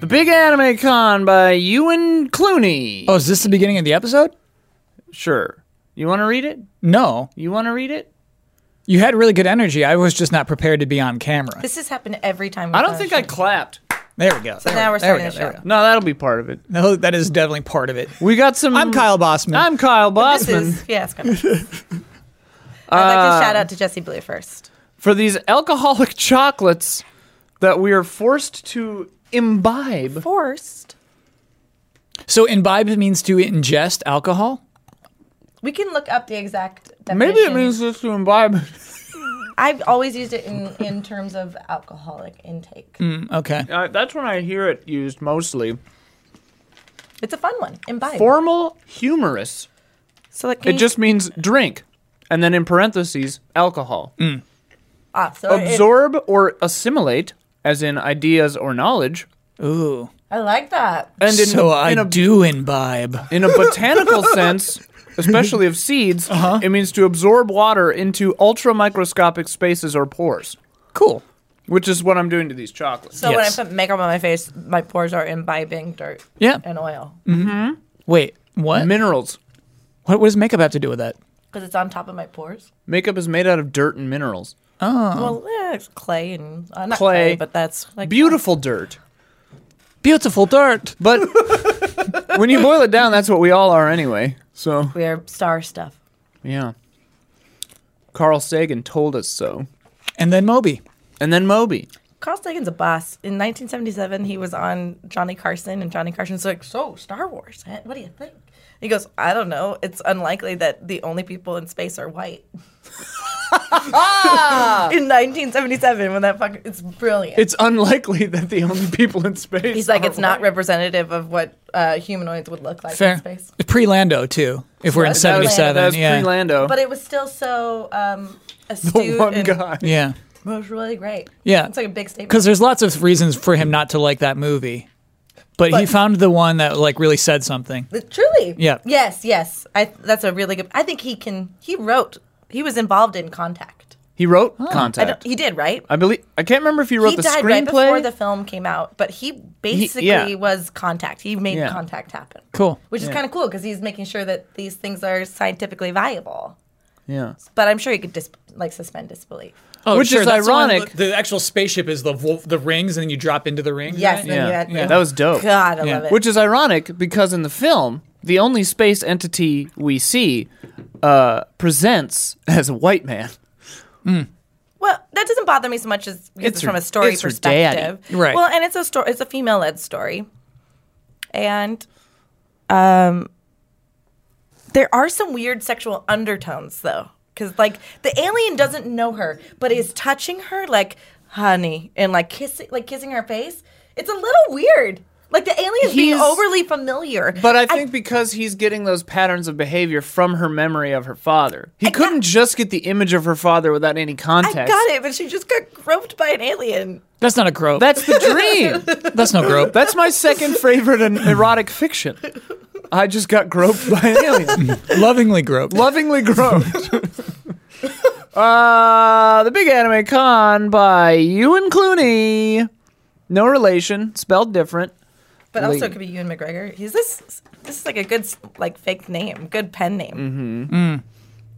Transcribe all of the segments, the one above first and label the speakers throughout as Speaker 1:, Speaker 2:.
Speaker 1: The Big Anime Con by Ewan Clooney.
Speaker 2: Oh, is this the beginning of the episode?
Speaker 1: Sure. You want to read it?
Speaker 2: No.
Speaker 1: You want to read it?
Speaker 2: You had really good energy. I was just not prepared to be on camera.
Speaker 3: This has happened every time. we've
Speaker 1: I don't
Speaker 3: done a
Speaker 1: think
Speaker 3: show.
Speaker 1: I clapped.
Speaker 2: There we go. So
Speaker 3: now we're starting the show.
Speaker 1: No, that'll be part of it.
Speaker 2: No, that is definitely part of it.
Speaker 1: We got some.
Speaker 2: I'm Kyle Bossman.
Speaker 1: I'm Kyle
Speaker 3: This
Speaker 1: Bossman.
Speaker 3: is fiasco. I'd like to
Speaker 1: Uh,
Speaker 3: shout out to Jesse Blue first.
Speaker 1: For these alcoholic chocolates that we are forced to imbibe.
Speaker 3: Forced.
Speaker 2: so imbibe means to ingest alcohol.
Speaker 3: We can look up the exact definition.
Speaker 1: Maybe it means just to imbibe.
Speaker 3: I've always used it in, in terms of alcoholic intake.
Speaker 2: Mm, Okay.
Speaker 1: Uh, that's when I hear it used mostly.
Speaker 3: It's a fun one. Imbibe.
Speaker 1: Formal, humorous.
Speaker 3: so like,
Speaker 1: It just means drink, and then in parentheses, alcohol.
Speaker 3: Mm. ah, so it-
Speaker 1: Absorb or assimilate, as in ideas or knowledge.
Speaker 2: Ooh.
Speaker 3: I like that.
Speaker 1: And in,
Speaker 2: so I
Speaker 1: in, a,
Speaker 2: do imbibe.
Speaker 1: in a botanical sense, especially of seeds, it means to absorb water into ultra microscopic spaces or pores,
Speaker 2: Cool.
Speaker 1: which is what I'm doing to these chocolates.
Speaker 3: So when I
Speaker 2: Yes.
Speaker 3: put makeup on my face, my pores are imbibing dirt
Speaker 2: Yeah.
Speaker 3: and oil
Speaker 1: Mm.
Speaker 2: Wait. What?
Speaker 1: Minerals.
Speaker 2: What does makeup have to do with that?
Speaker 3: because it's on top of my pores.
Speaker 1: Makeup is made out of dirt and minerals.
Speaker 3: Well, eh, it's clay and uh, not
Speaker 1: Uh-huh. Clay.
Speaker 3: clay. but that's like
Speaker 1: Beautiful dirt.
Speaker 2: Beautiful dirt.
Speaker 1: But when you boil it down, that's what we all are anyway. So,
Speaker 3: We are star stuff.
Speaker 1: yeah. Carl Sagan told us so.
Speaker 2: And then Moby.
Speaker 1: And then Moby.
Speaker 3: Carl Sagan's a boss. In 1977, he was on Johnny Carson, and Johnny Carson's like, "So, Star Wars? eh, What do you think?" He goes, "I don't know. It's unlikely that the only people in space are white." in 1977, when that fucker, it's brilliant.
Speaker 1: It's unlikely that the only people in space.
Speaker 3: He's like,
Speaker 1: are
Speaker 3: "It's not
Speaker 1: white."
Speaker 3: representative of what uh, humanoids would look like in
Speaker 2: Fair.
Speaker 3: space."
Speaker 2: It's Pre Lando too. If we're in
Speaker 3: That was- that
Speaker 2: seventy
Speaker 3: was
Speaker 1: That
Speaker 2: seven.
Speaker 1: was
Speaker 2: Yeah.
Speaker 1: pre-Lando.
Speaker 3: But it was still so um, astute.
Speaker 1: the one
Speaker 3: and
Speaker 1: guy.
Speaker 2: yeah.
Speaker 3: It was really great.
Speaker 2: Yeah.
Speaker 3: it's like a big statement.
Speaker 2: Because there's lots of reasons for him not to like that movie. But, he
Speaker 3: But-
Speaker 2: found the one that like really said something.
Speaker 3: Uh, Truly.
Speaker 2: Yeah.
Speaker 3: Yes, yes. I that's a really good. I think he can. He wrote. He was involved in Contact.
Speaker 1: He wrote
Speaker 3: I don't,
Speaker 1: Contact. I,
Speaker 3: he did, right?
Speaker 1: believe. I can't remember if he wrote
Speaker 3: he
Speaker 1: the
Speaker 3: died right
Speaker 1: screenplay.
Speaker 3: before the film came out, but he basically
Speaker 1: yeah.
Speaker 3: was Contact. He made
Speaker 1: Yeah.
Speaker 3: Contact happen.
Speaker 2: Cool.
Speaker 3: Which is kind of cool because he's making sure that these things are scientifically viable.
Speaker 1: yeah.
Speaker 3: But I'm sure he could dis- like suspend disbelief.
Speaker 2: Oh,
Speaker 1: Which is
Speaker 2: that's the one-
Speaker 1: ironic.
Speaker 2: The, actual spaceship is the vo- the rings, and then you drop into the rings.
Speaker 3: Yes,
Speaker 2: right?
Speaker 3: then you
Speaker 1: Yeah.
Speaker 3: had
Speaker 1: That was dope.
Speaker 3: God, I
Speaker 2: Yeah.
Speaker 3: love it.
Speaker 1: Oh. Which is ironic because in the film, the only space entity we see uh, presents as a white man.
Speaker 3: Well, that doesn't bother me so much as because
Speaker 1: It's
Speaker 3: it's, from
Speaker 1: her-
Speaker 3: a story
Speaker 1: it's her
Speaker 3: perspective,
Speaker 2: daddy. Right.
Speaker 3: Well, and it's a story. It's a female-led story, and um, there are some weird sexual undertones though, because like the alien doesn't know her, but is touching her like honey and like kissing, like kissing her face. It's a little weird. Like the alien's being
Speaker 1: He's-
Speaker 3: overly familiar.
Speaker 1: But I think because he's getting those patterns of behavior from her memory of her father, he couldn't just get the image of her father without any
Speaker 3: I
Speaker 1: context.
Speaker 3: got it, but she just got groped by an alien.
Speaker 2: That's not a grope.
Speaker 1: That's the dream.
Speaker 2: that's no grope.
Speaker 1: That's my second favorite in erotic fiction. I just got groped by an alien.
Speaker 2: Lovingly grope.
Speaker 1: Lovingly groped. uh, the Big Anime Con by Ewan Clooney. No relation, spelled different.
Speaker 3: But also,
Speaker 1: Lee.
Speaker 3: it could be Ewan McGregor. He's this. This is like a good, like fake name, good pen name.
Speaker 1: Mm-hmm.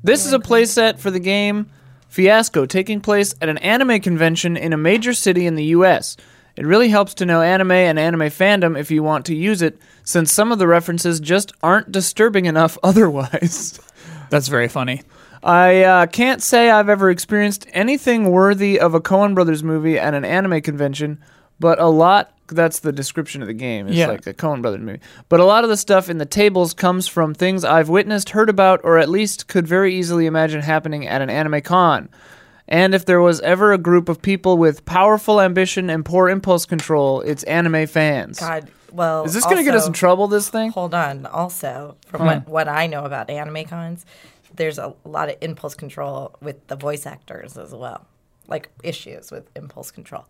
Speaker 1: This is a playset for the game Fiasco, taking place at an anime convention in a major city in the US. It really helps to know anime and anime fandom if you want to use it, since some of the references just aren't disturbing enough otherwise.
Speaker 2: That's very funny.
Speaker 1: I uh, can't say I've ever experienced anything worthy of a Coen Brothers movie at an anime convention, but a lot. That's the description of the game. It's
Speaker 2: Yeah.
Speaker 1: like a Coen Brothers movie. But a lot of the stuff in the tables comes from things I've witnessed, heard about, or at least could very easily imagine happening at an anime con. And if there was ever a group of people with powerful ambition and poor impulse control, it's anime fans.
Speaker 3: God, well,
Speaker 1: Is this going to get us
Speaker 3: also-
Speaker 1: in trouble, this thing?
Speaker 3: Hold on. Also, from what what I know about anime cons, there's a lot of impulse control with the voice actors as well, like issues with impulse control.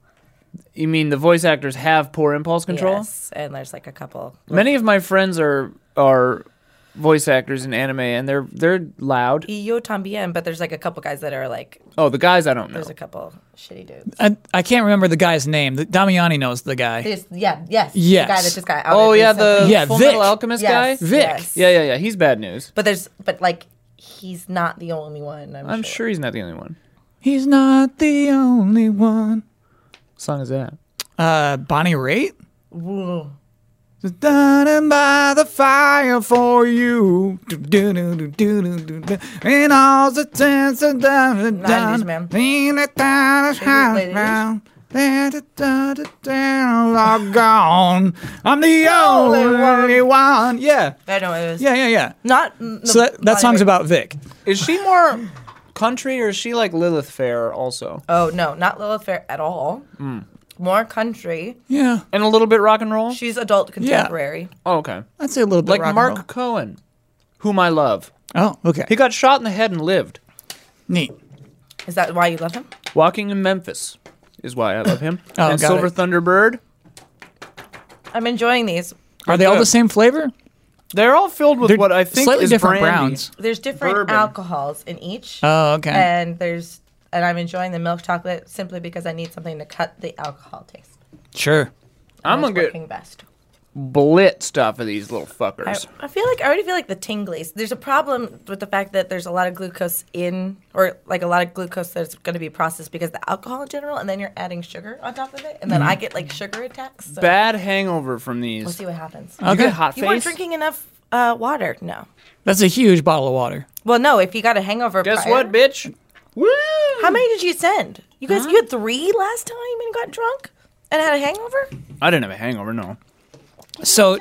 Speaker 1: You mean the voice actors have poor impulse control?
Speaker 3: Yes, and there's like a couple.
Speaker 1: Many of my friends are are voice actors in anime, and they're they're loud.
Speaker 3: Y yo también, but there's like a couple guys that are like,
Speaker 1: Oh, the guys I don't know.
Speaker 3: there's a couple shitty dudes.
Speaker 2: I, I can't remember the guy's name. The, Damiani knows the guy.
Speaker 3: This, yeah, yes.
Speaker 2: Yes.
Speaker 3: The guy that just got out.
Speaker 1: Oh yeah, the
Speaker 2: Yeah,
Speaker 1: Full
Speaker 2: Vic.
Speaker 1: Metal Alchemist
Speaker 3: Yes,
Speaker 1: guy.
Speaker 3: Vic. yes.
Speaker 1: Yeah, yeah, yeah. He's bad news.
Speaker 3: But there's, but like, he's not the only one. I'm,
Speaker 1: I'm sure he's not the only one.
Speaker 2: He's not the only one.
Speaker 1: What song is that?
Speaker 2: Uh, Bonnie Raitt?
Speaker 3: Ooh.
Speaker 2: Standing by the fire for you. Do-do-do-do-do-do-do. And all the tents are done. are done.
Speaker 3: ma'am.
Speaker 2: In the town is high
Speaker 3: ladies.
Speaker 2: ground. Da, da, da, da, da, all gone. I'm the
Speaker 3: only one.
Speaker 2: only one. Yeah.
Speaker 3: I know it was
Speaker 2: Yeah, yeah, yeah.
Speaker 3: not.
Speaker 2: So that, that song's about Vic.
Speaker 1: Is she more country or is she like Lilith Fair also?
Speaker 3: Oh no, not Lilith Fair at all.
Speaker 1: Hmm.
Speaker 3: More country.
Speaker 2: Yeah.
Speaker 1: And a little bit rock and roll?
Speaker 3: She's adult contemporary.
Speaker 1: Oh, okay.
Speaker 2: I'd say a little bit
Speaker 1: Like
Speaker 2: rock and
Speaker 1: Mark Cohen, whom I love.
Speaker 2: roll. Oh, okay.
Speaker 1: He got shot in the head and lived.
Speaker 2: Neat.
Speaker 3: Is that why you love him?
Speaker 1: Walking in Memphis is why I love him.
Speaker 2: Oh,
Speaker 1: and
Speaker 2: got
Speaker 1: Silver
Speaker 2: it.
Speaker 1: Thunderbird.
Speaker 3: I'm enjoying these.
Speaker 2: Are they all
Speaker 1: good.
Speaker 2: the same flavor?
Speaker 1: They're all filled with
Speaker 2: They're
Speaker 1: what I think
Speaker 2: slightly
Speaker 1: is
Speaker 2: different
Speaker 1: brandy.
Speaker 2: browns.
Speaker 3: There's different
Speaker 1: Bourbon.
Speaker 3: alcohols in each.
Speaker 2: Oh, okay.
Speaker 3: And there's and I'm enjoying the milk chocolate simply because I need something to cut the alcohol taste.
Speaker 2: Sure.
Speaker 1: I'm
Speaker 3: It's
Speaker 1: gonna get
Speaker 3: working best.
Speaker 1: blitzed off of these little
Speaker 3: I,
Speaker 1: fuckers.
Speaker 3: I feel like I already feel like the tinglies. There's a problem with the fact that there's a lot of glucose in, or like a lot of glucose that's going to be processed because the alcohol in general, and then you're adding sugar on top of it, and then I get like sugar attacks. So
Speaker 1: Mm. Bad hangover from
Speaker 3: we'll
Speaker 1: these.
Speaker 3: see what happens.
Speaker 1: You
Speaker 2: Okay.
Speaker 1: get hot
Speaker 3: you
Speaker 1: face.
Speaker 3: weren't drinking enough uh, water. No.
Speaker 2: That's a huge bottle of water.
Speaker 3: Well, no. If you got a hangover,
Speaker 1: Guess
Speaker 3: prior-
Speaker 1: what, bitch? Woo!
Speaker 3: How many did you send? You guys, you had three last time and got drunk and had a hangover.
Speaker 1: I didn't have a hangover, no.
Speaker 2: So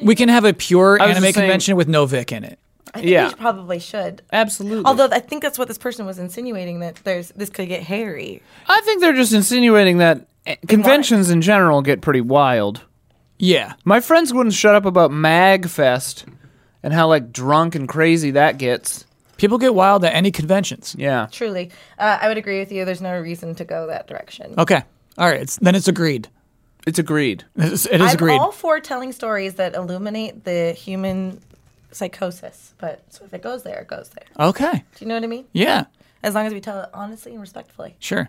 Speaker 2: we can have a pure
Speaker 1: I was
Speaker 2: anime
Speaker 1: just saying-
Speaker 2: convention with no Vic in it.
Speaker 3: I think
Speaker 1: Yeah.
Speaker 3: you probably should.
Speaker 1: Absolutely.
Speaker 3: Although I think that's what this person was insinuating that there's this could get hairy.
Speaker 1: I think they're just insinuating that eh, conventions in general get pretty wild.
Speaker 2: Yeah.
Speaker 1: My friends wouldn't shut up about MagFest and how like drunk and crazy that gets.
Speaker 2: People get wild at any conventions.
Speaker 1: Yeah.
Speaker 3: Truly, uh, I would agree with you. There's no reason to go that direction.
Speaker 2: Okay. All right. It's, then it's agreed.
Speaker 1: It's agreed.
Speaker 2: It is, it is
Speaker 3: I'm
Speaker 2: agreed.
Speaker 3: all for telling stories that illuminate the human psychosis, but so if it goes there, it goes there.
Speaker 2: okay.
Speaker 3: Do you know what I mean?
Speaker 2: Yeah.
Speaker 3: As long as we tell it honestly and respectfully.
Speaker 2: Sure.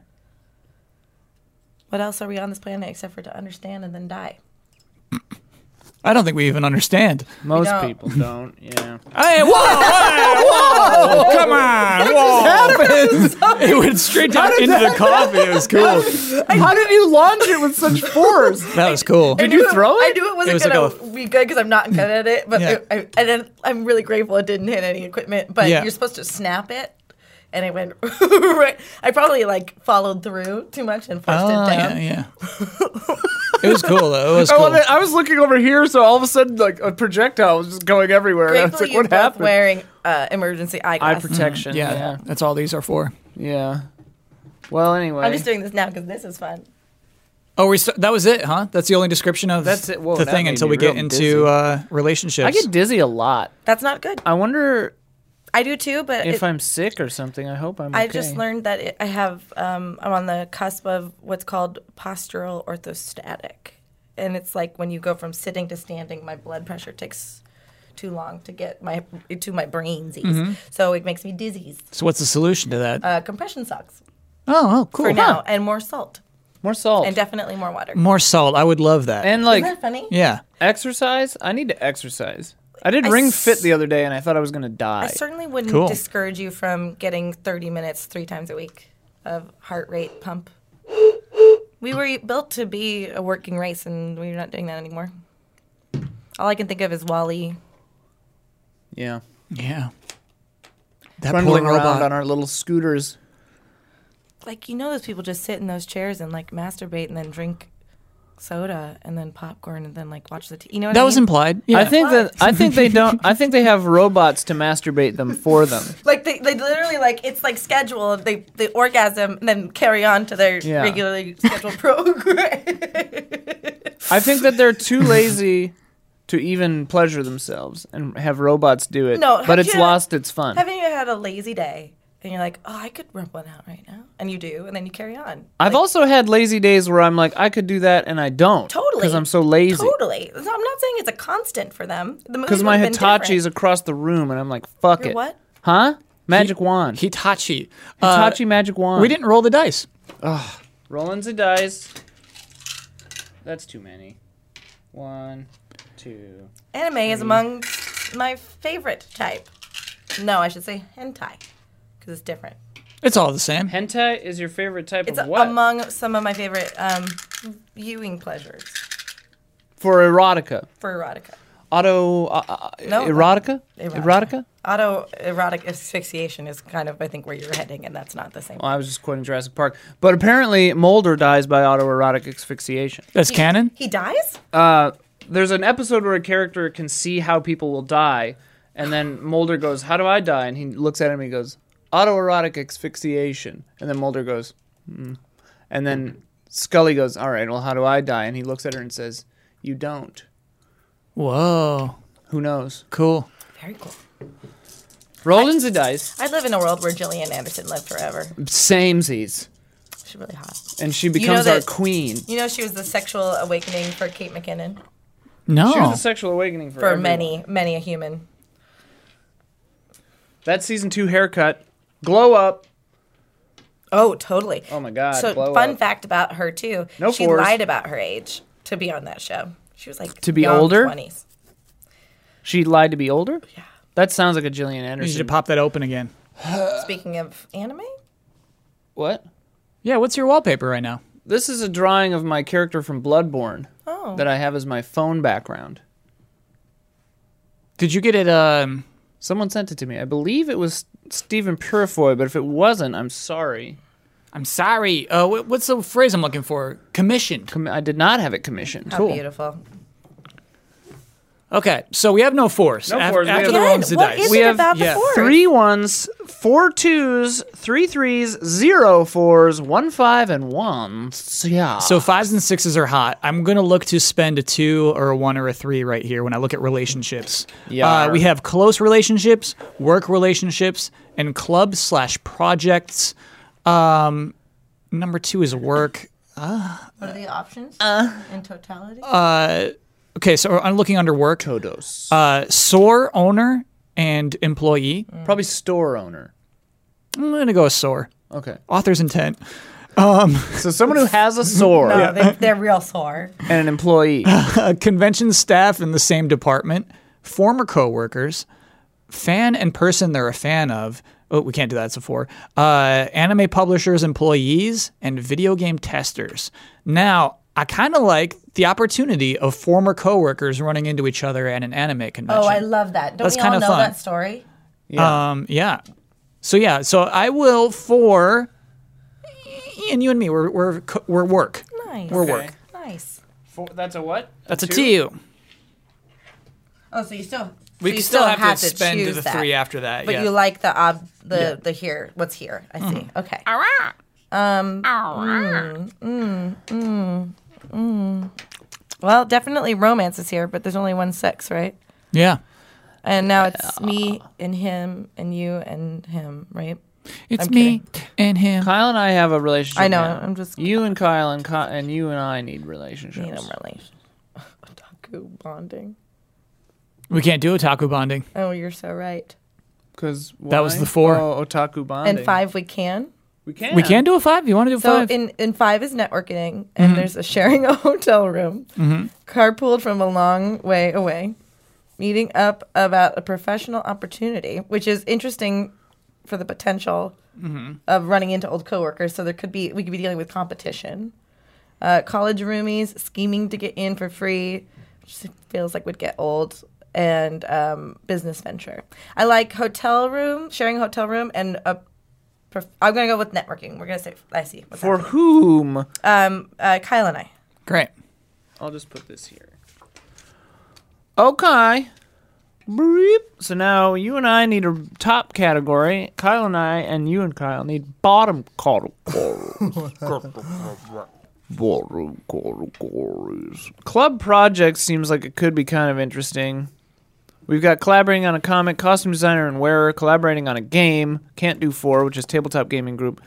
Speaker 3: What else are we on this planet except for to understand and then die?
Speaker 2: I don't think we even understand.
Speaker 1: Most
Speaker 3: don't.
Speaker 1: people don't. Yeah.
Speaker 2: Hey, whoa, hey,
Speaker 3: Oh!
Speaker 2: whoa, come on. whoa. It went straight down into the coffee. It was cool.
Speaker 1: How did you launch it with such force?
Speaker 2: That was cool.
Speaker 1: Did you throw
Speaker 3: I
Speaker 1: it?
Speaker 3: knew it wasn't
Speaker 2: was like
Speaker 3: gonna
Speaker 2: a-
Speaker 3: be good because I'm not good at it. But
Speaker 2: Yeah.
Speaker 3: it- I, and then I'm really grateful it didn't hit any equipment. But
Speaker 2: Yeah.
Speaker 3: you're supposed to snap it, and it went right. I probably like followed through too much and forced
Speaker 2: Oh,
Speaker 3: it
Speaker 2: yeah,
Speaker 3: down.
Speaker 2: yeah. It was cool, though. It was
Speaker 1: I,
Speaker 2: cool.
Speaker 1: wanted, I was looking over here, so all of a sudden, like a projectile was just going everywhere. And I was
Speaker 3: Gratefully,
Speaker 1: like,
Speaker 3: you
Speaker 1: "What
Speaker 3: both
Speaker 1: happened?"
Speaker 3: wearing uh, emergency
Speaker 1: Eye
Speaker 3: eyeglasses.
Speaker 1: protection.
Speaker 2: yeah,
Speaker 1: Yeah.
Speaker 2: that's all these are for.
Speaker 1: Yeah. Well, anyway,
Speaker 3: I'm just doing this now because this is fun.
Speaker 2: Oh, we st- that was it, huh? That's the only description of
Speaker 1: That's it. Whoa,
Speaker 2: the
Speaker 1: that
Speaker 2: thing
Speaker 1: made
Speaker 2: until
Speaker 1: me
Speaker 2: we get
Speaker 1: real dizzy.
Speaker 2: into uh, relationships.
Speaker 1: I get dizzy a lot.
Speaker 3: That's not good.
Speaker 1: I wonder
Speaker 3: I do too, but
Speaker 1: if
Speaker 3: it-
Speaker 1: I'm sick or something. I hope I'm.
Speaker 3: I
Speaker 1: okay.
Speaker 3: just learned that it, I have um, I'm on the cusp of what's called postural orthostatic, and it's like when you go from sitting to standing, my blood pressure takes too long to get my to my brainsies,
Speaker 1: Mm-hmm.
Speaker 3: so it makes me dizzies.
Speaker 2: so, what's the solution to that?
Speaker 3: Uh, compression socks
Speaker 2: oh, oh, cool.
Speaker 3: for
Speaker 2: Huh.
Speaker 3: now, and more salt,
Speaker 1: more salt
Speaker 3: and uh, definitely more water.
Speaker 2: More salt. I would love that.
Speaker 1: and
Speaker 3: Isn't
Speaker 1: like
Speaker 3: that funny?
Speaker 2: yeah.
Speaker 1: exercise. I need to exercise. I did ring
Speaker 3: s-
Speaker 1: fit the other day, and I thought I was gonna
Speaker 3: I
Speaker 1: die.
Speaker 3: certainly wouldn't
Speaker 2: Cool.
Speaker 3: discourage you from getting 30 minutes three times a week of heart rate pump. We were built to be a working race, and we're not doing that anymore. All I can think of is Wally.
Speaker 1: Yeah,
Speaker 2: Yeah. That poor
Speaker 1: trundling around
Speaker 2: robot.
Speaker 1: on our little scooters.
Speaker 3: Like you know, those people just sit in those chairs and like masturbate, and then drink soda, and then popcorn, and then like watch the. T- you know what
Speaker 2: that
Speaker 3: I
Speaker 2: was
Speaker 3: mean?
Speaker 2: implied. Yeah.
Speaker 1: I think that I think they don't. I think they have robots to masturbate them for them.
Speaker 3: like they, they literally like it's like scheduled. They they orgasm and then carry on to their
Speaker 1: Yeah.
Speaker 3: regularly scheduled program.
Speaker 1: I think that they're too lazy to even pleasure themselves and have robots do it.
Speaker 3: No,
Speaker 1: but
Speaker 3: have
Speaker 1: it's
Speaker 3: you-
Speaker 1: lost its fun.
Speaker 3: Haven't you had a lazy day and you're like, oh, I could rub one out right now, and you do, and then you carry on.
Speaker 1: I've also had lazy days where I'm like, I could do that and I don't.
Speaker 3: Totally.
Speaker 1: Because I'm so lazy.
Speaker 3: Totally. So I'm not saying it's a constant for them. The movie
Speaker 1: Because
Speaker 3: would
Speaker 1: my
Speaker 3: have been
Speaker 1: Hitachi's
Speaker 3: different.
Speaker 1: across the room and I'm like, fuck
Speaker 3: Your
Speaker 1: it.
Speaker 3: what?
Speaker 1: Huh? Magic wand.
Speaker 2: Hitachi. Uh,
Speaker 1: Hitachi magic wand.
Speaker 2: we didn't roll the dice.
Speaker 1: Rollins and dice. That's too many. One, two.
Speaker 3: Anime is among my favorite type. No, I should say hentai, because it's different.
Speaker 2: It's all the same.
Speaker 1: Hentai is your favorite type
Speaker 3: It's
Speaker 1: of what?
Speaker 3: among some of my favorite um, viewing pleasures
Speaker 1: For erotica.
Speaker 3: for erotica.
Speaker 1: Auto. Uh, uh,
Speaker 3: No.
Speaker 1: erotica?
Speaker 3: Erotica. Autoerotic asphyxiation is kind of, I think, where you're heading, and that's not the same.
Speaker 1: Well, I was just quoting Jurassic Park. But apparently, Mulder dies by autoerotic asphyxiation.
Speaker 2: That's canon.
Speaker 3: He dies?
Speaker 1: Uh, there's an episode where a character can see how people will die, and then Mulder goes, How do I die? And he looks at him and he goes, Autoerotic asphyxiation. And then Mulder goes, Hmm. And then Scully goes, All right, well, how do I die? And he looks at her and says, You don't.
Speaker 2: Whoa,
Speaker 1: Who knows?
Speaker 2: cool.
Speaker 3: Very cool.
Speaker 1: Rollins the dice.
Speaker 3: I live in a world where Gillian Anderson lived forever.
Speaker 1: Samesies.
Speaker 3: She's really hot.
Speaker 1: And she becomes our
Speaker 3: that-
Speaker 1: queen.
Speaker 3: You know, she was the sexual awakening for Kate McKinnon
Speaker 2: No,
Speaker 1: She was a sexual awakening for,
Speaker 3: Oh. for
Speaker 1: everyone.
Speaker 3: many, many a human.
Speaker 1: That season two haircut, glow up.
Speaker 3: Oh, totally.
Speaker 1: Oh my God,
Speaker 3: So,
Speaker 1: glow
Speaker 3: fun
Speaker 1: up.
Speaker 3: fact about her too.
Speaker 1: No
Speaker 3: she
Speaker 1: fours.
Speaker 3: lied about her age to be on that show. She was like
Speaker 1: To be
Speaker 3: young
Speaker 1: older?
Speaker 3: 20s.
Speaker 1: She lied to be older. Yeah. That sounds like a Gillian
Speaker 2: you should
Speaker 1: Anderson.
Speaker 2: pop that open again.
Speaker 3: Speaking of anime,
Speaker 1: what?
Speaker 2: Yeah, what's your wallpaper right now?
Speaker 1: This is a drawing of my character from Bloodborne
Speaker 3: oh,
Speaker 1: that I have as my phone background.
Speaker 2: Did you get it? Um,
Speaker 1: Someone sent it to me. I believe it was Stephen Purifoy, but if it wasn't, I'm sorry.
Speaker 2: I'm sorry. Uh, wh- what's the phrase I'm looking for? Commissioned.
Speaker 1: Com- I did not have it commissioned.
Speaker 3: how beautiful!
Speaker 2: Okay, so we have no force.
Speaker 1: No fours, we
Speaker 2: After
Speaker 1: have-
Speaker 2: the
Speaker 1: Again,
Speaker 2: rolls the
Speaker 3: what
Speaker 2: dice.
Speaker 3: is
Speaker 1: We
Speaker 3: it
Speaker 1: have-
Speaker 3: about
Speaker 2: yeah,
Speaker 3: the fours?
Speaker 1: Three ones, four twos, three threes, zero fours, one five, and one. Yeah.
Speaker 2: So fives and sixes are hot. I'm gonna look to spend a two or a one or a three right here when I look at relationships.
Speaker 1: Yeah.
Speaker 2: Uh, we have close relationships, work relationships, and club slash projects. Um, number two is work.
Speaker 3: What are the options
Speaker 2: Uh.
Speaker 3: in totality?
Speaker 2: Okay, so I'm looking under work.
Speaker 1: Todos.
Speaker 2: Uh, SOAR owner and employee.
Speaker 3: Hmm.
Speaker 1: Probably store owner.
Speaker 2: I'm gonna go with SOAR.
Speaker 1: Okay.
Speaker 2: Author's intent.
Speaker 1: So someone who has a sore
Speaker 2: Oh,
Speaker 3: no, they, they're real sore.
Speaker 1: and an employee.
Speaker 2: Uh, convention staff in the same department. Former coworkers. Fan and person they're a fan of. Oh, we can't do that. It's a four. Uh, anime publishers, employees, and video game testers. Now, I kind of like the opportunity of former coworkers running into each other at an anime convention.
Speaker 3: Oh, I love that. Don't
Speaker 2: That's
Speaker 3: we all
Speaker 2: kinda
Speaker 3: know
Speaker 2: fun.
Speaker 3: that story?
Speaker 2: Um, yeah. So yeah. So I will for. And you and me, we're we're co- we're work.
Speaker 3: Nice.
Speaker 2: We're work.
Speaker 3: Nice.
Speaker 1: Four, that's a what?
Speaker 2: That's a
Speaker 1: two?
Speaker 2: two.
Speaker 3: Oh, so you still
Speaker 2: We
Speaker 3: so you
Speaker 2: still, have, to,
Speaker 3: to
Speaker 2: spend
Speaker 3: choose
Speaker 2: the
Speaker 3: that.
Speaker 2: three after that.
Speaker 3: But
Speaker 2: yeah.
Speaker 3: you like the ob- the the here what's here? I see. Okay. Um. mm, mm, mm, mm. Well, definitely romance is here, but there's only one sex, right?
Speaker 2: yeah.
Speaker 3: And now it's me and him and you and him, right?
Speaker 2: It's
Speaker 3: I'm
Speaker 2: me and him.
Speaker 1: Kyle and I have a relationship.
Speaker 3: I know,
Speaker 1: now.
Speaker 3: I'm just-
Speaker 1: you and Kyle and Ky- and you and I need relationships.
Speaker 3: You know, relation. Otaku bonding.
Speaker 2: We can't do otaku bonding.
Speaker 3: Oh, you're so right.
Speaker 1: Because
Speaker 2: That was the four.
Speaker 1: Oh, otaku bonding.
Speaker 3: And five, we can.
Speaker 1: We can.
Speaker 2: We can do a five. You want to do a
Speaker 3: So
Speaker 2: five?
Speaker 3: in in five is networking, and there's a sharing a hotel room, carpooled from a long way away, meeting up about a professional opportunity, which is interesting for the potential of running into old coworkers. So there could be we could be dealing with competition, uh, college roomies scheming to get in for free, which feels like would get old. And um, business venture. I like hotel room, sharing a hotel room, and a. Prof- I'm gonna go with networking. We're gonna say I see. What's
Speaker 1: For whom?
Speaker 3: um, uh, Kyle and I.
Speaker 2: Great.
Speaker 1: I'll just put this here. Okay. Bleep. So now you and I need a top category. Kyle and I, and you and Kyle need bottom category. Club projects seems like it could be kind of interesting. We've got collaborating on a comic, costume designer and wearer, collaborating on a game, can't do four, which is tabletop gaming group.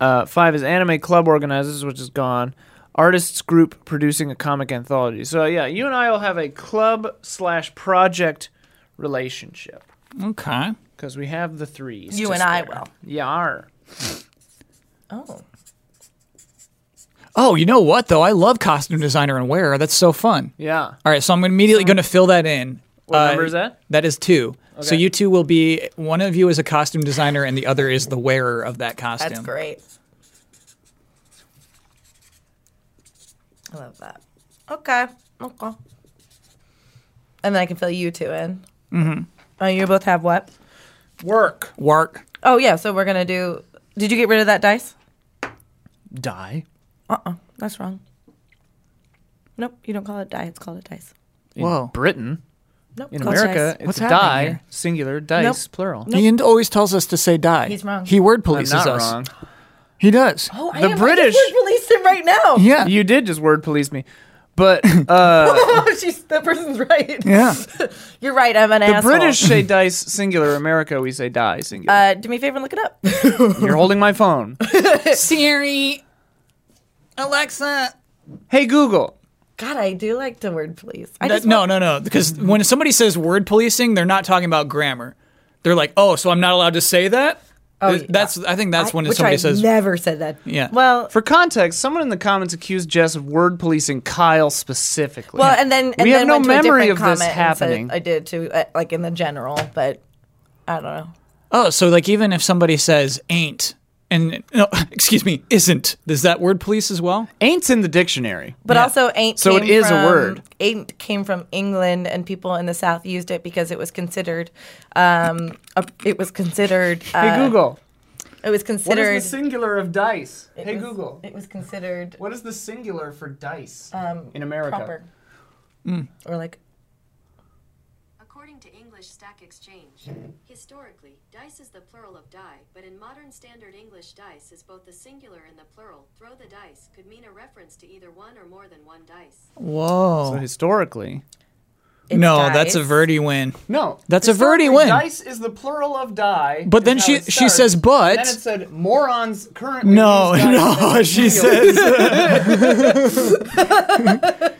Speaker 1: Uh, five is anime club organizers, which is gone. Artists group producing a comic anthology. So yeah, you and I will have a club slash project relationship
Speaker 2: Okay.
Speaker 1: because we have the threes.
Speaker 3: You
Speaker 1: just
Speaker 3: and I
Speaker 1: there.
Speaker 3: will.
Speaker 1: Yar.
Speaker 3: Oh.
Speaker 2: Oh, you know what though? I love costume designer and wearer. That's so fun.
Speaker 1: Yeah.
Speaker 2: All right, so I'm immediately going to fill that in. Uh,
Speaker 1: What number is that?
Speaker 2: That is two. So
Speaker 1: Okay.
Speaker 2: you two will be one of you is a costume designer and the other is the wearer of that costume.
Speaker 3: That's great. I love that. Okay. Okay. And then I can fill you two in. Mm-hmm. Oh, you both have what?
Speaker 1: Work.
Speaker 2: Wark.
Speaker 3: Oh, yeah. So we're going to do. Did you get rid of that dice?
Speaker 1: Die.
Speaker 3: Uh uh That's wrong. Nope. You don't call it die. It's called a dice.
Speaker 1: In
Speaker 2: Whoa.
Speaker 1: Britain.
Speaker 3: Nope.
Speaker 1: In
Speaker 3: called
Speaker 1: America,
Speaker 3: dice.
Speaker 2: What's
Speaker 1: it's a
Speaker 2: happening
Speaker 1: die,
Speaker 2: here?
Speaker 1: singular, dice, plural.
Speaker 2: He always tells us to say die.
Speaker 3: He's wrong.
Speaker 2: He word
Speaker 1: I'm
Speaker 2: polices
Speaker 1: not
Speaker 2: us.
Speaker 1: wrong.
Speaker 2: He does.
Speaker 3: Oh, I
Speaker 1: The
Speaker 3: am,
Speaker 1: British-
Speaker 3: I just released him right now.
Speaker 2: Yeah.
Speaker 1: You did just word police me. But uh,
Speaker 3: Oh, she's, that person's right.
Speaker 2: yeah.
Speaker 3: You're right. I'm an
Speaker 1: the
Speaker 3: asshole.
Speaker 1: British say dice singular, America we say die singular.
Speaker 3: Uh, do me a favor and look it up.
Speaker 1: You're holding my phone.
Speaker 2: Siri, Alexa.
Speaker 1: Hey Google.
Speaker 3: God, I do like the word police. I
Speaker 2: That-
Speaker 3: just
Speaker 2: no, no, no. Because when somebody says word policing, they're not talking about grammar. They're like, oh, so I'm not allowed to say that.
Speaker 3: Oh,
Speaker 2: Th- that's. I think that's
Speaker 3: I-
Speaker 2: when
Speaker 3: which
Speaker 2: somebody
Speaker 3: I
Speaker 2: says.
Speaker 3: never said that.
Speaker 2: Yeah.
Speaker 3: Well,
Speaker 1: For context, someone in the comments accused Jess of word policing Kyle specifically.
Speaker 3: well, and then and
Speaker 1: we have
Speaker 3: then
Speaker 1: no
Speaker 3: went to a
Speaker 1: memory
Speaker 3: different
Speaker 1: of this
Speaker 3: comment and said
Speaker 1: happening.
Speaker 3: I did too, uh, like in the general, but I don't know.
Speaker 2: oh, so like even if somebody says ain't and no, excuse me, isn't, is that word police as well?
Speaker 1: Ain't's in the dictionary.
Speaker 3: But also, ain't
Speaker 1: So it
Speaker 3: came
Speaker 1: is a
Speaker 3: from-
Speaker 1: word.
Speaker 3: Ain't came from England, and people in the South used it because it was considered, um, a, it was considered. Uh,
Speaker 1: Hey Google.
Speaker 3: It was considered.
Speaker 1: singular of dice? Hey
Speaker 3: was- It was considered um,
Speaker 1: What is the singular for dice in America? Hmm.
Speaker 3: proper. Or like
Speaker 4: According to English Stack Exchange, historically, dice is the plural of die, but in modern standard English, dice is both the singular and the plural. Throw the dice could mean a reference to either one or more than one dice.
Speaker 1: So
Speaker 2: Whoa.
Speaker 1: historically,
Speaker 3: it's
Speaker 2: no, that's a
Speaker 3: dice.
Speaker 2: Verdi win.
Speaker 1: no,
Speaker 2: That's a Verdi
Speaker 1: historically,
Speaker 2: win.
Speaker 1: Dice is the plural of die.
Speaker 2: But then
Speaker 1: is how
Speaker 2: she-
Speaker 1: it
Speaker 2: she
Speaker 1: starts.
Speaker 2: says, but-
Speaker 1: And then it said morons currently.
Speaker 2: No,
Speaker 1: use dice as
Speaker 2: no,
Speaker 1: a singular."
Speaker 2: she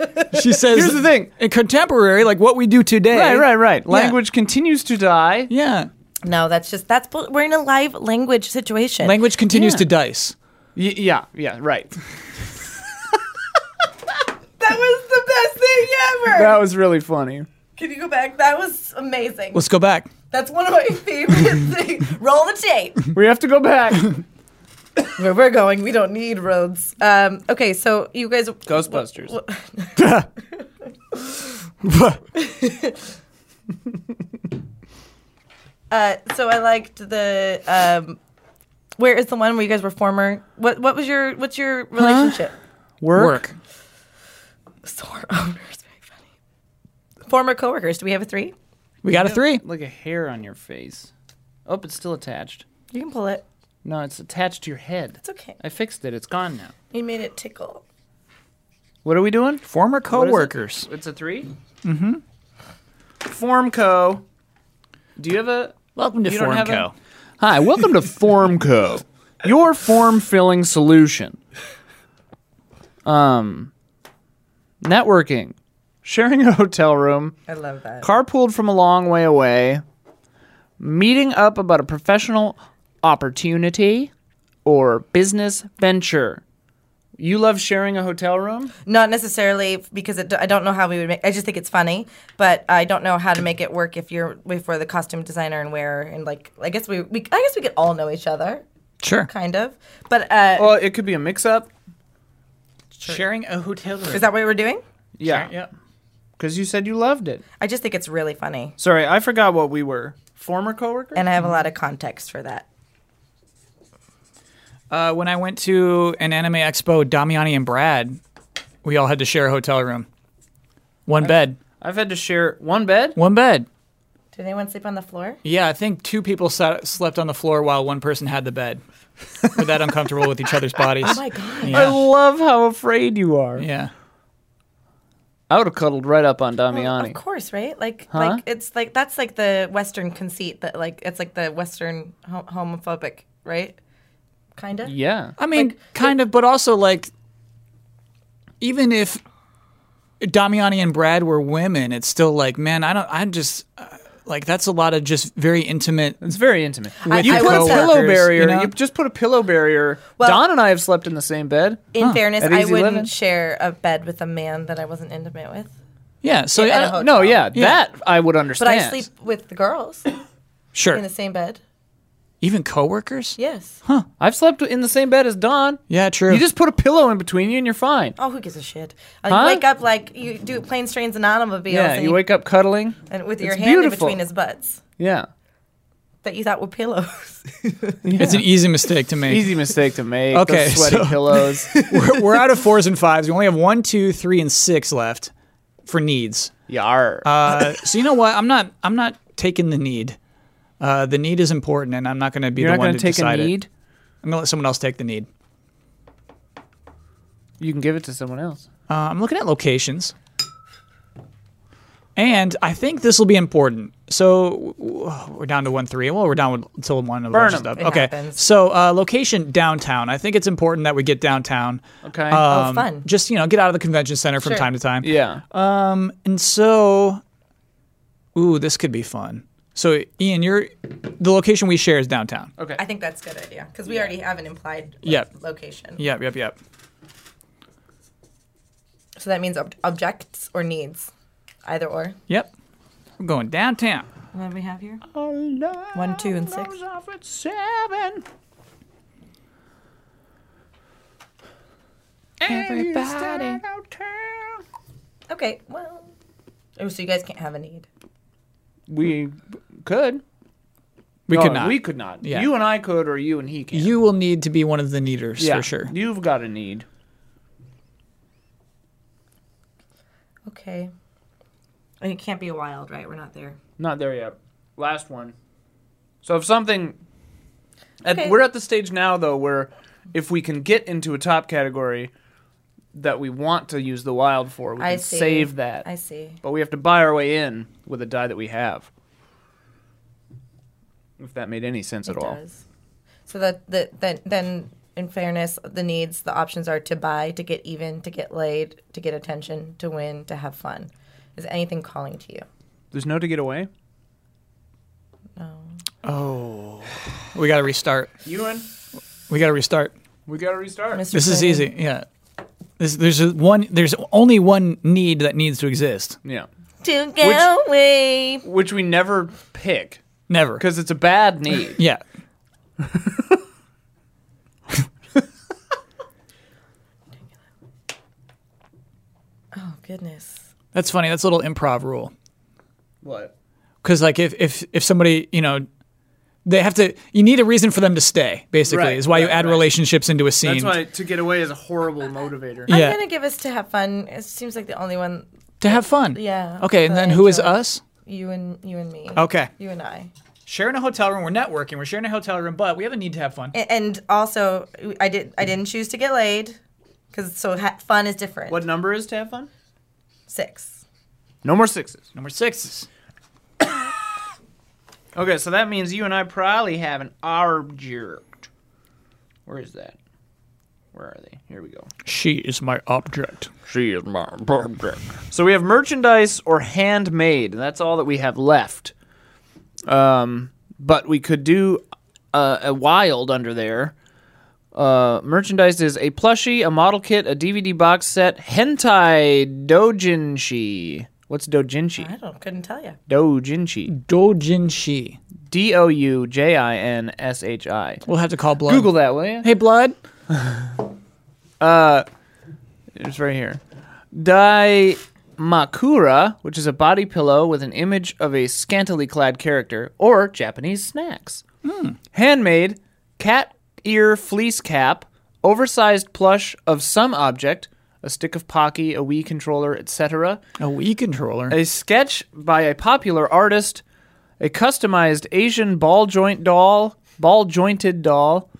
Speaker 2: says. she says.
Speaker 1: Here's the thing.
Speaker 2: in contemporary, like what we do today.
Speaker 1: Right, right, right.
Speaker 2: Yeah.
Speaker 1: Language continues to die.
Speaker 2: Yeah,
Speaker 3: No, that's just that's bull- we're in a live language situation.
Speaker 2: language continues
Speaker 1: Yeah.
Speaker 2: to dice.
Speaker 1: Y- yeah, yeah, right.
Speaker 3: That was the best thing ever.
Speaker 1: That was really funny.
Speaker 3: Can you go back? That was amazing.
Speaker 2: Let's go back.
Speaker 3: That's one of my favorite things. Roll the tape.
Speaker 1: We have to go back.
Speaker 3: Where we're going, we don't need roads. Um, okay, so you guys.
Speaker 1: Ghostbusters.
Speaker 3: Uh, so I liked the. Um, where is the one where you guys were former? What What was your What's your relationship?
Speaker 1: Work.
Speaker 2: Work.
Speaker 3: Store owners, very funny. Former coworkers. Do we have a three?
Speaker 2: We got a three.
Speaker 1: Like a hair on your face. Oh, it's still attached.
Speaker 3: You can pull it.
Speaker 1: No, it's attached to your head.
Speaker 3: It's okay.
Speaker 1: I fixed it. It's gone now.
Speaker 3: You made it tickle.
Speaker 1: What are we doing?
Speaker 2: Former
Speaker 1: What is it?
Speaker 2: coworkers.
Speaker 1: It's a three. Mm-hmm. Formco. Do you have a?
Speaker 2: Welcome to
Speaker 1: You don't have
Speaker 2: Formco.
Speaker 1: Hi, welcome to Formco, your form filling solution. Um, networking, sharing a hotel room,
Speaker 3: I love that.
Speaker 1: carpooled from a long way away, meeting up about a professional opportunity or business venture. You love sharing a hotel room?
Speaker 3: Not necessarily because it, I don't know how we would make. I just think it's funny, but I don't know how to make it work if you're if we're the costume designer and wear and like I guess we, we I guess we could all know each other
Speaker 2: Sure.
Speaker 3: kind of, but uh,
Speaker 1: Well, Oh, it could be a mix up.
Speaker 2: Sharing a hotel room.
Speaker 3: is that what we're doing?
Speaker 1: Yeah. Because you said you loved it.
Speaker 3: I just think it's really funny,
Speaker 1: Sorry, I forgot what we were. Former coworker?
Speaker 3: and I have a lot of context for that.
Speaker 2: Uh, when I went to an anime expo, Damiani and Brad, we all had to share a hotel room. One bed.
Speaker 1: I've had to share one bed.
Speaker 2: One bed.
Speaker 3: Did anyone sleep on the floor?
Speaker 2: Yeah, I think two people sat, slept on the floor while one person had the bed. We're that uncomfortable with each other's bodies.
Speaker 3: Oh my god!
Speaker 1: I
Speaker 2: Yeah.
Speaker 1: love how afraid you are.
Speaker 2: yeah.
Speaker 1: I would have cuddled right up on
Speaker 3: Well, of
Speaker 1: Damiani.
Speaker 3: course, right? Like,
Speaker 1: Huh?
Speaker 3: like it's like that's like the Western conceit that like it's like the Western ho- homophobic, right? Kinda.
Speaker 1: yeah.
Speaker 2: I mean, kind of, but also like, even if Damiani and Brad were women, it's still like, man, I don't, I just uh, like that's a lot of just very intimate.
Speaker 1: It's very intimate.
Speaker 2: With
Speaker 1: you
Speaker 2: your
Speaker 1: put a
Speaker 2: coworkers,
Speaker 1: pillow barrier.
Speaker 2: you
Speaker 1: You,
Speaker 2: know?
Speaker 1: just put a pillow barrier.
Speaker 3: Well-
Speaker 1: Don and I have slept in the same bed.
Speaker 3: In fairness,
Speaker 1: At
Speaker 3: I
Speaker 1: Easy
Speaker 3: wouldn't
Speaker 1: Living.
Speaker 3: share a bed with a man that I wasn't intimate with.
Speaker 2: Yeah. So
Speaker 3: Yeah,
Speaker 2: I
Speaker 3: at a
Speaker 2: don't-
Speaker 3: hotel.
Speaker 1: Uh, No, yeah,
Speaker 2: Yeah.
Speaker 1: that I would
Speaker 3: But
Speaker 1: understand.
Speaker 3: I sleep with the girls in
Speaker 2: sure.
Speaker 3: the same bed.
Speaker 2: even coworkers.
Speaker 3: Yes.
Speaker 1: I've slept in the same bed as Don.
Speaker 2: Yeah, true.
Speaker 1: You just put a pillow in between you and you're fine.
Speaker 3: Oh, who gives a shit? Uh,
Speaker 1: Huh?
Speaker 3: You wake up like you do planes, trains, and automobiles.
Speaker 1: Yeah,
Speaker 3: and
Speaker 1: you wake up cuddling.
Speaker 3: and with your
Speaker 1: it's
Speaker 3: hand
Speaker 1: beautiful.
Speaker 3: in between his butts
Speaker 1: Yeah.
Speaker 3: that you thought were pillows.
Speaker 2: It's an easy mistake to make.
Speaker 1: Easy mistake to make.
Speaker 2: Okay,
Speaker 1: Those sweaty
Speaker 2: so-
Speaker 1: pillows.
Speaker 2: we're, we're out of fours and fives. We only have one, two, three, and six left for needs.
Speaker 1: Yar.
Speaker 2: Uh, so you know what? I'm not. I'm not taking the need. Uh, the need is important, and I'm not going to be
Speaker 1: you're
Speaker 2: the
Speaker 1: not
Speaker 2: one
Speaker 1: going
Speaker 2: to
Speaker 1: to take a
Speaker 2: decide it.
Speaker 1: need.
Speaker 2: I'm going to let someone else take the need.
Speaker 1: You can give it to someone else.
Speaker 2: Uh, I'm looking at locations, and I think this will be important. So w- w- we're down to one three. Well, we're down with, until one of
Speaker 1: Burn
Speaker 2: us is
Speaker 1: 'em.
Speaker 2: up.
Speaker 3: It
Speaker 2: Okay.
Speaker 3: happens.
Speaker 2: So uh, location downtown. I think it's important that we get downtown.
Speaker 1: Okay.
Speaker 3: Uh,
Speaker 2: Um,
Speaker 3: fun.
Speaker 2: Just you know, get out of the convention center from
Speaker 3: Sure.
Speaker 2: time to time. Um,
Speaker 1: yeah.
Speaker 2: And so, ooh, this could be fun. So, Ian, you're the location we share is downtown.
Speaker 1: okay.
Speaker 3: I think that's a good idea because we already have an implied like,
Speaker 2: Yep.
Speaker 3: location.
Speaker 2: Yep, yep, yep.
Speaker 3: So that means ob- objects or needs, either or.
Speaker 2: Yep. We're going downtown.
Speaker 3: What do we have here? One, two, and six.
Speaker 1: off at seven.
Speaker 2: Everybody.
Speaker 3: Okay, well. Oh, so you guys can't have a need.
Speaker 1: We could.
Speaker 2: We
Speaker 1: No,
Speaker 2: could not.
Speaker 1: Oh, We could not.
Speaker 2: Yeah.
Speaker 1: You and I could, or you and he can.
Speaker 2: You will need to be one of the needers
Speaker 1: yeah.
Speaker 2: for sure.
Speaker 1: You've got a need.
Speaker 3: Okay. And it can't be wild, right? We're not there.
Speaker 1: Not there yet. Last one. So if something, at,
Speaker 3: Okay.
Speaker 1: we're at the stage now though where if we can get into a top category that we want to use the wild for, we
Speaker 3: I
Speaker 1: can
Speaker 3: see.
Speaker 1: save that.
Speaker 3: I see.
Speaker 1: But we have to buy our way in with a die that we have. If that made any sense
Speaker 3: It
Speaker 1: at all.
Speaker 3: does. So that the, then then in fairness, the needs, the options are to buy, to get even, to get laid, to get attention, to win, to have fun. Is anything calling to you?
Speaker 1: There's no to get away.
Speaker 2: We got to restart.
Speaker 1: You and
Speaker 2: We got to restart.
Speaker 1: we gotta restart.
Speaker 3: Mr.
Speaker 2: This is
Speaker 3: Clinton?
Speaker 2: easy. Yeah. This, there's a one. There's only one need that needs to exist.
Speaker 1: yeah,
Speaker 3: To get away.
Speaker 1: which we never pick
Speaker 2: Never.
Speaker 1: because it's a bad need.
Speaker 2: Yeah.
Speaker 3: Oh goodness.
Speaker 2: That's funny. That's a little improv rule.
Speaker 1: what?
Speaker 2: because like if if if somebody you know they have to you need a reason for them to stay basically
Speaker 1: Right,
Speaker 2: is why you
Speaker 1: right,
Speaker 2: add
Speaker 1: right.
Speaker 2: relationships into a scene
Speaker 1: That's why to get away is a horrible motivator.
Speaker 2: Yeah.
Speaker 3: I'm gonna give us to have fun. It seems like the only one
Speaker 2: to have fun
Speaker 3: Yeah,
Speaker 2: okay and
Speaker 3: but
Speaker 2: then
Speaker 3: I
Speaker 2: who is
Speaker 3: don't-
Speaker 2: us
Speaker 3: you and you and me.
Speaker 2: okay
Speaker 3: You and I.
Speaker 2: sharing a hotel room we're networking we're sharing a hotel room but we have a need to have fun
Speaker 3: A- And also I did I didn't choose to get laid. Cause so ha- fun is different.
Speaker 1: What number is to have fun?
Speaker 3: Six.
Speaker 1: No more sixes.
Speaker 2: number six
Speaker 1: Okay, so that means you and I probably have an object. Where is that? Where are they? Here we go.
Speaker 2: she is my object
Speaker 1: She is my object. So we have merchandise or handmade. That's all that we have left. Um, but we could do uh, a wild under there. Uh, merchandise is a plushie, a model kit, a DVD box set, hentai doujinshi. What's
Speaker 3: I
Speaker 1: doujinshi?
Speaker 3: don't couldn't tell you.
Speaker 1: Doujinshi.
Speaker 2: dojin she
Speaker 1: D O U J I N S H I.
Speaker 2: we'll have to call blood
Speaker 1: Google that, will you?
Speaker 2: hey blood
Speaker 1: It's right here. Dai Makura, which is a body pillow with an image of a scantily clad character, or Japanese snacks. Handmade, cat ear fleece cap, oversized plush of some object, a stick of Pocky, a Wii controller, etc.
Speaker 2: a wii controller
Speaker 1: A sketch by a popular artist, a customized Asian ball joint doll, ball jointed doll,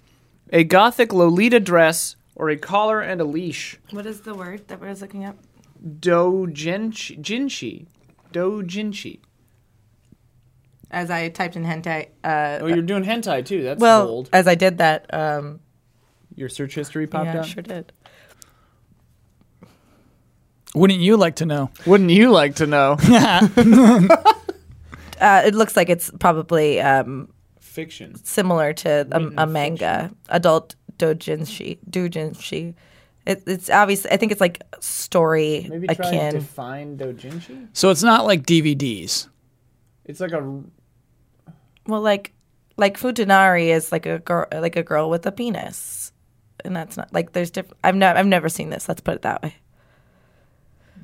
Speaker 1: a gothic Lolita dress, or a collar and a leash.
Speaker 3: What is the word that we're looking up?
Speaker 1: Dojinshi. Jinshi. Dojinshi.
Speaker 3: As I typed in hentai, uh,
Speaker 1: Oh, you're doing hentai too. That's
Speaker 3: well,
Speaker 1: bold.
Speaker 3: as I did that, um,
Speaker 1: Your search history popped
Speaker 3: yeah, I
Speaker 1: up.
Speaker 3: sure did.
Speaker 2: Wouldn't you like to know?
Speaker 1: Wouldn't you like to know?
Speaker 3: Uh, it looks like it's probably um,
Speaker 1: Fiction.
Speaker 3: similar to a, a manga, adult doujinshi, doujinshi. It, it's obvious. I think it's like story
Speaker 1: Maybe try
Speaker 3: akin.
Speaker 1: define dojinshi.
Speaker 2: So it's not like DVDs.
Speaker 1: It's like a
Speaker 3: well, like like futanari is like a girl, like a girl with a penis, and that's not like there's different. I've not, I've never seen this. Let's put it that way.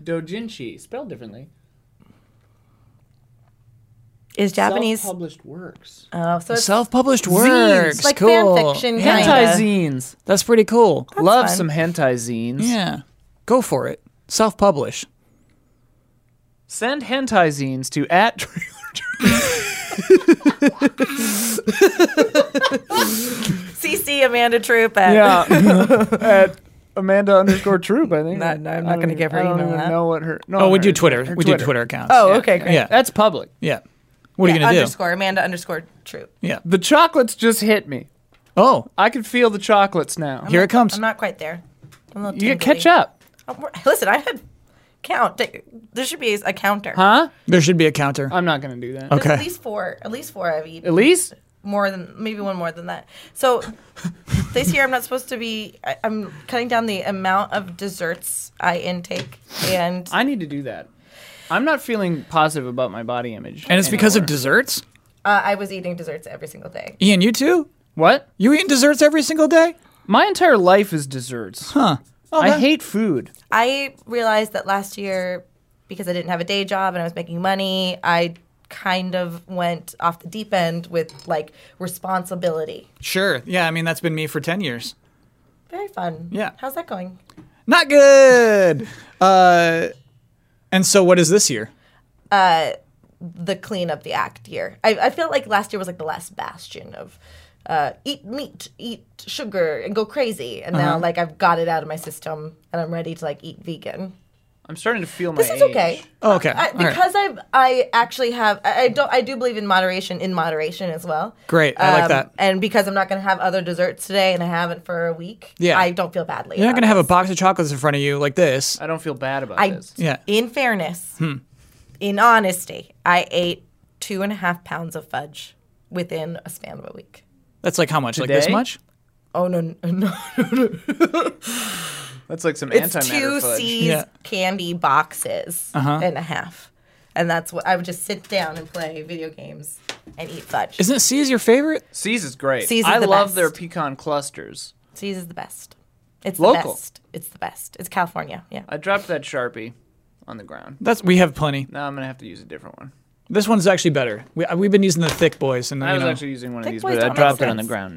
Speaker 1: dojinshi spelled differently.
Speaker 3: Is Japanese?
Speaker 1: published works.
Speaker 3: Oh, so it's
Speaker 2: Self-published works.
Speaker 3: like
Speaker 2: cool.
Speaker 3: fan fiction.
Speaker 1: Hentai
Speaker 3: kinda.
Speaker 1: zines.
Speaker 2: That's pretty cool.
Speaker 1: Love
Speaker 3: fun.
Speaker 1: some hentai zines.
Speaker 2: Yeah. Go for it. Self-publish.
Speaker 1: Send hentai zines to at
Speaker 3: CC Amanda Troop at
Speaker 1: yeah at Amanda underscore Troop. I think.
Speaker 3: No, no, I'm not
Speaker 1: I don't
Speaker 3: gonna
Speaker 1: even-
Speaker 3: give her
Speaker 1: I don't
Speaker 3: email
Speaker 1: even
Speaker 3: that.
Speaker 1: know what her. No,
Speaker 2: Oh, we
Speaker 1: her-
Speaker 2: do Twitter.
Speaker 1: her
Speaker 2: We do Twitter accounts.
Speaker 3: Oh,
Speaker 2: Yeah,
Speaker 3: okay, great.
Speaker 2: Yeah.
Speaker 1: That's public.
Speaker 2: Yeah. What are you
Speaker 3: Yeah,
Speaker 2: going to do?
Speaker 3: underscore Amanda underscore Troop.
Speaker 2: Yeah.
Speaker 1: The chocolates just hit me.
Speaker 2: Oh,
Speaker 1: I can feel the chocolates now.
Speaker 2: here it comes.
Speaker 3: I'm not quite there. I'm a little
Speaker 1: you
Speaker 3: tingly.
Speaker 1: catch up,
Speaker 3: Oh, we're- Listen, I had count. Take- There should be a counter.
Speaker 1: huh?
Speaker 2: There should be a counter.
Speaker 1: I'm not gonna do that.
Speaker 3: There's At
Speaker 2: Okay.
Speaker 3: least four. At least four I've eaten.
Speaker 1: Elise,
Speaker 3: More than maybe one more than that. So this year I'm not supposed to be. I, I'm cutting down the amount of desserts I intake, and
Speaker 1: I need to do that. I'm not feeling positive about my body image.
Speaker 2: And it's because of
Speaker 1: anymore.
Speaker 2: desserts?
Speaker 3: uh, I was eating desserts every single day.
Speaker 2: Ian, you too?
Speaker 1: what?
Speaker 2: You eating desserts every single day?
Speaker 1: My entire life is desserts.
Speaker 2: Huh.
Speaker 1: I hate food.
Speaker 3: I realized that last year because I didn't have a day job and I was making money, I kind of went off the deep end with like responsibility.
Speaker 2: Sure. Yeah, I mean that's been me for 10 years.
Speaker 3: Very fun.
Speaker 2: Yeah.
Speaker 3: How's that going?
Speaker 2: Not good. Uh and so what is this year?
Speaker 3: The clean up the act year. I, I feel like last year was like the last bastion of uh, eat meat, eat sugar, and go crazy. And
Speaker 2: Uh-huh.
Speaker 3: now like I've got it out of my system and I'm ready to like eat vegan.
Speaker 1: I'm starting to feel my
Speaker 3: This is okay.
Speaker 2: Oh, okay.
Speaker 3: I,
Speaker 2: All right.
Speaker 3: because I've I actually have I, I don't I do believe in moderation in moderation as well. Um,
Speaker 2: Great. I like that.
Speaker 3: And because I'm not going to have other desserts today, and I haven't for a week,
Speaker 2: Yeah.
Speaker 3: I don't feel badly.
Speaker 2: You're not
Speaker 3: about
Speaker 2: going to have a
Speaker 3: this.
Speaker 2: box of chocolates in front of you like this.
Speaker 1: I don't feel bad about
Speaker 3: I-
Speaker 1: this.
Speaker 2: Yeah.
Speaker 3: In fairness, in honesty, I ate two and a half pounds of fudge within a span of a week.
Speaker 2: That's like how much? Like this
Speaker 1: Today?
Speaker 2: much?
Speaker 3: Oh no, no, no!
Speaker 1: That's like some
Speaker 3: It's
Speaker 1: antimatter
Speaker 3: two
Speaker 1: fudge.
Speaker 3: C's
Speaker 2: Yeah.
Speaker 3: candy boxes and a half, and that's what I would just sit down and play video games and eat fudge.
Speaker 2: Isn't C's your favorite?
Speaker 1: C's is great.
Speaker 3: C's is
Speaker 1: I
Speaker 3: the
Speaker 1: love
Speaker 3: best.
Speaker 1: their pecan clusters.
Speaker 3: Cheese is the best. It's
Speaker 1: Local. Uh,
Speaker 3: the best. It's the best. It's California. Yeah.
Speaker 1: I dropped that Sharpie on the ground.
Speaker 2: That's we have plenty.
Speaker 1: Now I'm gonna have to use a different one.
Speaker 2: This one's actually better. We, uh, we've been using the thick boys, and
Speaker 1: I
Speaker 2: you
Speaker 1: was
Speaker 2: know.
Speaker 1: actually using one of
Speaker 3: Thick
Speaker 1: these,
Speaker 3: boys
Speaker 1: but I
Speaker 3: don't
Speaker 1: dropped it
Speaker 3: make
Speaker 1: on the
Speaker 3: sense.
Speaker 1: ground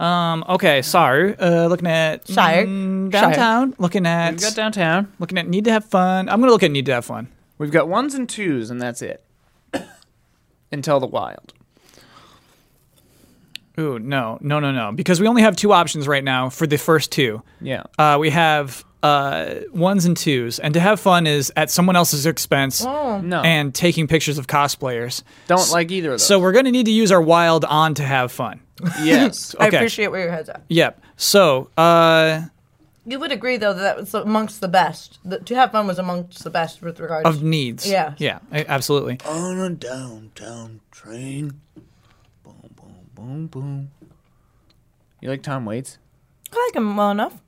Speaker 1: now.
Speaker 2: um, okay. Sorry. Uh, looking at
Speaker 3: Shire.
Speaker 2: mm, downtown. Looking
Speaker 1: We've got
Speaker 2: at
Speaker 1: downtown.
Speaker 2: looking at need to have fun. I'm gonna look at need to have fun.
Speaker 1: We've got ones and twos, and that's it. Until the wild.
Speaker 2: Ooh, no, no, no, no. Because we only have two options right now for the first two.
Speaker 1: Yeah.
Speaker 2: Uh, we have uh, ones and twos, and to have fun is at someone else's expense
Speaker 1: No.
Speaker 2: and taking pictures of cosplayers.
Speaker 1: Don't like either of those.
Speaker 2: So we're gonna need to use our wild on to have fun.
Speaker 1: yes.
Speaker 2: Okay.
Speaker 3: I appreciate where your head's at.
Speaker 2: Yep. So uh,
Speaker 3: You would agree, though, that that was amongst the best. The, to have fun was amongst the best with regards.
Speaker 2: of needs.
Speaker 3: Yeah.
Speaker 2: Yeah. a- Absolutely.
Speaker 5: on a downtown train. Boom, boom, boom, boom.
Speaker 1: You like Tom Waits?
Speaker 3: I like him well enough.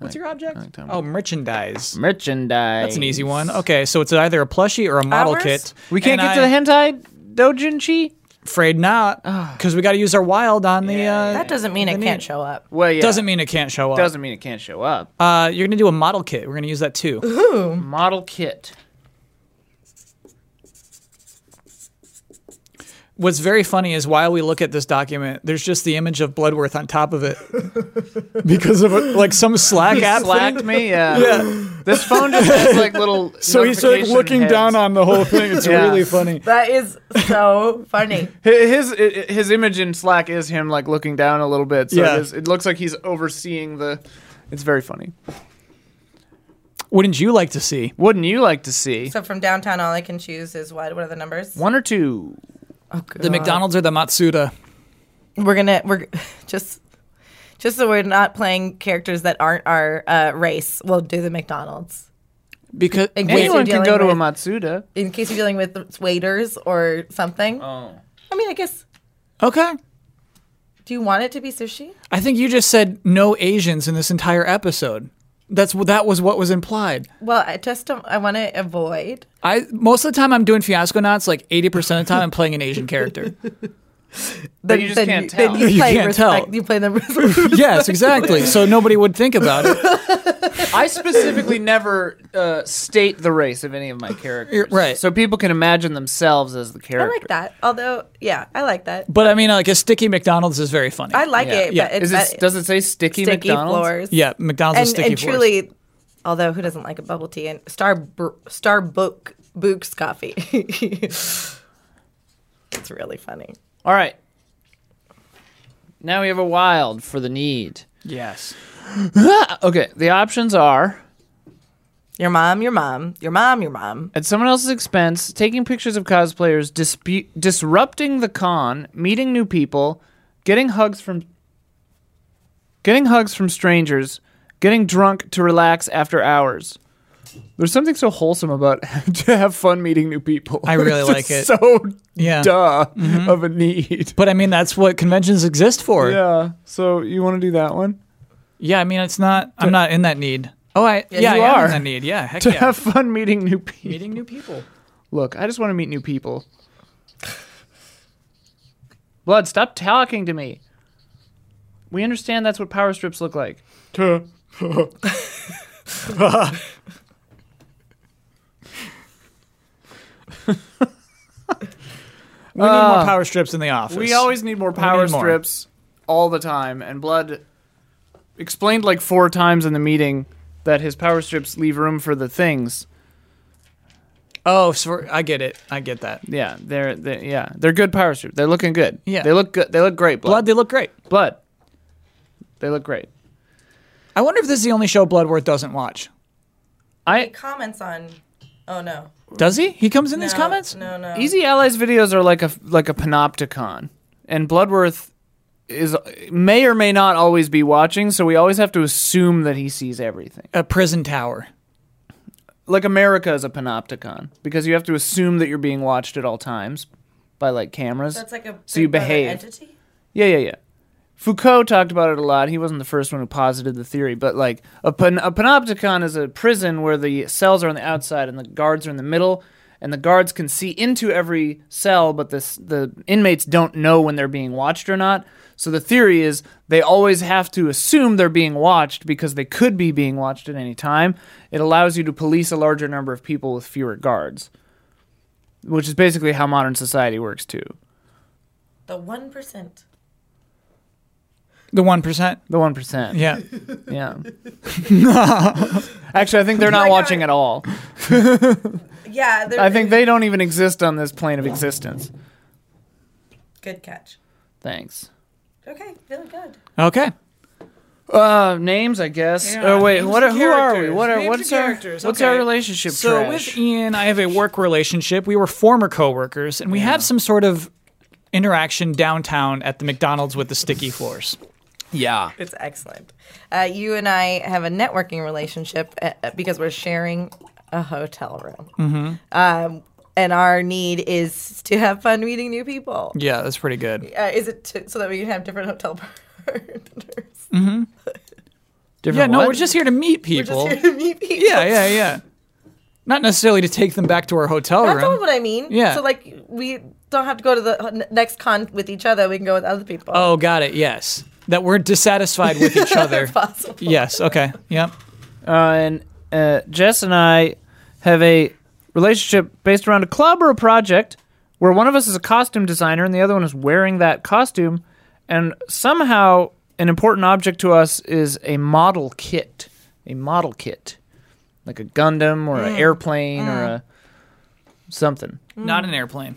Speaker 2: What's your object?
Speaker 1: like that one.
Speaker 2: Oh, merchandise.
Speaker 1: Merchandise.
Speaker 2: That's an easy one. Okay, so it's either a plushie or a model
Speaker 3: Ours?
Speaker 2: kit.
Speaker 1: We can't
Speaker 2: And
Speaker 1: get to the
Speaker 2: I'm
Speaker 1: hentai dojinshi?
Speaker 2: Afraid not,
Speaker 1: Ah.
Speaker 2: because we got to use our wild on the. Uh,
Speaker 3: That doesn't mean it
Speaker 2: the
Speaker 3: can't
Speaker 2: need.
Speaker 3: show up.
Speaker 1: Well, yeah.
Speaker 2: Doesn't mean it can't show up.
Speaker 1: Doesn't mean it can't show up.
Speaker 2: Uh, you're gonna do a model kit. We're gonna use that
Speaker 1: Uh-huh.
Speaker 2: too.
Speaker 1: Model kit.
Speaker 2: What's very funny is while we look at this document, there's just the image of Bloodworth on top of it because of like some Slack app.
Speaker 1: Slacked
Speaker 2: thing.
Speaker 1: me. Yeah. This phone just has like little.
Speaker 2: So he's like
Speaker 1: notification
Speaker 2: looking
Speaker 1: heads.
Speaker 2: down on the whole thing. It's
Speaker 1: Yeah.
Speaker 2: really funny.
Speaker 3: That is so funny.
Speaker 1: His his image in Slack is him like looking down a little bit, so
Speaker 2: Yeah.
Speaker 1: it, is, it looks like he's overseeing the. It's very funny.
Speaker 2: Wouldn't you like to see?
Speaker 1: Wouldn't you like to see?
Speaker 3: So from downtown, all I can choose is what? What are the numbers?
Speaker 1: One or two?
Speaker 3: Oh,
Speaker 2: The McDonald's or the Matsuda?
Speaker 3: We're gonna we're just just so we're not playing characters that aren't our uh, race. We'll do the McDonald's
Speaker 2: Because
Speaker 3: In case
Speaker 2: wait,
Speaker 1: Anyone
Speaker 3: you're
Speaker 1: can go
Speaker 3: dealing
Speaker 1: to a
Speaker 3: with-
Speaker 1: Matsuda.
Speaker 3: in case you're dealing with waiters or something.
Speaker 1: Oh.
Speaker 3: I mean, I guess.
Speaker 2: okay.
Speaker 3: Do you want it to be sushi?
Speaker 2: I think you just said no Asians in this entire episode. That's what that was what was implied.
Speaker 3: Well, I just don't. I want to avoid.
Speaker 2: I most of the time I'm doing fiasco knots. Like eighty percent of the time I'm playing an Asian character.
Speaker 1: But you just can't tell.
Speaker 3: Then you
Speaker 2: You
Speaker 3: play
Speaker 2: can't
Speaker 3: respect.
Speaker 2: tell.
Speaker 3: You play the.
Speaker 2: yes, exactly. So nobody would think about it.
Speaker 1: I specifically never uh, state the race of any of my characters,
Speaker 2: You're right.
Speaker 1: So people can imagine themselves as the
Speaker 3: I
Speaker 1: character.
Speaker 3: like that. Although, yeah, I like that.
Speaker 2: But I mean, like a sticky McDonald's is very funny.
Speaker 3: I like
Speaker 1: Yeah.
Speaker 3: it,
Speaker 2: Yeah.
Speaker 3: but it's
Speaker 1: Is it,
Speaker 3: that
Speaker 1: does it say sticky,
Speaker 3: sticky
Speaker 1: McDonald's?
Speaker 3: floors.
Speaker 2: yeah, McDonald's
Speaker 3: and,
Speaker 2: is sticky
Speaker 3: and
Speaker 2: for us.
Speaker 3: truly, although who doesn't like a bubble tea and Star Starbucks Books coffee? it's really funny.
Speaker 1: All right. Now we have a wild for the need.
Speaker 2: Yes.
Speaker 1: Okay, the options are
Speaker 3: Your mom, your mom, your mom, your mom.
Speaker 1: at someone else's expense, taking pictures of cosplayers, dispu- disrupting the con, meeting new people, getting hugs from getting hugs from strangers, getting drunk to relax after hours. There's something so wholesome about to have fun meeting new people.
Speaker 2: I really
Speaker 1: It's
Speaker 2: like
Speaker 1: just
Speaker 2: it.
Speaker 1: So
Speaker 2: Yeah. Mm-hmm.
Speaker 1: duh of a need.
Speaker 2: But I mean, that's what conventions exist for. Yeah.
Speaker 1: Yeah. So you want to do that one?
Speaker 2: I mean, it's not. I'm not in that need. Oh, I. Yeah,
Speaker 1: you
Speaker 2: I am
Speaker 1: are.
Speaker 2: in that need. Yeah. Heck
Speaker 1: To
Speaker 2: yeah.
Speaker 1: have fun meeting new people.
Speaker 2: Meeting new people.
Speaker 1: Look, I just want to meet new people. Blood, stop talking to me. We understand that's what power strips look like.
Speaker 2: We need more power strips in the office.
Speaker 1: We always need more power
Speaker 2: need more.
Speaker 1: strips all the time, and Blood explained like four times in the meeting that his power strips leave room for the things.
Speaker 2: Oh, so I get it. I get that.
Speaker 1: Yeah, they're, they're yeah, they're good power strips. They're looking good.
Speaker 2: Yeah.
Speaker 1: they look good. They look great.
Speaker 2: Blood.
Speaker 1: Blood,
Speaker 2: They look great.
Speaker 1: blood. They look great.
Speaker 2: I wonder if this is the only show Bloodworth doesn't watch.
Speaker 1: I
Speaker 3: Comments on. Oh no.
Speaker 2: Does he? He comes in these
Speaker 3: No,
Speaker 2: comments.
Speaker 3: No, no.
Speaker 1: Easy Allies videos are like a like a panopticon, and Bloodworth is may or may not always be watching, so we always have to assume that he sees everything.
Speaker 2: A prison tower.
Speaker 1: Like America is a panopticon because you have to assume that you're being watched at all times by like cameras.
Speaker 3: That's like a.
Speaker 1: so you
Speaker 3: Big Brother
Speaker 1: behave.
Speaker 3: Entity?
Speaker 1: Yeah, yeah, yeah. Foucault talked about it a lot. He wasn't the first one who posited the theory, but like a, pan- a panopticon is a prison where the cells are on the outside and the guards are in the middle, and the guards can see into every cell, but this, the inmates don't know when they're being watched or not. So the theory is they always have to assume they're being watched because they could be being watched at any time. It allows you to police a larger number of people with fewer guards, which is basically how modern society works too.
Speaker 3: The one percent.
Speaker 2: The one percent.
Speaker 1: The 1%.
Speaker 2: Yeah.
Speaker 1: Yeah. Actually, I think they're not
Speaker 2: Oh
Speaker 3: my
Speaker 1: watching
Speaker 3: God.
Speaker 1: at all.
Speaker 3: Yeah. they're-
Speaker 1: I think they don't even exist on this plane of existence.
Speaker 3: Good catch.
Speaker 1: Thanks.
Speaker 3: Okay, really good.
Speaker 2: Okay.
Speaker 1: Uh, names, I guess.
Speaker 2: Yeah,
Speaker 1: oh wait,
Speaker 2: names
Speaker 1: what?
Speaker 2: and
Speaker 1: Are, who are we?
Speaker 2: characters.
Speaker 1: What are?
Speaker 2: Names
Speaker 1: what's
Speaker 2: and
Speaker 1: our?
Speaker 2: characters,
Speaker 1: What's
Speaker 2: okay.
Speaker 1: our relationship?
Speaker 2: So
Speaker 1: trash?
Speaker 2: with Ian, I have a work relationship. We were former coworkers, and we had some sort of interaction downtown at the McDonald's with the sticky floors.
Speaker 1: yeah,
Speaker 3: It's excellent. Uh, you and I have a networking relationship uh, uh, because we're sharing a hotel room. Mm-hmm. Um, and our need is to have fun meeting new people.
Speaker 2: Yeah, that's pretty good.
Speaker 3: Uh, is it to, so that we can have different hotel partners?
Speaker 2: Yeah,
Speaker 1: different.
Speaker 2: no,
Speaker 1: what?
Speaker 2: we're just here to meet people.
Speaker 3: Just here to meet people.
Speaker 2: Yeah, yeah, yeah. Not necessarily to take them back to our hotel
Speaker 3: That's all
Speaker 2: room.
Speaker 3: what I mean.
Speaker 2: Yeah.
Speaker 3: So like we don't have to go to the n- next con with each other. We can go with other people.
Speaker 2: oh, got it. Yes, that we're dissatisfied with each other.
Speaker 3: Possible.
Speaker 2: yes. Okay. Yep.
Speaker 1: uh, and uh, Jess and I have a relationship based around a club or a project where one of us is a costume designer and the other one is wearing that costume, and somehow an important object to us is a model kit, a model kit, like a Gundam or an airplane or a something.
Speaker 2: Not an airplane.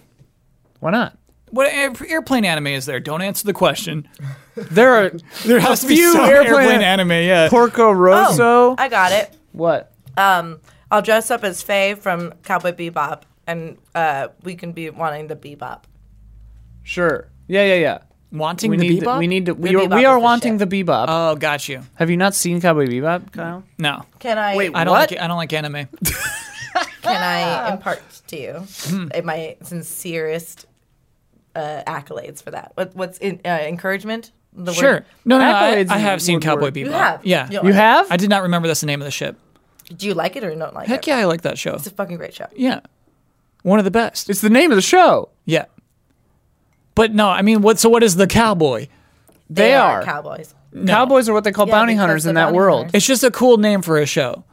Speaker 1: Why not?
Speaker 2: What air- airplane anime is there? Don't answer the question.
Speaker 1: There are
Speaker 2: There has
Speaker 1: few airplane-
Speaker 2: anime. Yeah.
Speaker 1: Porco Rosso.
Speaker 3: Oh, I got it.
Speaker 1: what?
Speaker 3: um, I'll dress up as Faye from Cowboy Bebop, and uh, we can be wanting the Bebop.
Speaker 1: Sure. Yeah, yeah, yeah.
Speaker 2: Wanting
Speaker 1: We
Speaker 2: the
Speaker 1: need.
Speaker 2: bebop?
Speaker 1: The, we need to. We
Speaker 3: The
Speaker 1: are,
Speaker 3: bebop
Speaker 1: we
Speaker 3: is
Speaker 1: are
Speaker 3: the
Speaker 1: wanting
Speaker 3: shit.
Speaker 1: the bebop.
Speaker 2: Oh, got you.
Speaker 1: Have you not seen Cowboy Bebop, Kyle?
Speaker 2: No,
Speaker 3: Can I?
Speaker 1: Wait,
Speaker 2: I don't
Speaker 1: What?
Speaker 2: like I don't like anime.
Speaker 3: Can I impart to you
Speaker 1: Hmm.
Speaker 3: my sincerest uh, accolades for that? What, what's in, uh, encouragement? The word-
Speaker 2: Sure. No, no, no I,
Speaker 1: Accolades
Speaker 2: I have
Speaker 1: would
Speaker 2: seen Cowboy
Speaker 1: work.
Speaker 2: Bebop.
Speaker 3: You have.
Speaker 2: Yeah.
Speaker 3: You,
Speaker 1: You
Speaker 3: have.
Speaker 1: have?
Speaker 2: I did not remember that's the name of the ship.
Speaker 3: Do you like it or you don't like
Speaker 2: Heck
Speaker 3: it?
Speaker 2: yeah, I like that show.
Speaker 3: It's a fucking great show.
Speaker 2: Yeah. One of the best.
Speaker 1: it's the name of the show.
Speaker 2: Yeah. But no, I mean, what? So what is the cowboy?
Speaker 1: They, are.
Speaker 3: cowboys.
Speaker 1: Cowboys are what they call
Speaker 3: Yeah,
Speaker 1: bounty
Speaker 3: because
Speaker 1: hunters
Speaker 3: the
Speaker 1: in that
Speaker 3: bounty
Speaker 1: world.
Speaker 3: hunters.
Speaker 2: It's just a cool name for a show.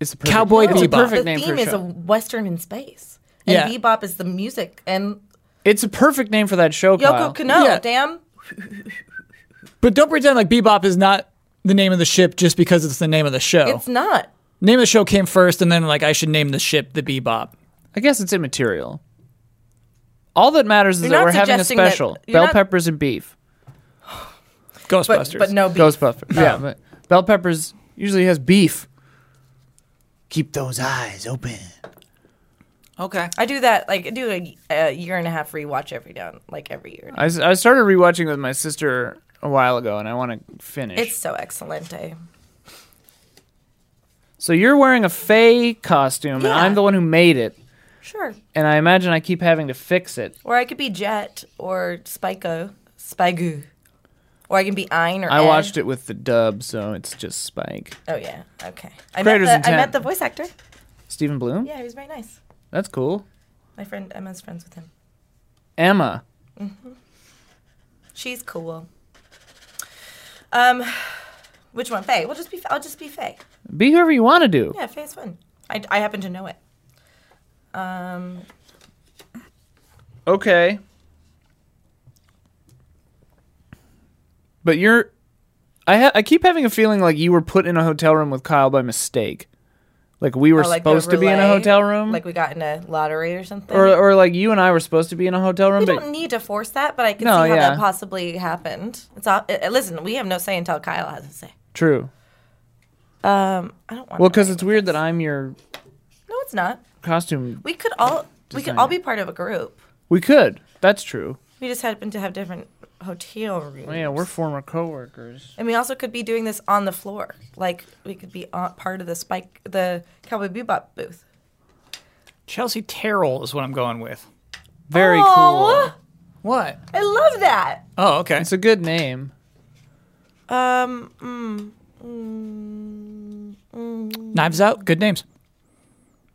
Speaker 1: It's the perfect-
Speaker 2: Cowboy
Speaker 1: it's a
Speaker 2: Bebop.
Speaker 1: perfect
Speaker 3: the
Speaker 1: name for
Speaker 3: theme
Speaker 1: a
Speaker 3: is a
Speaker 1: show.
Speaker 3: western in space, and
Speaker 2: Yeah.
Speaker 3: bebop is the music and
Speaker 1: It's a perfect name for that show, Kyle.
Speaker 3: Yoko Kano.
Speaker 2: Yeah.
Speaker 3: Damn,
Speaker 2: But don't pretend like Bebop is not the name of the ship just because it's the name of the show.
Speaker 3: it's not.
Speaker 2: name of the show came first, and then like I should name the ship the Bebop.
Speaker 1: I guess it's immaterial. All that matters is
Speaker 3: You're
Speaker 1: that
Speaker 3: not
Speaker 1: we're having a
Speaker 3: suggesting that-
Speaker 1: special:
Speaker 3: you're
Speaker 1: bell
Speaker 3: not-
Speaker 1: peppers and beef.
Speaker 2: Ghostbusters.
Speaker 3: But but no beef.
Speaker 1: Ghostbusters. Yeah, but bell peppers usually has beef.
Speaker 5: Keep those eyes open.
Speaker 2: Okay.
Speaker 3: I do that like I do a, a year and a half rewatch every down like every year.
Speaker 1: I, s- I started rewatching with my sister a while ago, and I want to finish.
Speaker 3: It's so excellent. eh?
Speaker 1: so you're wearing a Faye costume, and
Speaker 3: Yeah.
Speaker 1: I'm the one who made it,
Speaker 3: Sure.
Speaker 1: and I imagine I keep having to fix it.
Speaker 3: Or I could be Jet or Spyco, Spygo. Or I can be Ein or
Speaker 1: I
Speaker 3: Ed.
Speaker 1: watched it with the dub, so it's just Spike.
Speaker 3: Oh yeah. Okay. I
Speaker 1: Creator's
Speaker 3: met the, I
Speaker 1: intent.
Speaker 3: met the voice actor.
Speaker 1: Stephen Bloom?
Speaker 3: Yeah, he was very nice.
Speaker 1: That's cool.
Speaker 3: My friend Emma's friends with him.
Speaker 1: Emma.
Speaker 3: She's cool. Um, which one? Faye. We'll just be. I'll just be Faye.
Speaker 1: Be whoever you want to do.
Speaker 3: Yeah, Faye's fun. I, I happen to know it. Um,
Speaker 1: Okay. But you're I ha- I keep having a feeling like you were put in a hotel room with Kyle by mistake. Like we were
Speaker 3: or Oh, like the
Speaker 1: supposed to be in a
Speaker 3: relay,
Speaker 1: hotel room
Speaker 3: Like we got in a lottery or something.
Speaker 1: or or like you and I were supposed to be in a hotel room
Speaker 3: we
Speaker 1: but
Speaker 3: don't need to force that, but I can
Speaker 1: No,
Speaker 3: see how
Speaker 1: yeah.
Speaker 3: that possibly happened. It's all, uh, listen. We have no say until Kyle has a say.
Speaker 1: true.
Speaker 3: Um, I don't want.
Speaker 1: Well cuz it's weird that I'm your
Speaker 3: no, it's not.
Speaker 1: costume.
Speaker 3: We could all we could
Speaker 1: Design
Speaker 3: all
Speaker 1: it.
Speaker 3: be part of a group.
Speaker 1: We could. That's true.
Speaker 3: We just happen to have different hotel rooms.
Speaker 1: Yeah, we're former coworkers.
Speaker 3: And we also could be doing this on the floor. Like we could be on, part of the spike, the Cowboy Bebop booth.
Speaker 2: Chelsea Terrell is what I'm going with.
Speaker 1: Very
Speaker 3: Aw,
Speaker 1: cool.
Speaker 2: What?
Speaker 3: I love that.
Speaker 2: Oh, okay.
Speaker 1: It's a good name.
Speaker 3: Um, mm, mm, mm.
Speaker 2: Knives Out. Good names.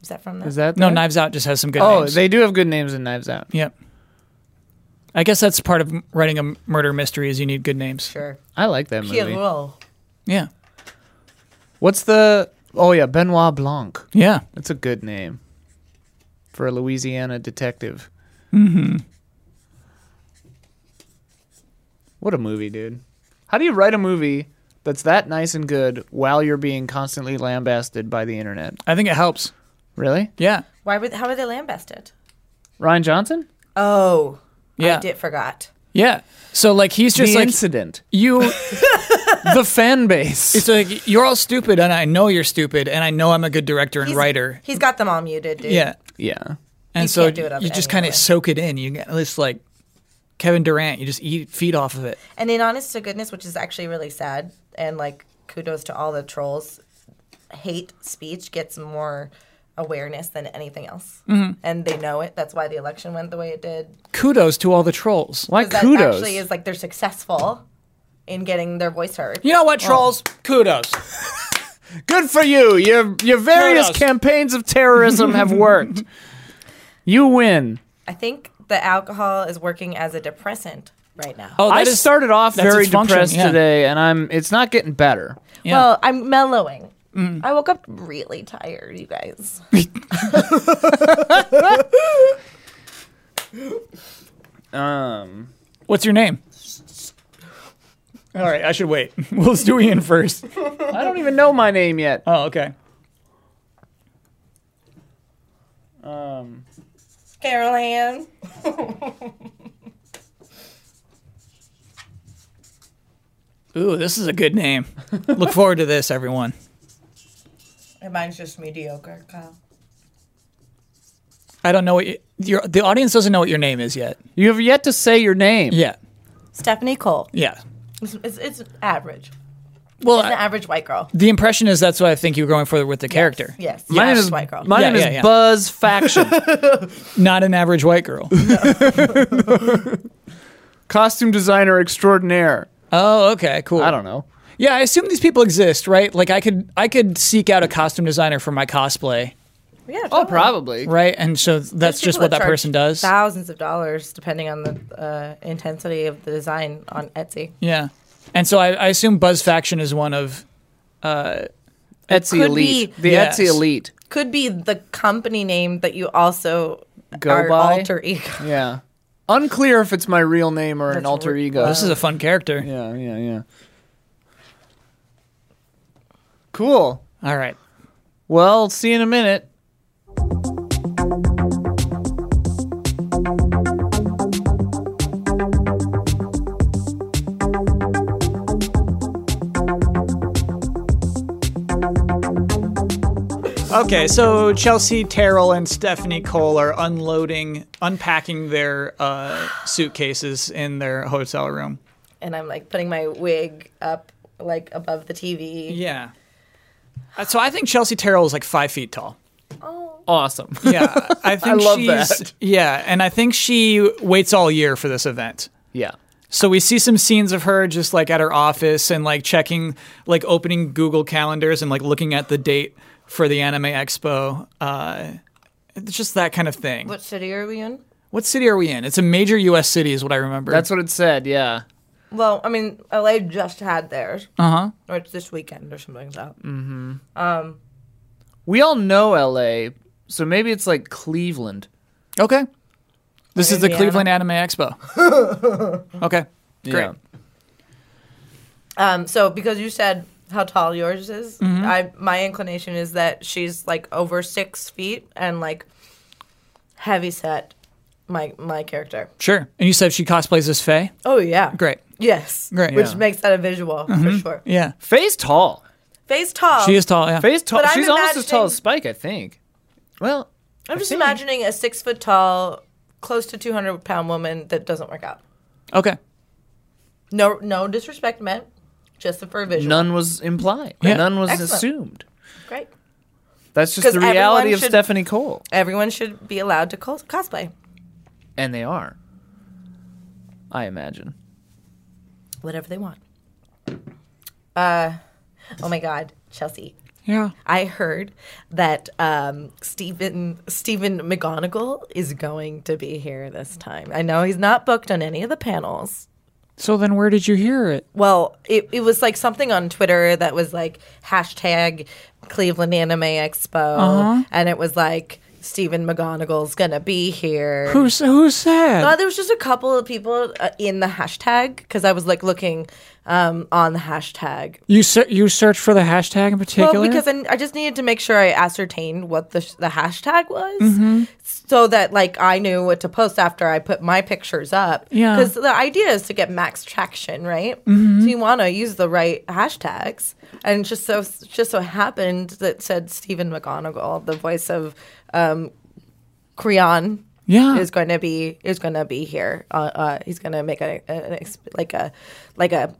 Speaker 3: is that from that?
Speaker 1: Is that
Speaker 2: No,
Speaker 1: there?
Speaker 2: Knives Out just has some good
Speaker 1: Oh,
Speaker 2: names.
Speaker 1: they do have good names in Knives Out.
Speaker 2: Yep. I guess that's part of m- writing a m- murder mystery is you need good names.
Speaker 3: sure?
Speaker 1: I like that movie.
Speaker 3: Pierrot.
Speaker 2: Yeah.
Speaker 1: What's the Oh yeah, Benoit Blanc.
Speaker 2: Yeah.
Speaker 1: That's a good name for a Louisiana detective. Mm-hmm. What a movie, dude. How do you write a movie that's that nice and good while you're being constantly lambasted by the internet?
Speaker 2: I think it helps.
Speaker 1: Really?
Speaker 2: Yeah.
Speaker 3: Why would? How were they lambasted?
Speaker 1: Ryan Johnson?
Speaker 3: Oh,
Speaker 2: Yeah.
Speaker 3: I did forgot.
Speaker 2: Yeah. So like he's just
Speaker 1: the
Speaker 2: like
Speaker 1: incident.
Speaker 2: you
Speaker 1: the fan base.
Speaker 2: it's like you're all stupid and I know you're stupid and I know I'm a good director and
Speaker 3: He's-
Speaker 2: writer.
Speaker 3: He's got them all muted, dude.
Speaker 2: Yeah.
Speaker 1: yeah.
Speaker 2: And
Speaker 3: You
Speaker 2: so
Speaker 3: can't do it on
Speaker 2: you just
Speaker 3: any
Speaker 2: kind
Speaker 3: way.
Speaker 2: of soak it in. You get this like Kevin Durant, you just eat feed off of it.
Speaker 3: And in honest to goodness, which is actually really sad, and like kudos to all the trolls, hate speech gets more awareness than anything else, and they know it. That's why the election went the way it did.
Speaker 2: Kudos to all the trolls.
Speaker 1: Why
Speaker 3: 'Cause That
Speaker 1: kudos?
Speaker 3: actually is like they're successful in getting their voice heard.
Speaker 2: You know what, trolls? Kudos.
Speaker 1: Good for you. Your your various
Speaker 2: Kudos.
Speaker 1: campaigns of terrorism have worked. You win.
Speaker 3: I think the alcohol is working as a depressant right now.
Speaker 2: Oh,
Speaker 1: I
Speaker 2: that is-
Speaker 1: started off
Speaker 2: that's
Speaker 1: very
Speaker 2: its function,
Speaker 1: depressed
Speaker 2: yeah.
Speaker 1: today, and I'm. It's not getting better.
Speaker 2: Yeah.
Speaker 3: Well, I'm mellowing. I woke up really tired, you guys.
Speaker 1: Um.
Speaker 2: What's your name? All right, I should wait. We'll do Ian first.
Speaker 1: I don't even know my name yet.
Speaker 2: Oh, okay.
Speaker 1: Um.
Speaker 3: Carol Ann.
Speaker 2: Ooh, this is a good name. Look forward to this, everyone.
Speaker 3: And mine's just mediocre, Kyle.
Speaker 2: I don't know what you, your the audience doesn't know what your name is yet.
Speaker 1: You have yet to say your name.
Speaker 2: Yeah,
Speaker 3: Stephanie Cole.
Speaker 2: yeah.
Speaker 3: It's, it's, it's average.
Speaker 2: Well,
Speaker 3: It's an
Speaker 2: I-
Speaker 3: average white girl.
Speaker 2: the impression is that's what I think you were going for with the character.
Speaker 3: Yes.
Speaker 1: My
Speaker 3: yes.
Speaker 1: name is
Speaker 3: white girl.
Speaker 1: My
Speaker 2: Yeah,
Speaker 1: name is
Speaker 2: yeah, yeah.
Speaker 1: Buzz Faction.
Speaker 2: Not an average white girl.
Speaker 1: Costume designer extraordinaire.
Speaker 2: oh, okay, cool.
Speaker 1: I don't know.
Speaker 2: Yeah, I assume these people exist, right? Like I could I could seek out a costume designer for my cosplay,
Speaker 3: yeah,
Speaker 1: Oh,
Speaker 3: totally.
Speaker 1: probably.
Speaker 2: right? And so that's
Speaker 3: There's
Speaker 2: just
Speaker 3: people
Speaker 2: what that
Speaker 3: charge
Speaker 2: person does.
Speaker 3: Thousands of dollars, depending on the uh, intensity of the design on Etsy.
Speaker 2: Yeah. And so I, I assume Buzz Faction is one of
Speaker 1: Etsy
Speaker 3: could
Speaker 1: elite.
Speaker 3: be-
Speaker 1: the
Speaker 2: Yes.
Speaker 1: Etsy elite.
Speaker 3: Could be the company name that you also
Speaker 1: Go
Speaker 3: are
Speaker 1: by?
Speaker 3: alter ego.
Speaker 1: Yeah. Unclear if it's my real name or an
Speaker 3: That's
Speaker 1: alter
Speaker 3: r-
Speaker 1: ego.
Speaker 2: this is a fun character.
Speaker 1: yeah, yeah, yeah. Cool.
Speaker 2: All right.
Speaker 1: Well, see you in a minute.
Speaker 2: Okay, so Chelsea Terrell and Stephanie Cole are unloading, unpacking their uh, suitcases in their hotel room.
Speaker 3: And I'm like putting my wig up like above the TV.
Speaker 2: Yeah. Uh, So I think Chelsea Terrell is like five feet tall.
Speaker 1: Awesome.
Speaker 2: Yeah, I think
Speaker 1: love
Speaker 2: she's,
Speaker 1: that.
Speaker 2: Yeah, and I think she waits all year for this event.
Speaker 1: yeah.
Speaker 2: So we see some scenes of her just like at her office and like checking, like opening Google calendars and like looking at the date for the Anime Expo. Uh, it's just that kind of thing.
Speaker 3: What city are we in?
Speaker 2: What city are we in? It's a major U.S. city, is what I remember.
Speaker 1: That's what it said. Yeah.
Speaker 3: Well, I mean, LA just had theirs. Uh
Speaker 2: Uh-huh.
Speaker 3: huh. Or it's this weekend or something like that.
Speaker 1: We all know LA, so maybe it's like Cleveland.
Speaker 2: okay. This is the
Speaker 3: Indiana.
Speaker 2: Cleveland Anime Expo. okay, great.
Speaker 1: Yeah.
Speaker 3: Um, so because you said how tall yours is, I my inclination is that she's like over six feet and like heavy set. My my character.
Speaker 2: Sure. And you said she cosplays as Faye.
Speaker 3: Oh yeah. Mm-hmm.
Speaker 2: Great.
Speaker 3: Yes.
Speaker 2: Great.
Speaker 3: Which
Speaker 2: Yeah.
Speaker 3: makes that a visual for sure.
Speaker 2: Yeah,
Speaker 1: Faye's tall.
Speaker 3: Face tall.
Speaker 2: she is tall. Yeah.
Speaker 1: Faye's tall.
Speaker 3: But I'm
Speaker 1: She's almost as tall
Speaker 3: imagining-
Speaker 1: as Spike, I think. Well,
Speaker 3: I'm just
Speaker 1: think-
Speaker 3: imagining a six foot tall, close to 200 pound woman that doesn't work out.
Speaker 2: Okay.
Speaker 3: No no disrespect meant. Just for a visual.
Speaker 1: none was implied.
Speaker 2: Yeah.
Speaker 1: None was
Speaker 3: Excellent.
Speaker 1: assumed.
Speaker 3: Great.
Speaker 1: That's just
Speaker 3: 'Cause
Speaker 1: the reality
Speaker 3: everyone
Speaker 1: of
Speaker 3: should-
Speaker 1: Stephanie Cole.
Speaker 3: Everyone should be allowed to cos- cosplay.
Speaker 1: And they are. I imagine.
Speaker 3: whatever they want. Uh, oh my God, Chelsea!
Speaker 2: Yeah.
Speaker 3: I heard that um, Stephen Stephen McGonagall is going to be here this time. I know he's not booked on any of the panels.
Speaker 2: So then, where did you hear it?
Speaker 3: Well, it, it was like something on Twitter that was like hashtag Cleveland Anime Expo, and it was like Stephen McGonagall's gonna be here.
Speaker 2: Who s- who said?
Speaker 3: Uh, there was just a couple of people uh, in the hashtag because I was like looking um, on the hashtag
Speaker 2: You ser- you search for the hashtag in particular.
Speaker 3: Well, because I, I just needed to make sure I ascertained what the, sh- the hashtag was
Speaker 2: Mm-hmm.
Speaker 3: so that like I knew what to post after I put my pictures up.
Speaker 2: Yeah. Mm-hmm.
Speaker 3: Because the idea is to get max traction, right? So you want to use the right hashtags. And just so just so happened that said Stephen McGonagall, the voice of um, Creon
Speaker 2: yeah,
Speaker 3: is going to be is going to be here. Uh, uh, he's going to make a, a- an ex- like a like a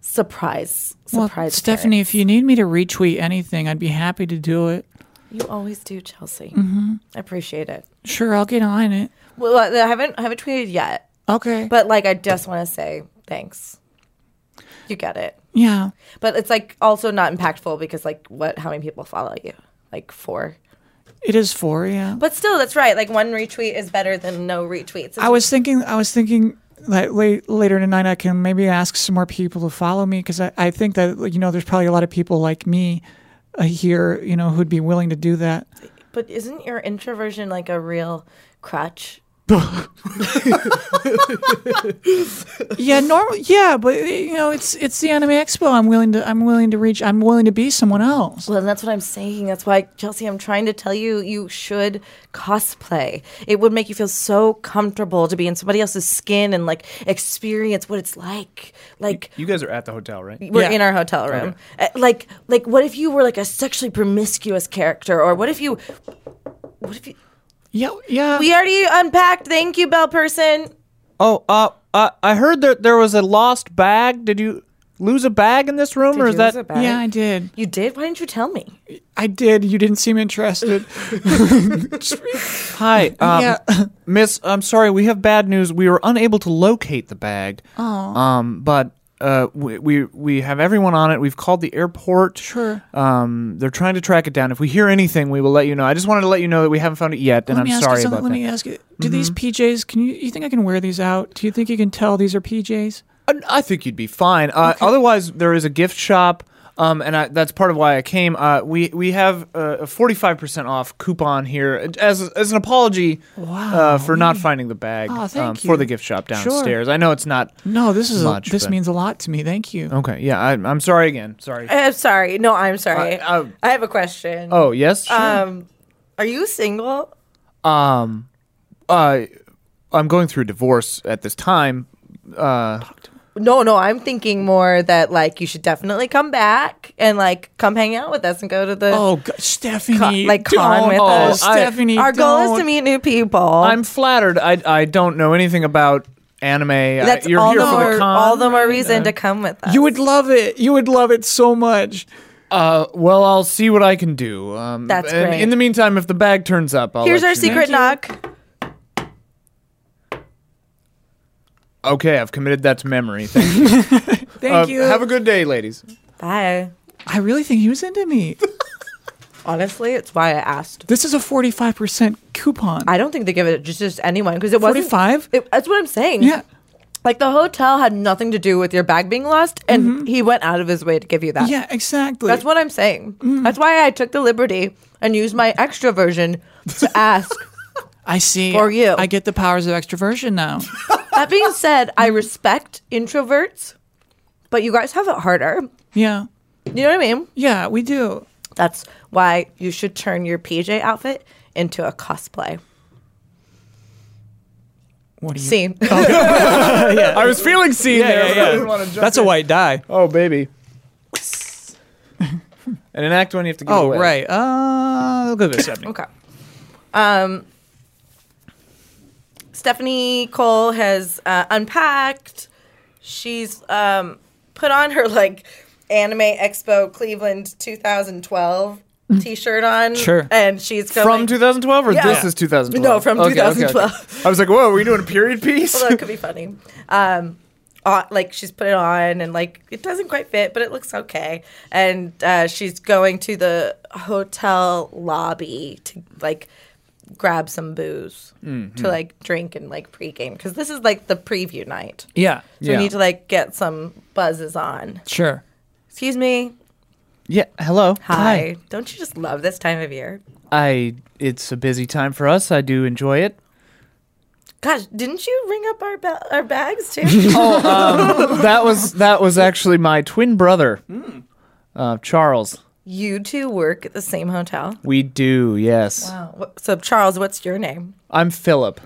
Speaker 3: surprise
Speaker 2: well,
Speaker 3: surprise. appearance.
Speaker 2: Stephanie, if you need me to retweet anything, I'd be happy to do it.
Speaker 3: You always do, Chelsea.
Speaker 2: Mm-hmm.
Speaker 3: I appreciate it.
Speaker 2: Sure, I'll get on it.
Speaker 3: Well, I haven't I haven't tweeted yet,
Speaker 2: Okay,
Speaker 3: but like I just want to say thanks. You get it,
Speaker 2: yeah,
Speaker 3: but it's like also not impactful because like what? How many people follow you? Like four.
Speaker 2: it is four. Yeah,
Speaker 3: But still, that's right. Like one retweet is better than no retweets.
Speaker 2: I was thinking, I was thinking that late, later tonight I can maybe ask some more people to follow me because I, I think that you know there's probably a lot of people like me uh, here, you know, who'd be willing to do that.
Speaker 3: But isn't your introversion like a real crutch?
Speaker 2: Yeah, normal. Yeah, but you know, it's it's the Anime Expo. I'm willing to I'm willing to reach. I'm willing to be someone else.
Speaker 3: Well, that's what I'm saying. That's why, Chelsea, I'm trying to tell you, you should cosplay. It would make you feel so comfortable to be in somebody else's skin and like experience what it's like. Like,
Speaker 1: You guys are at the hotel, right?
Speaker 3: we're
Speaker 2: Yeah.
Speaker 3: in our hotel room. Uh, Like, like what if you were like a sexually promiscuous character, or what if you, what if you?
Speaker 2: Yeah, yeah.
Speaker 3: We already unpacked. Thank you, Bell person.
Speaker 1: Oh, uh, uh, I heard that there was a lost bag. Did you lose a bag in this room, or is
Speaker 3: you
Speaker 1: that?
Speaker 3: lose a bag?
Speaker 2: yeah, I did.
Speaker 3: You did? Why didn't you tell me?
Speaker 2: I did. You didn't seem interested.
Speaker 1: Hi, um,
Speaker 2: Yeah.
Speaker 1: Miss. I'm sorry, we have bad news. We were unable to locate the bag. Oh. Um, but uh, we, we we have everyone on it. We've called the airport.
Speaker 2: Sure.
Speaker 1: Um, they're trying to track it down. If we hear anything, we will let you know. I just wanted to let you know that we haven't found it yet, and
Speaker 2: Let me
Speaker 1: I'm
Speaker 2: ask
Speaker 1: sorry
Speaker 2: you something.
Speaker 1: about
Speaker 2: Let me
Speaker 1: that.
Speaker 2: ask you. Do these PJs? Can you? You think I can wear these out? Do you think you can tell these are PJs?
Speaker 1: Uh, I think you'd be fine. Uh, Otherwise, there is a gift shop, um, and I, that's part of why I came. Uh, we we have uh, a forty five percent off coupon here as as an apology uh, for not finding the bag um,
Speaker 2: Aw, thank
Speaker 1: for
Speaker 2: you.
Speaker 1: the gift shop
Speaker 2: Sure.
Speaker 1: downstairs. I know it's not.
Speaker 2: No, this is
Speaker 1: Much, Oh.
Speaker 2: a, this
Speaker 1: but-
Speaker 2: means a lot to me. Thank you.
Speaker 1: Okay, yeah, I, I'm sorry again. Sorry.
Speaker 3: I'm Uh, sorry. No, I'm sorry.
Speaker 1: Uh, uh,
Speaker 3: I have a question.
Speaker 1: Oh yes. Sure.
Speaker 3: Um, are you single?
Speaker 1: um, I I'm going through divorce at this time. Uh,
Speaker 3: No, no, I'm thinking more that like you should definitely come back and like come hang out with us and go to the
Speaker 2: Oh, God, Stephanie,
Speaker 3: Con- like con
Speaker 2: don't.
Speaker 3: with
Speaker 2: oh,
Speaker 3: us.
Speaker 1: I-
Speaker 2: Stephanie,
Speaker 3: Our goal is
Speaker 2: don't.
Speaker 3: to meet new people.
Speaker 1: I'm flattered. I I don't know anything about anime. I-
Speaker 3: That's
Speaker 1: you're
Speaker 3: all
Speaker 1: here
Speaker 3: the
Speaker 1: for
Speaker 3: more
Speaker 1: the con.
Speaker 3: all the more reason to come with us.
Speaker 2: You would love it. You would love it so much.
Speaker 1: Uh, well, I'll see what I can do. Um,
Speaker 3: That's
Speaker 1: and
Speaker 3: great.
Speaker 1: In the meantime, if the bag turns up, I'll.
Speaker 3: Here's
Speaker 1: let
Speaker 3: our
Speaker 1: you know.
Speaker 3: secret knock.
Speaker 1: Okay, I've committed that to memory. Thank you.
Speaker 2: Thank
Speaker 1: Uh,
Speaker 2: you.
Speaker 1: Have a good day, ladies.
Speaker 3: Bye.
Speaker 2: I really think he was into me.
Speaker 3: Honestly, it's why I asked.
Speaker 2: This is a forty-five percent coupon.
Speaker 3: I don't think they give it just just anyone because it wasn't
Speaker 2: 45?
Speaker 3: It, that's what I'm saying.
Speaker 2: yeah.
Speaker 3: like the hotel had nothing to do with your bag being lost, and he went out of his way to give you that.
Speaker 2: Mm-hmm. Yeah, Mm-hmm. exactly.
Speaker 3: That's what I'm saying. That's why I took the liberty and used my extra version to ask.
Speaker 2: I see.
Speaker 3: For you.
Speaker 2: I get the powers of extroversion now.
Speaker 3: that being said, I respect introverts, but you guys have it harder.
Speaker 2: yeah.
Speaker 3: You know what I mean?
Speaker 2: Yeah, we do.
Speaker 3: That's why you should turn your PJ outfit into a cosplay
Speaker 2: What do you
Speaker 3: scene.
Speaker 1: I was feeling seen
Speaker 2: Yeah,
Speaker 1: there.
Speaker 2: yeah,
Speaker 1: but I
Speaker 2: yeah.
Speaker 1: didn't wanna jump
Speaker 2: That's a
Speaker 1: in.
Speaker 2: white die.
Speaker 1: Oh baby. and in Act One, you have to give.
Speaker 2: Oh,
Speaker 1: away.
Speaker 2: right. Uh, look at this, Stephanie.
Speaker 3: okay. Um, Stephanie Cole has uh, unpacked. She's um, put on her like Anime Expo Cleveland 2012 t-shirt on.
Speaker 2: Sure.
Speaker 3: And she's
Speaker 1: From
Speaker 3: going-
Speaker 1: 2012 or
Speaker 3: Yeah.
Speaker 1: this is 2012?
Speaker 3: No, from
Speaker 1: Okay, okay, okay.
Speaker 3: 2012.
Speaker 1: I was like, whoa, are we doing a period piece?
Speaker 3: Although it could be funny. Um, uh, like she's put it on and like it doesn't quite fit, but it looks okay. And uh, she's going to the hotel lobby to like grab some booze to like drink and like pregame because this is like the preview night.
Speaker 2: Yeah.
Speaker 3: So
Speaker 1: Yeah.
Speaker 3: we need to like get some buzzes on.
Speaker 2: Sure.
Speaker 3: Excuse me.
Speaker 1: yeah. Hello.
Speaker 3: Hi. Don't you just love this time of year?
Speaker 1: I. It's a busy time for us. I do enjoy it.
Speaker 3: Gosh, didn't you ring up our ba- our bags too?
Speaker 1: that was that was actually my twin brother,
Speaker 2: Hmm.
Speaker 1: uh, Charles.
Speaker 3: you two work at the same hotel.
Speaker 1: We do, yes.
Speaker 3: Wow. So Charles, what's your name?
Speaker 1: I'm Philip.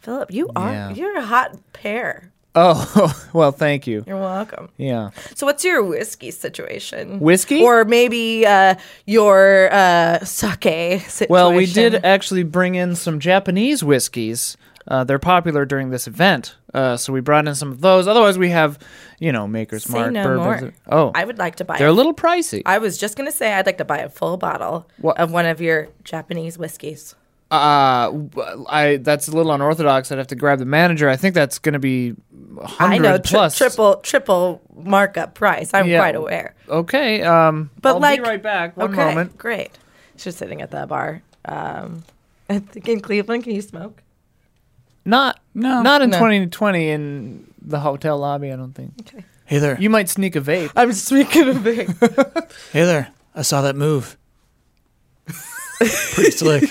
Speaker 3: Philip, you are
Speaker 1: Yeah.
Speaker 3: you're a hot pair.
Speaker 1: Oh, well, thank you.
Speaker 3: You're welcome.
Speaker 1: Yeah.
Speaker 3: So, what's your whiskey situation?
Speaker 1: Whiskey?
Speaker 3: or maybe uh, your uh, sake situation?
Speaker 1: Well, we did actually bring in some Japanese whiskeys. Uh, they're popular during this event, uh, so we brought in some of those. Otherwise, we have, you know, Maker's
Speaker 3: Say
Speaker 1: Mark
Speaker 3: no
Speaker 1: bourbons.
Speaker 3: more.
Speaker 1: Oh,
Speaker 3: I would like to buy.
Speaker 1: they're
Speaker 3: a-
Speaker 1: a little pricey.
Speaker 3: I was just gonna say I'd like to buy a full bottle
Speaker 1: What?
Speaker 3: of one of your Japanese whiskeys.
Speaker 1: Uh, w- I that's a little unorthodox. I'd have to grab the manager. I think that's going to be
Speaker 3: I
Speaker 1: hundred
Speaker 3: know tri-
Speaker 1: plus
Speaker 3: triple triple markup price. I'm
Speaker 1: Yeah.
Speaker 3: quite aware.
Speaker 1: Okay. Um,
Speaker 3: But
Speaker 1: I'll
Speaker 3: like,
Speaker 1: be right back. One
Speaker 3: okay,
Speaker 1: moment.
Speaker 3: Great. She's sitting at the bar. Um, I think in Cleveland, can you smoke?
Speaker 1: Not
Speaker 2: No.
Speaker 1: Not in
Speaker 3: No.
Speaker 1: 2020 in the hotel lobby. I don't think.
Speaker 2: Hey there.
Speaker 1: You might sneak a vape.
Speaker 3: I'm speaking of things.
Speaker 2: hey there. I saw that move. Pretty slick.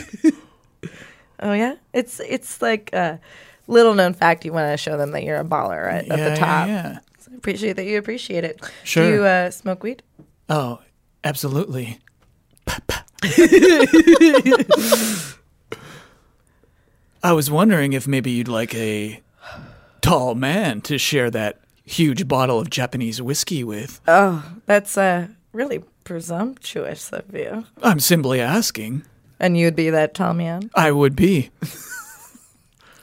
Speaker 3: Oh yeah, it's it's like a little known fact. You want to show them that you're a baller right, at the top.
Speaker 2: yeah.
Speaker 3: Appreciate that you appreciate it.
Speaker 2: Sure.
Speaker 3: Do you uh, smoke weed?
Speaker 2: Oh, absolutely. I was wondering if maybe you'd like a tall man to share that huge bottle of Japanese whiskey with.
Speaker 3: That's uh, really presumptuous of you.
Speaker 2: I'm simply asking.
Speaker 3: And you'd be that tall man.
Speaker 2: I would be.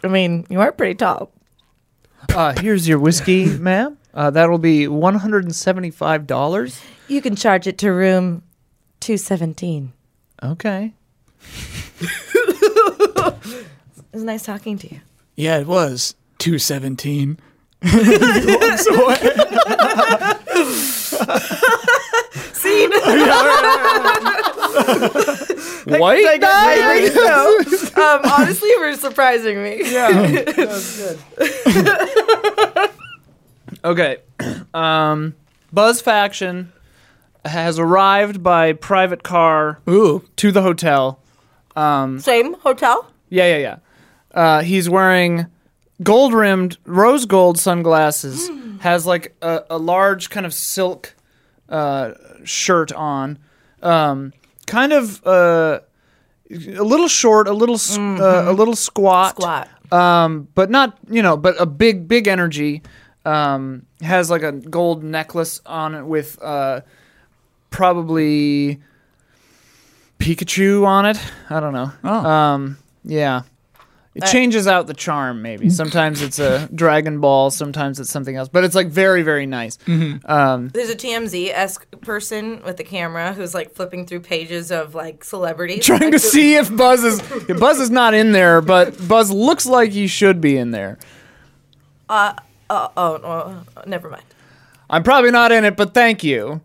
Speaker 3: I mean, you are pretty tall.
Speaker 1: Uh, here's your whiskey, ma'am. Uh, that'll be one hundred and seventy-five dollars.
Speaker 3: You can charge it to room two seventeen.
Speaker 1: Okay.
Speaker 3: It was nice talking to you.
Speaker 2: Yeah, it was 217.
Speaker 1: White
Speaker 3: I think so. um, honestly, you were surprising me. Yeah.
Speaker 1: Okay. Um, Buzz faction has arrived by private car
Speaker 2: Ooh,
Speaker 1: to the hotel.
Speaker 3: Same hotel.
Speaker 1: Yeah, yeah, yeah. Uh, he's wearing gold rimmed, rose gold sunglasses, has like a, a large kind of silk uh, shirt on. Um, kind of uh, a little short, a little, s uh, a little squat,
Speaker 3: Squat.
Speaker 1: Um, but not, you know, but a big, big energy. Um, has like a gold necklace on it with uh, probably Pikachu on it. I don't know.
Speaker 2: Oh.
Speaker 1: Um, yeah. It changes out the charm, maybe. Sometimes it's a Dragon Ball, sometimes it's something else. But it's like very, very nice.
Speaker 3: There's a TMZ esque person with a camera who's like flipping through pages of like celebrities.
Speaker 1: Trying to
Speaker 3: Like,
Speaker 1: see if Buzz is if Buzz is not in there, but Buzz looks like he should be in there.
Speaker 3: Oh, oh, oh, oh, never mind.
Speaker 1: I'm probably not in it, but thank you.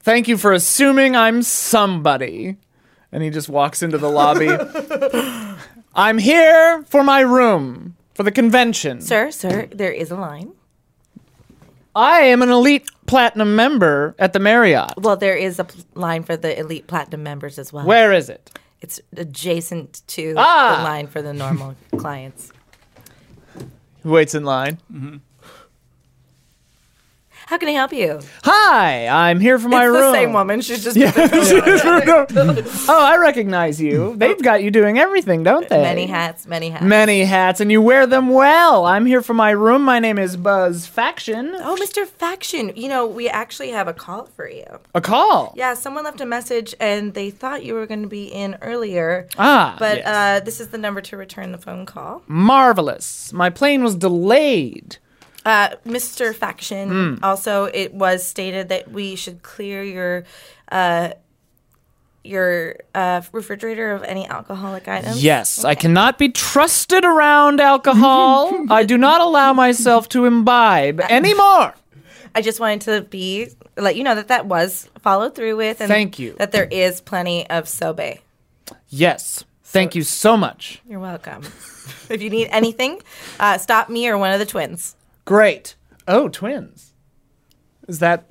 Speaker 1: Thank you for assuming I'm somebody. And he just walks into the lobby. I'm here for my room for the convention.
Speaker 3: Sir, sir, there is a line.
Speaker 1: I am an elite platinum member at the Marriott.
Speaker 3: Well, there is a pl- line for the elite platinum members as well.
Speaker 1: Where is it?
Speaker 3: It's adjacent to
Speaker 1: Ah!
Speaker 3: the line for the normal clients.
Speaker 1: Who waits in line?
Speaker 3: How can I help you?
Speaker 1: Hi, I'm here for my
Speaker 3: it's
Speaker 1: room.
Speaker 3: the same woman. She's just
Speaker 1: oh, I recognize you. They've got you doing everything, don't they?
Speaker 3: many hats, many hats.
Speaker 1: Many hats, and you wear them well. I'm here for my room. My name is Buzz Faction.
Speaker 3: oh, Mr. Faction, you know, we actually have a call for you.
Speaker 1: A call.
Speaker 3: Yeah, someone left a message and they thought you were going to be in earlier.
Speaker 1: Ah,
Speaker 3: But
Speaker 1: yes. Mm.
Speaker 3: uh, this is the number to return the phone call.
Speaker 1: marvelous. My plane was delayed.
Speaker 3: Uh, Mr. Faction,
Speaker 1: Hmm.
Speaker 3: also, it was stated that we should clear your. Uh, your uh, refrigerator of any alcoholic items?
Speaker 1: Yes, I cannot be trusted around alcohol. I do not allow myself to imbibe anymore.
Speaker 3: I just wanted to be let you know that that was followed through with, and
Speaker 1: Thank you.
Speaker 3: That there is plenty of sobe.
Speaker 1: Yes, thank you so much.
Speaker 3: You're welcome. if you need anything, uh, stop me or one of the twins.
Speaker 1: Great. Oh, twins. Is that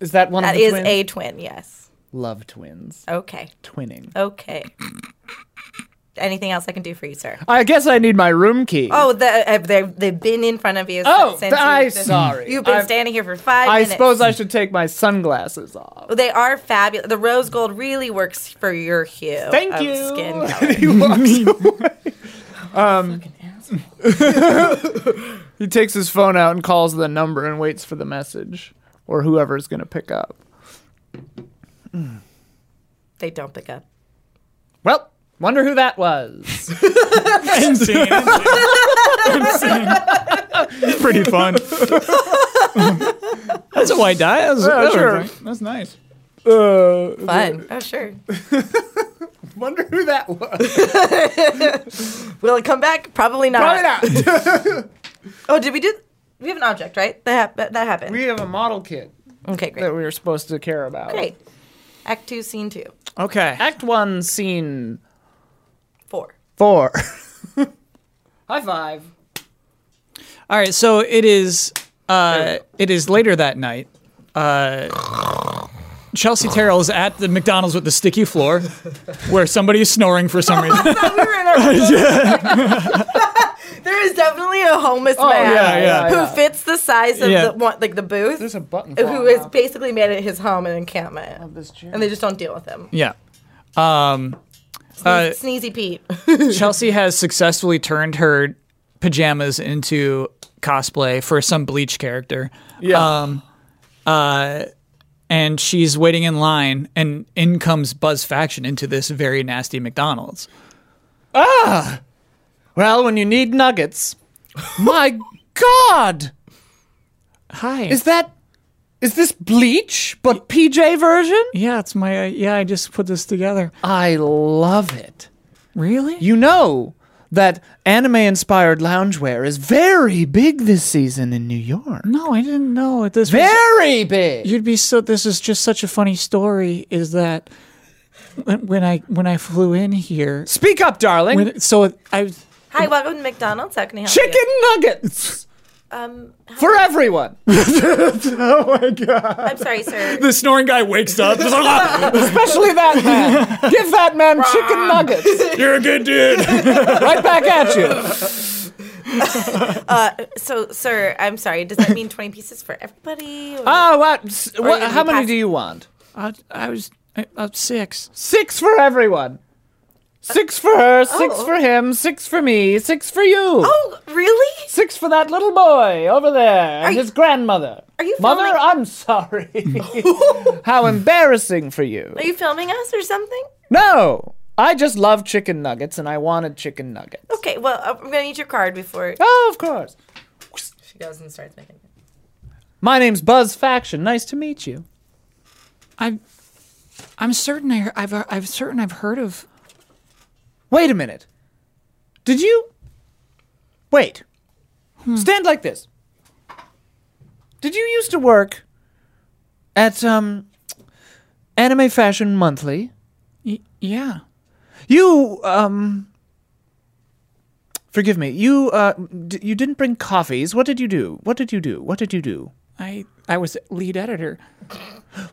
Speaker 1: is that one
Speaker 3: That
Speaker 1: of the
Speaker 3: is
Speaker 1: twins?
Speaker 3: a twin. Yes.
Speaker 1: Love twins.
Speaker 3: Okay.
Speaker 1: Twinning.
Speaker 3: Okay. anything else I can do for you, sir?
Speaker 1: I guess I need my room key.
Speaker 3: Oh, the, uh, they've they've been in front of you.
Speaker 1: Oh,
Speaker 3: since
Speaker 1: th- I'm
Speaker 3: you've been-
Speaker 1: sorry.
Speaker 3: You've been
Speaker 1: I'm-
Speaker 3: standing here for five.
Speaker 1: I
Speaker 3: minutes.
Speaker 1: suppose I should take my sunglasses off.
Speaker 3: they are fabulous. The rose gold really works for your hue.
Speaker 1: Thank
Speaker 3: of
Speaker 1: you.
Speaker 3: Skin color.
Speaker 1: And he walks away.
Speaker 3: Fucking asshole.
Speaker 1: He takes his phone out and calls the number and waits for the message or whoever's going to pick up.
Speaker 3: they don't pick up.
Speaker 1: Well, wonder who that was.
Speaker 2: Insane. Insane. Pretty fun. That's a white die. That was- that was
Speaker 1: sure.
Speaker 2: right. That's nice.
Speaker 1: uh,
Speaker 3: Fun. Oh, sure.
Speaker 1: wonder who that was.
Speaker 3: Will it come back? Probably
Speaker 1: Probably
Speaker 3: not.
Speaker 1: not.
Speaker 3: Oh, did we do? We have an object, right? That hap- that that happened.
Speaker 1: we have a model kit
Speaker 3: okay, great.
Speaker 1: that we were supposed to care about.
Speaker 3: Great. Act two, scene two,
Speaker 2: Okay.
Speaker 1: Act 1, scene
Speaker 3: four.
Speaker 1: 4. High five.
Speaker 2: All right, so it is uh, it is later that night. Uh, Chelsea Terrell is at the McDonald's with the sticky floor, where somebody is snoring for some reason.
Speaker 3: I thought we were in our There is definitely a homeless man
Speaker 2: yeah, yeah,
Speaker 3: who
Speaker 1: Oh, yeah.
Speaker 3: fits the size of
Speaker 2: Yeah.
Speaker 3: the one, like the booth.
Speaker 1: There's a button
Speaker 3: Who
Speaker 1: falling
Speaker 3: has
Speaker 1: off.
Speaker 3: basically made it his home and encampment,
Speaker 1: this chair.
Speaker 3: and they just don't deal with him.
Speaker 2: yeah. Um, uh,
Speaker 3: Sneezy Pete.
Speaker 2: Chelsea has successfully turned her pajamas into cosplay for some bleach character.
Speaker 1: Yeah.
Speaker 2: Um, uh, and she's waiting in line, and in comes Buzz Faction into this very nasty McDonald's.
Speaker 1: Well, when you need nuggets. My God!
Speaker 2: Hi.
Speaker 1: Is that. Is this bleach, but PJ version?
Speaker 2: yeah, it's my. Uh, yeah, I just put this together.
Speaker 1: I love it.
Speaker 2: Really?
Speaker 1: You know that anime inspired loungewear is very big this season in New York.
Speaker 2: no, Oh, I didn't know that this. was-
Speaker 1: Very big!
Speaker 2: You'd be so. This is just such a funny story. Is that when when I when I flew in here?
Speaker 1: Speak up, darling!
Speaker 2: When, so I.
Speaker 3: Hi, welcome to McDonald's. How can I help you?
Speaker 1: Chicken nuggets! Um, For everyone!
Speaker 3: I'm sorry, sir.
Speaker 2: The snoring guy wakes up. "Ah,
Speaker 1: Especially that man! Give that man chicken nuggets!
Speaker 2: You're a good dude.
Speaker 1: Right back at you!
Speaker 3: So, sir, I'm sorry. Does that mean 20 pieces for everybody? Or-
Speaker 1: Ah, what? s- what
Speaker 3: you can
Speaker 1: how many
Speaker 3: pass-
Speaker 1: do you want?
Speaker 2: I, I was I, I'm six.
Speaker 1: Six for everyone. Six for her, six for him, six for me, six for you.
Speaker 3: oh, really?
Speaker 1: Six for that little boy over there and
Speaker 3: you-
Speaker 1: his grandmother.
Speaker 3: are you
Speaker 1: Mother,
Speaker 3: filming-
Speaker 1: I'm sorry. How embarrassing for you.
Speaker 3: Are you filming us or something?
Speaker 1: No, I just love chicken nuggets and I wanted chicken nuggets.
Speaker 3: Okay, well, uh, I'm going to need your card before
Speaker 1: Oh, of course.
Speaker 3: she goes and starts making it.
Speaker 1: My name's Buzz Faction. Nice to meet you.
Speaker 2: I I'm certain I hear- I've uh, I've certain I've heard of.
Speaker 1: Wait a minute. Did you. Wait. Stand like this. Did you used to work at, um, Anime Fashion Monthly?
Speaker 2: Y- yeah.
Speaker 1: You, um. Forgive me. You, uh, d- you didn't bring coffees. What did you do? What did you do? What did you do?
Speaker 2: I I was lead editor.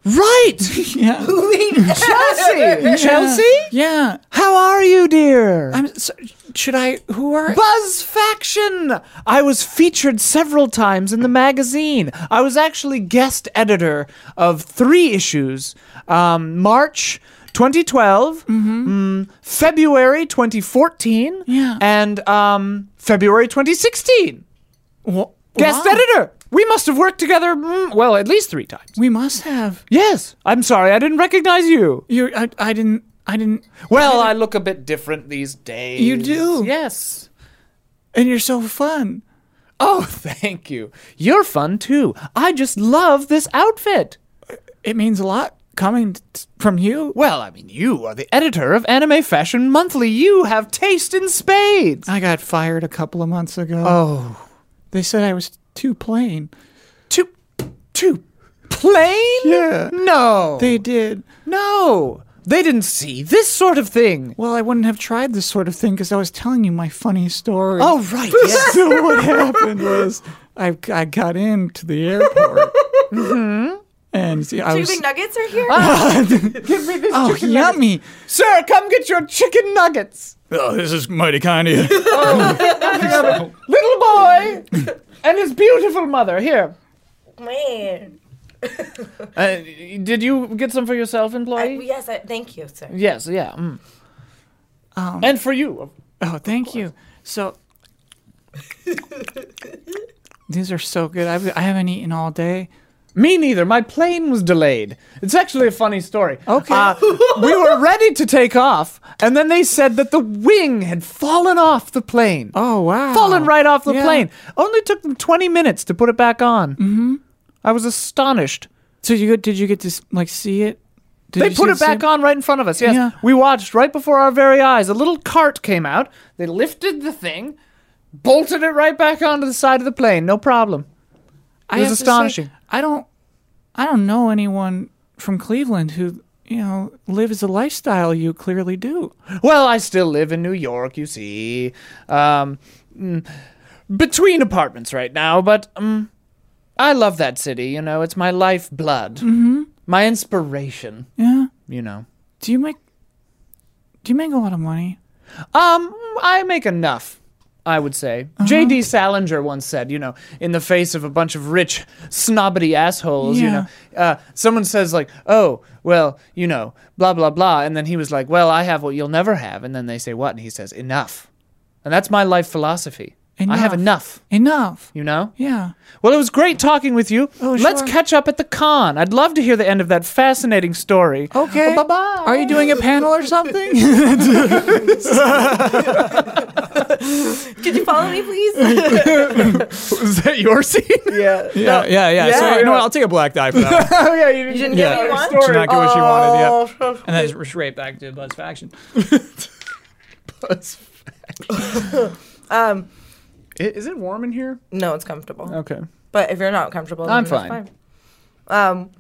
Speaker 1: Right!
Speaker 2: Yeah.
Speaker 1: Chelsea! Chelsea?
Speaker 2: Yeah.
Speaker 1: How are you, dear?
Speaker 2: I'm. So, should I? Who are?
Speaker 1: Buzz Faction! I was featured several times in the magazine. I was actually guest editor of three issues um, March 2012, mm, February 2014,
Speaker 2: Mm-hmm. Yeah.
Speaker 1: and um, February 2016.
Speaker 2: Wha-
Speaker 1: Guest
Speaker 2: wow.
Speaker 1: editor! We must have worked together, mm, well, at least three times.
Speaker 2: We must have.
Speaker 1: Yes, I'm sorry, I didn't recognize you.
Speaker 2: You. I. I didn't. I didn't.
Speaker 1: Well, I look a bit different these days.
Speaker 2: You do.
Speaker 1: Yes.
Speaker 2: And you're so fun.
Speaker 1: Oh, thank you. You're fun too. I just love this outfit.
Speaker 2: It means a lot coming t- from you.
Speaker 1: Well, I mean, you are the editor of Anime Fashion Monthly. You have taste in spades.
Speaker 2: I got fired a couple of months ago.
Speaker 1: Oh,
Speaker 2: They said I was too plain.
Speaker 1: too, too plain?
Speaker 2: Yeah.
Speaker 1: No.
Speaker 2: They did.
Speaker 1: no. They didn't see this sort of thing.
Speaker 2: Well, I wouldn't have tried this sort of thing because I was telling you my funny story.
Speaker 1: Oh, right. Yes.
Speaker 2: So what happened was I, I got into the airport. And see, I
Speaker 3: Two
Speaker 2: was
Speaker 3: big nuggets are here?
Speaker 2: oh yummy.
Speaker 1: Sir, come get your chicken nuggets.
Speaker 2: Oh, this is mighty kind of you.
Speaker 1: Little boy and his beautiful mother. Here.
Speaker 3: Man.
Speaker 1: Uh, did you get some for yourself,
Speaker 3: I-
Speaker 1: employee?
Speaker 3: yes, I, thank you, sir.
Speaker 1: Yes, yeah. mm. and for you.
Speaker 2: Oh, thank you. So these are so good. I've, I haven't eaten all day.
Speaker 1: Me neither. My plane was delayed. It's actually a funny story.
Speaker 2: Okay.
Speaker 1: Uh, we were ready to take off, and then they said that the wing had fallen off the plane.
Speaker 2: Oh wow.
Speaker 1: Fallen right off the
Speaker 2: Yeah.
Speaker 1: plane. Only took them 20 minutes to put it back on. Mm-hmm. I was astonished.
Speaker 2: So you got- did you get to s- like see it? Did
Speaker 1: They
Speaker 2: you
Speaker 1: put
Speaker 2: see
Speaker 1: it back
Speaker 2: see
Speaker 1: on right in front of us. Yes.
Speaker 2: Yeah.
Speaker 1: We watched right before our very eyes. A little cart came out. They lifted the thing, bolted it right back onto the side of the plane. No problem.
Speaker 2: I
Speaker 1: It was
Speaker 2: have to say,
Speaker 1: astonishing.
Speaker 2: I don't, I don't know anyone from Cleveland who you know lives the lifestyle you clearly do.
Speaker 1: Well, I still live in New York, you see. Um, mm, between mm, apartments right now, but um, I love that city. You know, it's my lifeblood. Mm-hmm. My inspiration,
Speaker 6: Yeah.
Speaker 1: you know.
Speaker 6: Do you make do you make a lot of money?
Speaker 1: Um, I make enough, I would say.
Speaker 6: Uh-huh.
Speaker 1: J.D. Salinger once said, you know, in the face of a bunch of rich, snobbity assholes, you
Speaker 6: Yeah.
Speaker 1: know, uh, someone says, like, oh, well, you know, blah, blah, blah. And then he was like, well, I have what you'll never have. And then they say, what? And he says, enough. And that's my life philosophy. I have enough,
Speaker 6: Enough.
Speaker 1: you know?
Speaker 6: Yeah.
Speaker 1: Well, it was great talking with you.
Speaker 6: Oh,
Speaker 1: Let's
Speaker 6: sure.
Speaker 1: catch up at the con. I'd love to hear the end of that fascinating story. Oh,
Speaker 6: Okay.
Speaker 1: bye
Speaker 2: Oh,
Speaker 1: bye.
Speaker 6: Are you doing a panel or something?
Speaker 3: Could you follow me, please?
Speaker 1: Is that your scene?
Speaker 3: yeah.
Speaker 6: yeah, yeah, yeah.
Speaker 1: Yeah,
Speaker 6: so you
Speaker 1: yeah.
Speaker 6: know what? I'll take a black die for that.
Speaker 1: oh, yeah. You
Speaker 3: You
Speaker 1: didn't
Speaker 3: didn't
Speaker 6: Yeah.
Speaker 3: get what you
Speaker 6: She did
Speaker 3: want?
Speaker 6: not get what she wanted. Yeah.
Speaker 3: Oh,
Speaker 6: And then it's right back to Buzz Faction.
Speaker 3: um,
Speaker 1: Is it warm in here?
Speaker 3: no, it's comfortable.
Speaker 1: Okay.
Speaker 3: But if you're not comfortable, then
Speaker 1: I'm
Speaker 3: that's
Speaker 1: fine.
Speaker 3: fine. Um,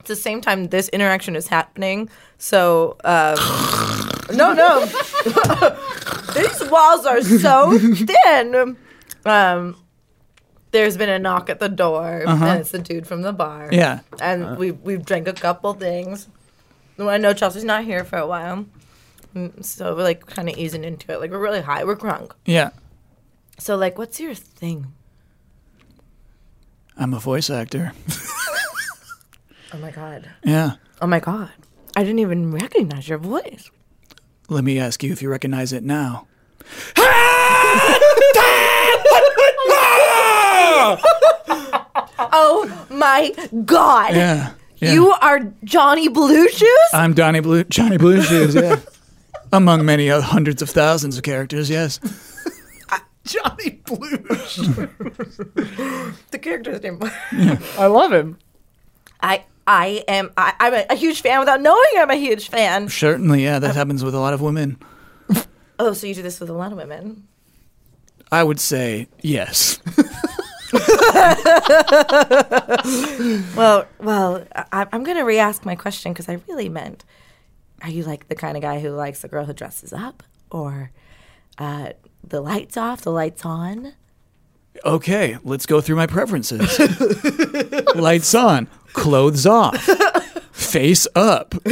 Speaker 3: at the same time, this interaction is happening. So, um, no, no, these walls are so thin. Um, there's been a knock at the door,
Speaker 1: Uh-huh.
Speaker 3: and it's the dude from the bar.
Speaker 6: Yeah.
Speaker 3: and
Speaker 1: Uh.
Speaker 3: we we've drank a couple things. Well, I know Chelsea's not here for a while, Mm, so we're like kind of easing into it. Like we're really high, we're drunk.
Speaker 6: Yeah.
Speaker 3: So, like, what's your thing?
Speaker 6: I'm a voice actor.
Speaker 3: Oh my god.
Speaker 6: Yeah.
Speaker 3: Oh my god. I didn't even recognize your voice.
Speaker 6: Let me ask you if you recognize it now.
Speaker 3: Oh my god.
Speaker 6: Yeah. yeah.
Speaker 3: You are Johnny Blue Shoes?
Speaker 6: I'm Donnie Blue Johnny Blue Shoes, yeah. Among many uh, hundreds of thousands of characters, yes.
Speaker 1: Johnny Blue.
Speaker 3: the character's name.
Speaker 1: I love him.
Speaker 3: I I am I, I'm a, a huge fan without knowing I'm a huge fan.
Speaker 6: Certainly, yeah, that happens with a lot of women.
Speaker 3: Oh, so you do this with a lot of women.
Speaker 6: I would say yes.
Speaker 3: Well, well, I, I'm gonna re-ask my question because I really meant, are you like the kind of guy who likes a girl who dresses up, or uh, the lights off, the lights on?
Speaker 6: Okay, let's go through my preferences. Lights on, clothes off, face up,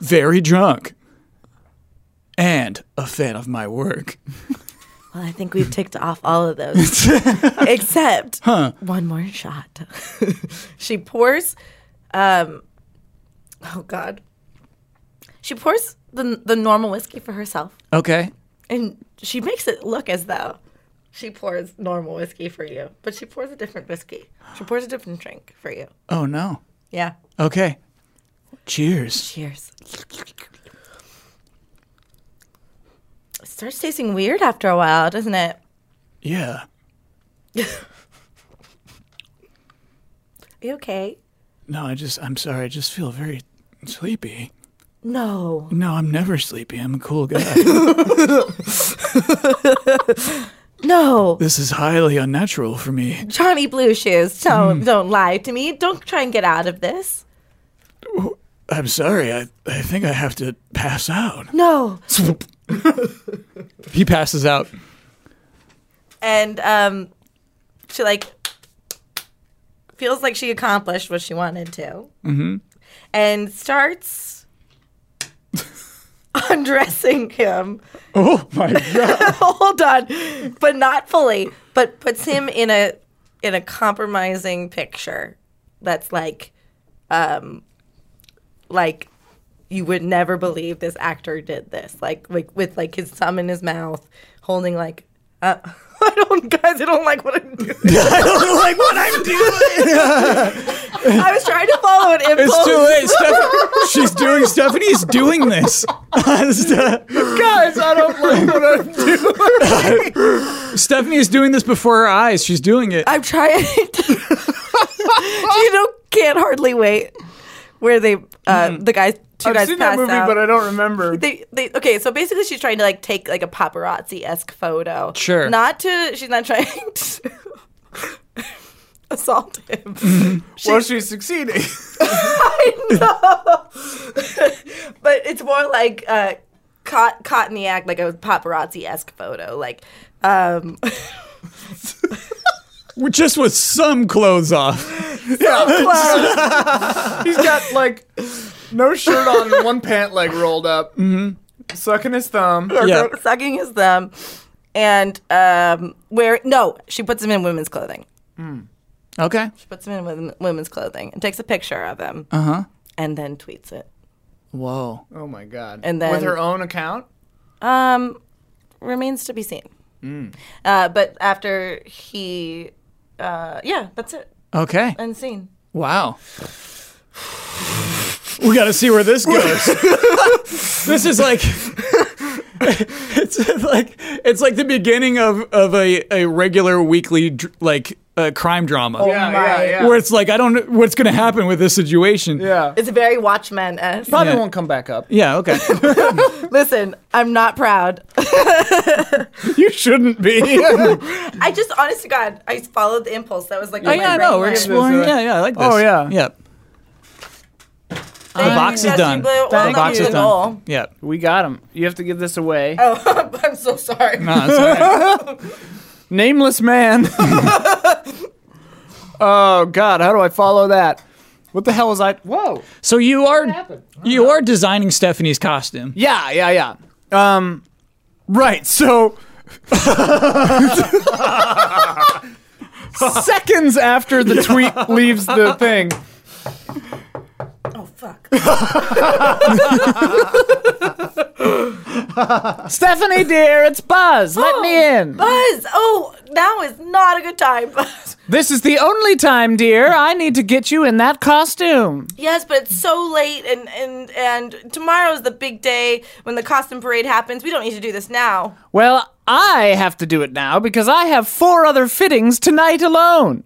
Speaker 6: very drunk, and a fan of my work.
Speaker 3: Well, I think we've ticked off all of those except one more shot. she pours, um, oh God, she pours the the normal whiskey for herself,
Speaker 6: Okay.
Speaker 3: and she makes it look as though she pours normal whiskey for you, but she pours a different whiskey. She pours a different drink for you.
Speaker 6: Oh no.
Speaker 3: Yeah.
Speaker 6: Okay. Cheers.
Speaker 3: Cheers. It starts tasting weird after a while, doesn't it?
Speaker 6: Yeah.
Speaker 3: Are you okay?
Speaker 6: No, I just, I'm sorry. I just feel very sleepy.
Speaker 3: No.
Speaker 6: No, I'm never sleepy. I'm a cool guy.
Speaker 3: No.
Speaker 6: this is highly unnatural for me.
Speaker 3: Johnny Blue Shoes, don't don't lie to me. Don't try and get out of this.
Speaker 6: I'm sorry. I, I think I have to pass out.
Speaker 3: No.
Speaker 6: He passes out.
Speaker 3: And um she like feels like she accomplished what she wanted to. Mm-hmm. And starts undressing him.
Speaker 6: Oh my god.
Speaker 3: Hold on. But not fully, but puts him in a in a compromising picture that's like um like you would never believe this actor did this. Like like with like his thumb in his mouth, holding like uh, I don't guys, I don't like what I'm doing.
Speaker 6: I don't like what I'm doing.
Speaker 3: I was trying to follow an impulse.
Speaker 6: It's too late. Steph- she's doing Stephanie's doing this.
Speaker 1: Guys, I don't like what I'm doing.
Speaker 6: Stephanie is doing this before her eyes. She's doing it.
Speaker 3: I'm trying to You don't can't hardly wait. Where they uh, the guys 2 guys
Speaker 1: Mm-hmm. I've seen that
Speaker 3: pass
Speaker 1: movie,
Speaker 3: out.
Speaker 1: but I don't remember.
Speaker 3: they, they okay so basically she's trying to like take like a paparazzi esque photo
Speaker 6: Sure.
Speaker 3: not to she's not trying to assault him
Speaker 1: well, she's succeeding.
Speaker 3: but it's more like uh caught caught in the act like a paparazzi esque photo like um
Speaker 2: We're just with some clothes off.
Speaker 1: He's got like no shirt on, and one pant leg rolled up, mm-hmm. sucking his thumb.
Speaker 2: Yeah.
Speaker 3: sucking his thumb, and um, wear no. She puts him in women's clothing.
Speaker 2: Mm. Okay.
Speaker 3: She puts him in women- women's clothing and takes a picture of him. Uh
Speaker 2: Uh-huh.
Speaker 3: huh. And then tweets it.
Speaker 2: Whoa.
Speaker 1: Oh my god!
Speaker 3: And then-
Speaker 1: with her own account.
Speaker 3: Um, remains to be seen.
Speaker 1: Mm.
Speaker 3: Uh, but after he, uh, yeah, that's it.
Speaker 2: Okay.
Speaker 3: Unseen.
Speaker 2: Wow. We got to see where this goes. this is like it's like it's like the beginning of of a, a regular weekly dr- like uh, crime drama
Speaker 1: Oh, Yeah, yeah,
Speaker 3: my.
Speaker 1: yeah.
Speaker 2: where it's like I don't know what's going to happen with this situation.
Speaker 1: yeah.
Speaker 3: It's very Watchmen esque.
Speaker 1: Probably
Speaker 2: Yeah.
Speaker 1: won't come back up.
Speaker 2: Yeah, okay.
Speaker 3: Listen, I'm not proud.
Speaker 2: you shouldn't be.
Speaker 3: I just, honest to God, I followed the impulse. That was like,
Speaker 2: Oh
Speaker 3: in my
Speaker 2: yeah,
Speaker 3: brain,
Speaker 2: no, we're
Speaker 3: like,
Speaker 2: exploring.
Speaker 1: this, uh,
Speaker 2: Yeah, yeah, I like this.
Speaker 1: Oh, yeah.
Speaker 2: yep.
Speaker 3: thank
Speaker 2: the box
Speaker 3: you,
Speaker 2: is
Speaker 3: Dusty
Speaker 2: done.
Speaker 3: Blue. Well,
Speaker 1: Thank
Speaker 2: the box
Speaker 3: you.
Speaker 2: is
Speaker 3: The
Speaker 2: done.
Speaker 3: goal.
Speaker 2: Yep.
Speaker 1: We got him. You have to give this away.
Speaker 3: Oh, I'm so sorry.
Speaker 2: No, it's all right.
Speaker 1: Nameless man. oh God, how do I follow that? What the hell was I? Whoa.
Speaker 2: so you are you are designing Stephanie's costume.
Speaker 1: Yeah, yeah, yeah. Um, right. So. Seconds after the tweet leaves the thing,
Speaker 3: Oh, fuck.
Speaker 1: Stephanie dear, it's Buzz. Let me in.
Speaker 3: Buzz, oh, now is not a good time.
Speaker 1: This is the only time, dear, I need to get you in that costume.
Speaker 3: yes, but it's so late, and, and, and tomorrow's the big day when the costume parade happens. We don't need to do this now.
Speaker 1: Well, I have to do it now because I have four other fittings tonight alone.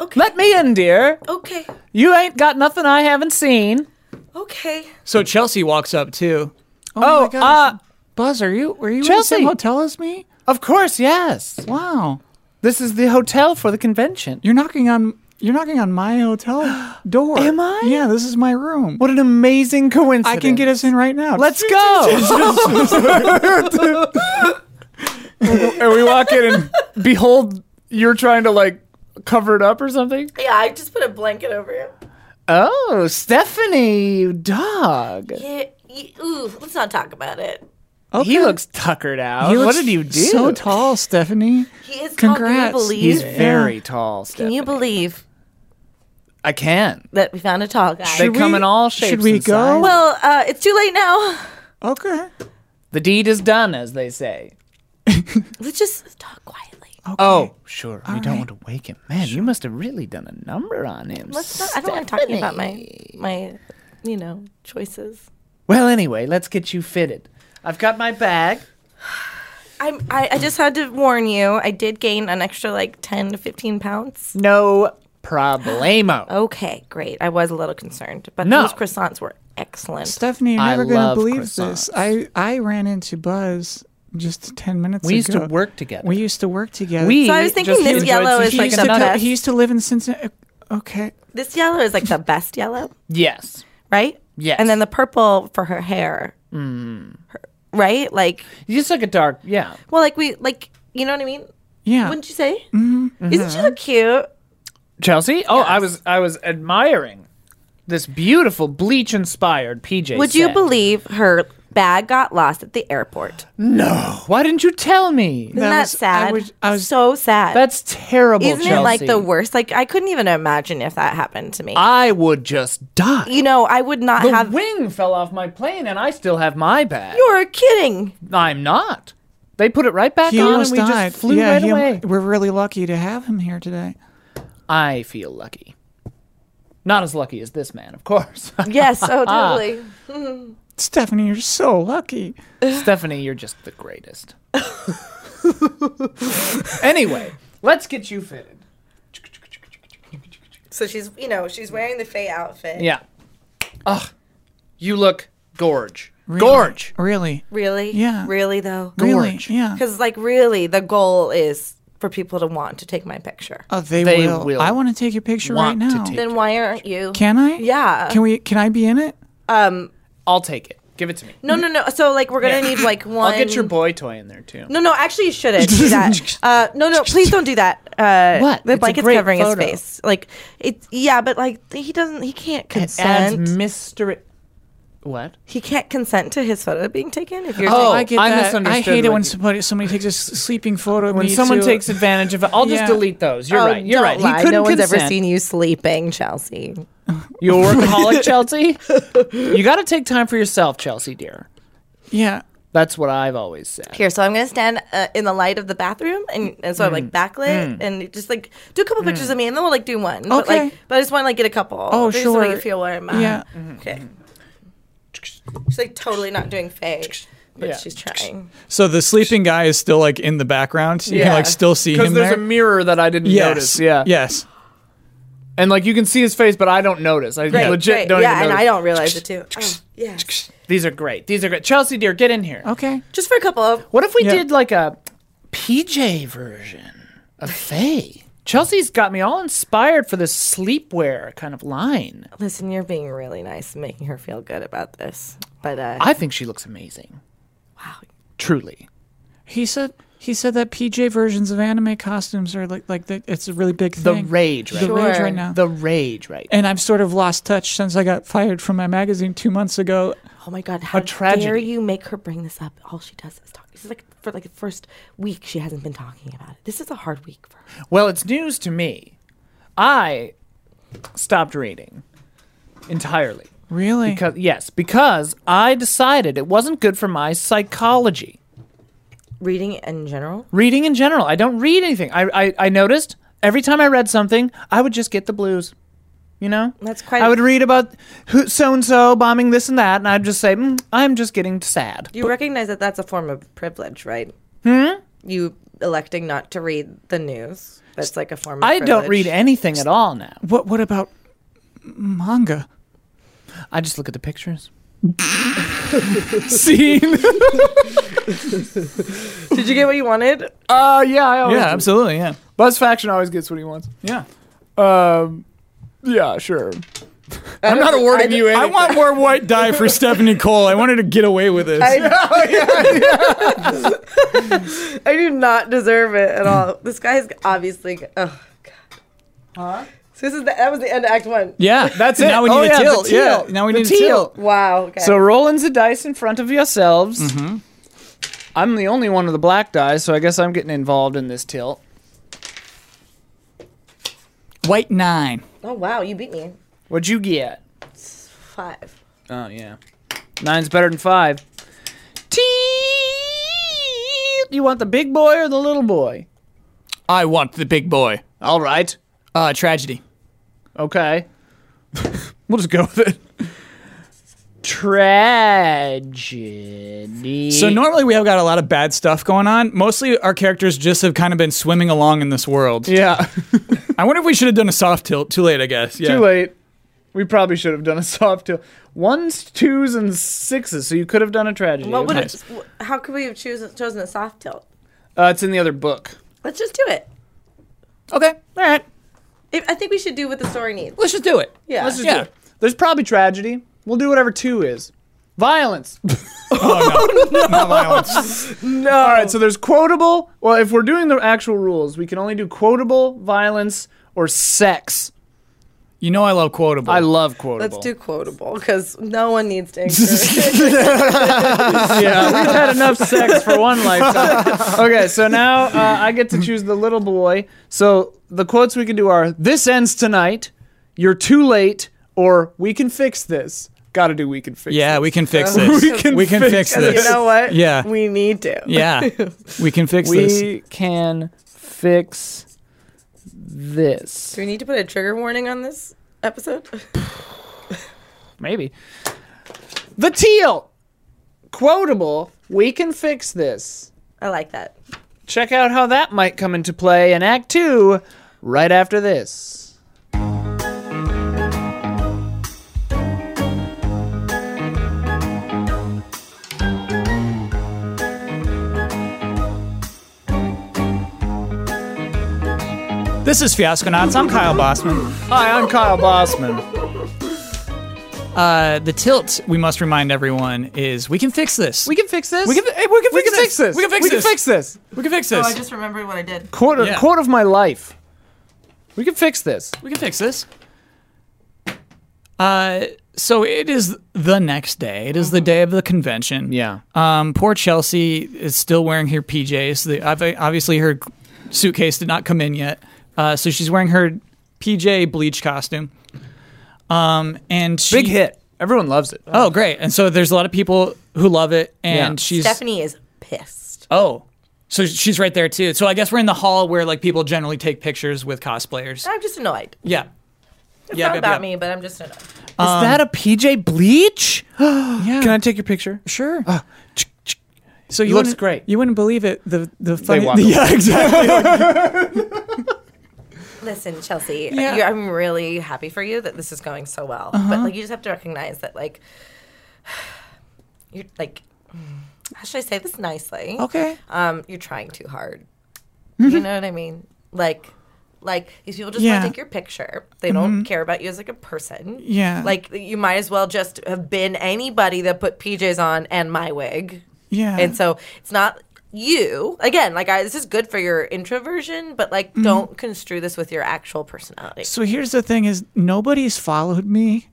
Speaker 3: Okay.
Speaker 1: Let me in, dear.
Speaker 3: okay.
Speaker 1: You ain't got nothing I haven't seen.
Speaker 3: Okay.
Speaker 2: So Chelsea walks up too.
Speaker 1: Oh, uh,
Speaker 2: Buzz, are you were you
Speaker 1: Chelsea.
Speaker 2: in the same hotel as me?
Speaker 1: of course, yes.
Speaker 2: Wow.
Speaker 1: This is the hotel for the convention.
Speaker 2: You're knocking on you're knocking on my hotel door.
Speaker 1: Am I?
Speaker 2: Yeah, this is my room.
Speaker 1: What an amazing coincidence.
Speaker 2: I can get us in right now.
Speaker 1: Let's go. and we walk in and behold, you're trying to like cover it up or something.
Speaker 3: Yeah, I just put a blanket over him.
Speaker 1: Oh, Stephanie, you dog.
Speaker 3: Yeah, y- ooh, let's not talk about it.
Speaker 1: He looks tuckered out.
Speaker 2: Oh, He
Speaker 1: what
Speaker 2: looks
Speaker 1: did you do?
Speaker 2: So tall, Stephanie.
Speaker 3: He is
Speaker 2: Congrats.
Speaker 3: Tall. Can you
Speaker 1: He's
Speaker 3: believe?
Speaker 1: very tall, Stephanie.
Speaker 3: Can you believe
Speaker 1: I can.
Speaker 3: that we found a tall guy?
Speaker 1: They
Speaker 2: Should
Speaker 1: come
Speaker 2: we-
Speaker 1: in all
Speaker 2: should
Speaker 1: shapes
Speaker 2: we
Speaker 1: and
Speaker 2: go?
Speaker 1: sizes.
Speaker 3: well, uh, it's too late now.
Speaker 2: Okay.
Speaker 1: The deed is done, as they say.
Speaker 3: Let's just talk quietly.
Speaker 1: Oh, sure. we don't
Speaker 2: right.
Speaker 1: want to wake him. Man, you must have really done a number on him.
Speaker 3: Let's not, I don't like talking about my my you know choices.
Speaker 1: Well, anyway, let's get you fitted. I've got my bag.
Speaker 3: I'm, I I just had to warn you. I did gain an extra like ten to fifteen pounds.
Speaker 1: No problemo.
Speaker 3: Oh, Okay, great. I was a little concerned, but
Speaker 1: No.
Speaker 3: those croissants were excellent.
Speaker 2: Stephanie, you're
Speaker 1: I
Speaker 2: never gonna
Speaker 1: love
Speaker 2: believe
Speaker 1: croissants.
Speaker 2: this. I I ran into Buzz just ten minutes
Speaker 1: We
Speaker 2: ago.
Speaker 1: used to work together.
Speaker 2: We used to work together.
Speaker 1: We
Speaker 3: So I was thinking
Speaker 1: just
Speaker 3: this
Speaker 1: enjoyed
Speaker 3: yellow
Speaker 1: some
Speaker 3: is
Speaker 2: he
Speaker 3: like
Speaker 1: cheese.
Speaker 2: used, to
Speaker 3: an
Speaker 2: co-
Speaker 3: best.
Speaker 2: he used to live in Cincinnati. Okay.
Speaker 3: This yellow is like the best yellow.
Speaker 1: yes.
Speaker 3: right?
Speaker 1: Yes.
Speaker 3: And then the purple for her hair, mm. right? Like,
Speaker 1: Just like a dark, yeah.
Speaker 3: well, like we, like, you know what I mean?
Speaker 2: Yeah. Mm-hmm.
Speaker 3: Wouldn't you say? Isn't she look cute?
Speaker 1: Chelsea? Oh, I was I was admiring this beautiful bleach inspired PJ.
Speaker 3: Would you
Speaker 1: set.
Speaker 3: believe her bag got lost at the airport?
Speaker 1: No. Why didn't you tell me?
Speaker 3: Isn't
Speaker 2: That
Speaker 3: that,
Speaker 2: was- I
Speaker 3: sad?
Speaker 2: was- I was-
Speaker 3: so sad.
Speaker 1: That's terrible,
Speaker 3: Isn't
Speaker 1: Chelsea.
Speaker 3: it like the worst? Like, I couldn't even imagine if that happened to me.
Speaker 1: I would just die.
Speaker 3: you know, I would not
Speaker 1: the
Speaker 3: have.
Speaker 1: wing fell off my plane and I still have my bag.
Speaker 3: You're kidding.
Speaker 1: I'm not. They put it right back
Speaker 2: He
Speaker 1: on and
Speaker 2: almost
Speaker 1: we
Speaker 2: died.
Speaker 1: just flew
Speaker 2: yeah,
Speaker 1: right
Speaker 2: he-
Speaker 1: away.
Speaker 2: We're really lucky to have him here today.
Speaker 1: I feel lucky. Not as lucky as this man, of course.
Speaker 3: Yes. Oh, totally.
Speaker 2: Stephanie, you're so lucky.
Speaker 1: Stephanie, you're just the greatest. anyway, let's get you fitted.
Speaker 3: so she's, you know, she's wearing the Faye outfit.
Speaker 1: Yeah. Ugh. You look gorge.
Speaker 2: Really,
Speaker 1: Gorge.
Speaker 2: Really?
Speaker 3: Really?
Speaker 2: Yeah.
Speaker 3: Really though.
Speaker 2: Really?
Speaker 1: Gorge.
Speaker 2: Yeah.
Speaker 3: Because, like, really, the goal is for people to want to take my picture.
Speaker 1: Uh,
Speaker 2: Oh, they,
Speaker 1: They
Speaker 2: will.
Speaker 1: will
Speaker 2: I want to take your picture right
Speaker 1: want to
Speaker 2: now.
Speaker 1: take-
Speaker 3: then why aren't you?
Speaker 2: Can I?
Speaker 3: Yeah.
Speaker 2: Can we? Can I be in it?
Speaker 3: um,
Speaker 1: I'll take it. Give it to me.
Speaker 3: No, no, no. So like we're gonna need like one.
Speaker 1: I'll get your boy toy in there too.
Speaker 3: No, no. Actually, you shouldn't do that. Uh, no, no. Please don't do that. Uh,
Speaker 1: What?
Speaker 3: The
Speaker 1: It's a
Speaker 3: blanket's
Speaker 1: great
Speaker 3: covering
Speaker 1: photo.
Speaker 3: his face. Like it's yeah, but like he doesn't. He can't
Speaker 1: As
Speaker 3: consent.
Speaker 1: Mr. What?
Speaker 3: he can't consent to his photo being taken. If you're
Speaker 1: Oh,
Speaker 3: taking-
Speaker 2: I get
Speaker 1: I
Speaker 2: that. I
Speaker 1: misunderstood
Speaker 2: hate it
Speaker 1: what
Speaker 2: when
Speaker 1: you-
Speaker 2: somebody, somebody takes a s- sleeping photo. of
Speaker 1: When
Speaker 2: me
Speaker 1: someone
Speaker 2: too.
Speaker 1: takes advantage of it, I'll just
Speaker 2: Yeah.
Speaker 1: delete those. You're
Speaker 3: Oh,
Speaker 1: right. You're
Speaker 3: don't
Speaker 1: right.
Speaker 3: lie.
Speaker 1: He couldn't
Speaker 3: no one's
Speaker 1: consent.
Speaker 3: ever seen you sleeping, Chelsea.
Speaker 1: You a workaholic, Chelsea? You got to take time for yourself, Chelsea dear.
Speaker 2: yeah,
Speaker 1: That's what I've always said.
Speaker 3: Here, so I'm gonna stand uh, in the light of the bathroom, and, and so I'm
Speaker 1: Mm.
Speaker 3: like backlit, and just like do a couple pictures of me, and then we'll like do one. But, like,
Speaker 2: Okay.
Speaker 3: but I just want to like get a couple.
Speaker 2: Oh,
Speaker 3: just to make
Speaker 2: sure.
Speaker 3: you feel where I'm at.
Speaker 2: Yeah.
Speaker 1: Mm-hmm.
Speaker 3: Okay. She's like totally not doing fake, but
Speaker 1: Yeah.
Speaker 3: she's trying.
Speaker 2: So the sleeping guy is still like in the background. You can
Speaker 1: Yeah.
Speaker 2: like still see
Speaker 1: Because
Speaker 2: him
Speaker 1: there's
Speaker 2: there.
Speaker 1: a mirror that I didn't
Speaker 2: yes.
Speaker 1: notice. Yeah.
Speaker 2: Yes.
Speaker 1: And like you can see his face, but I don't notice. I
Speaker 3: Great,
Speaker 1: legit
Speaker 3: great.
Speaker 1: don't
Speaker 3: yeah,
Speaker 1: even
Speaker 3: and
Speaker 1: notice.
Speaker 3: I don't realize it too. Oh, yeah.
Speaker 1: These are great. These are great. Chelsea dear, get in here.
Speaker 2: Okay.
Speaker 3: Just for a couple of.
Speaker 1: What if we
Speaker 2: Yeah.
Speaker 1: did like a PJ version of Faye? Chelsea's got me all inspired for this sleepwear kind of line.
Speaker 3: Listen, you're being really nice, and making her feel good about this. But uh,
Speaker 1: I think she looks amazing.
Speaker 3: wow,
Speaker 1: Truly.
Speaker 2: He said. He said that PJ versions of anime costumes are like like the, it's a really big
Speaker 1: The
Speaker 2: thing.
Speaker 1: rage
Speaker 2: The
Speaker 1: right
Speaker 2: rage
Speaker 3: Sure.
Speaker 2: right now.
Speaker 1: now. The rage right now.
Speaker 2: and I've sort of lost touch since I got fired from my magazine two months ago.
Speaker 3: Oh my God! How dare
Speaker 1: tragedy.
Speaker 3: you make her bring this up? All she does is talk. This is like for like the first week she hasn't been talking about it. This is a hard week for her.
Speaker 1: Well, it's news to me. I stopped reading entirely.
Speaker 2: Really?
Speaker 1: Because yes, because I decided it wasn't good for my psychology.
Speaker 3: Reading in general.
Speaker 1: Reading in general, I don't read anything. I, I, I noticed every time I read something, I would just get the blues. You know,
Speaker 3: That's quite-
Speaker 1: I would read about who so and so bombing this and that, and I'd just say, mm, "I'm just getting sad."
Speaker 3: You recognize that that's a form of privilege, right? Hmm. You electing not to read the news. That's like a form. of
Speaker 1: I don't read
Speaker 3: privilege.
Speaker 1: anything at all now.
Speaker 2: What What about manga?
Speaker 1: I just look at the pictures. Scene.
Speaker 3: Did you get what you wanted?
Speaker 1: Uh, yeah, I always. do.
Speaker 2: absolutely. Yeah.
Speaker 1: Buzz Faction always gets what he wants.
Speaker 2: Yeah.
Speaker 1: Um, yeah, sure. I'm not awarding you
Speaker 2: I
Speaker 1: anything.
Speaker 2: want more white dye for Stephanie Cole. I wanted to get away with this.
Speaker 3: I do not deserve it at all. this guy's obviously. Oh God. Huh. So this is the, that was the end of Act One.
Speaker 2: yeah, that's
Speaker 1: it.
Speaker 2: Now we need
Speaker 1: Oh,
Speaker 2: a
Speaker 1: yeah, the
Speaker 2: tilt. Yeah,
Speaker 1: teal.
Speaker 2: now we
Speaker 1: The
Speaker 2: need a
Speaker 1: teal.
Speaker 2: tilt.
Speaker 3: Wow. Okay.
Speaker 1: So rolling the dice in front of yourselves. I'm the only one with a black die, so I guess I'm getting involved in this tilt.
Speaker 2: White nine.
Speaker 3: oh wow, you beat me.
Speaker 1: What'd you get?
Speaker 3: Five.
Speaker 1: Oh yeah, nine's better than five. Teal. You want the big boy or the little boy?
Speaker 2: I want the big boy.
Speaker 1: All right.
Speaker 2: Uh, tragedy.
Speaker 1: Okay.
Speaker 2: We'll just go with it.
Speaker 1: Tragedy.
Speaker 2: So normally we have got a lot of bad stuff going on. Mostly our characters just have kind of been swimming along in this world.
Speaker 1: yeah.
Speaker 2: I wonder if we should have done a soft tilt. Too late, I guess. Yeah.
Speaker 1: Too late. We probably should have done a soft tail. Ones, twos, and sixes. So you could have done a tragedy.
Speaker 3: What would
Speaker 1: Okay.
Speaker 3: it, wh- how could we have chosen, chosen a soft tilt?
Speaker 1: Uh, it's in the other book.
Speaker 3: Let's just do it.
Speaker 2: Okay. All right.
Speaker 3: If, I think we should do what the story needs.
Speaker 2: Let's just do it.
Speaker 3: Yeah.
Speaker 1: Let's just
Speaker 2: Yeah.
Speaker 1: do it. There's probably tragedy. We'll do whatever two is. Violence.
Speaker 3: no.
Speaker 1: All right. So there's quotable. Well, if we're doing the actual rules, we can only do quotable, violence, or sex.
Speaker 2: You know I love quotable.
Speaker 1: I love quotable.
Speaker 3: Let's do quotable because no one needs to encourage.
Speaker 1: Yeah, we've had enough sex for one lifetime. Okay, so now uh, I get to choose the little boy. So the quotes we can do are "This ends tonight," "You're too late," or "We can fix this." Got to do "We can fix."
Speaker 2: yeah,
Speaker 1: this.
Speaker 2: we can fix this.
Speaker 1: We can
Speaker 2: we can
Speaker 1: fix
Speaker 2: fix,
Speaker 3: Because
Speaker 2: this.
Speaker 3: you know what?
Speaker 2: Yeah.
Speaker 3: We need to.
Speaker 2: Yeah. we can fix this.
Speaker 1: we can fix this.
Speaker 3: Do we need to put a trigger warning on this episode?
Speaker 1: Maybe the teal quotable. We can fix this.
Speaker 3: I like that.
Speaker 1: Check out how that might come into play in Act Two, right after this.
Speaker 2: This is Fiasco Nuts. I'm Kyle Bossman.
Speaker 1: Hi, I'm Kyle Bossman.
Speaker 6: Uh, the tilt, we must remind everyone, is we can fix this.
Speaker 1: We can fix this.
Speaker 6: We can, hey, we can,
Speaker 1: We
Speaker 6: fix,
Speaker 1: can fix this.
Speaker 6: We can fix this.
Speaker 1: this.
Speaker 6: We can fix
Speaker 3: Oh,
Speaker 6: this.
Speaker 3: I just remembered what I did.
Speaker 1: Quarter,
Speaker 6: Yeah.
Speaker 1: quarter of my life. We can fix this.
Speaker 6: we can fix this. Uh, so it is the next day. It is the day of the convention.
Speaker 1: Yeah.
Speaker 6: Um, poor Chelsea is still wearing her PJs. The, obvi- uh, obviously, her suitcase did not come in yet. Uh, so she's wearing her PJ bleach costume. Um, and she,
Speaker 1: Big hit. Everyone loves it.
Speaker 6: Oh, great. And so there's a lot of people who love it. And
Speaker 1: Yeah.
Speaker 6: she's.
Speaker 3: Stephanie is pissed.
Speaker 6: Oh. So she's right there too. So I guess we're in the hall where like people generally take pictures with cosplayers.
Speaker 3: I'm just annoyed.
Speaker 6: Yeah.
Speaker 3: It's
Speaker 6: Yeah,
Speaker 3: not
Speaker 6: yeah,
Speaker 3: about
Speaker 6: yeah.
Speaker 3: me, but I'm just annoyed.
Speaker 1: Is that a PJ bleach?
Speaker 6: Yeah.
Speaker 1: Can I take your picture? Ah.
Speaker 6: Sure. so
Speaker 1: Looks
Speaker 6: wouldn't-
Speaker 1: great.
Speaker 6: You wouldn't believe it. The the funny.
Speaker 1: walk
Speaker 6: yeah, exactly.
Speaker 3: Listen, Chelsea,
Speaker 6: Yeah. Uh-huh.
Speaker 3: you, I'm really happy for you that this is going so well. But like, you just have to recognize that, like, you're like, how should I say this nicely?
Speaker 6: okay. Mm-hmm.
Speaker 3: Um, you're trying too hard. you know what I mean? Like, like these people just want
Speaker 6: Yeah. Mm-hmm.
Speaker 3: to take your picture. They don't care about you as like a person.
Speaker 6: Yeah.
Speaker 3: Like you might as well just have been anybody that put PJs on and my wig.
Speaker 6: Yeah.
Speaker 3: And so it's not you again. Like I, this is good for your introversion, but like
Speaker 6: Mm-hmm.
Speaker 3: don't construe this with your actual personality.
Speaker 6: so here's the thing: is nobody's followed me.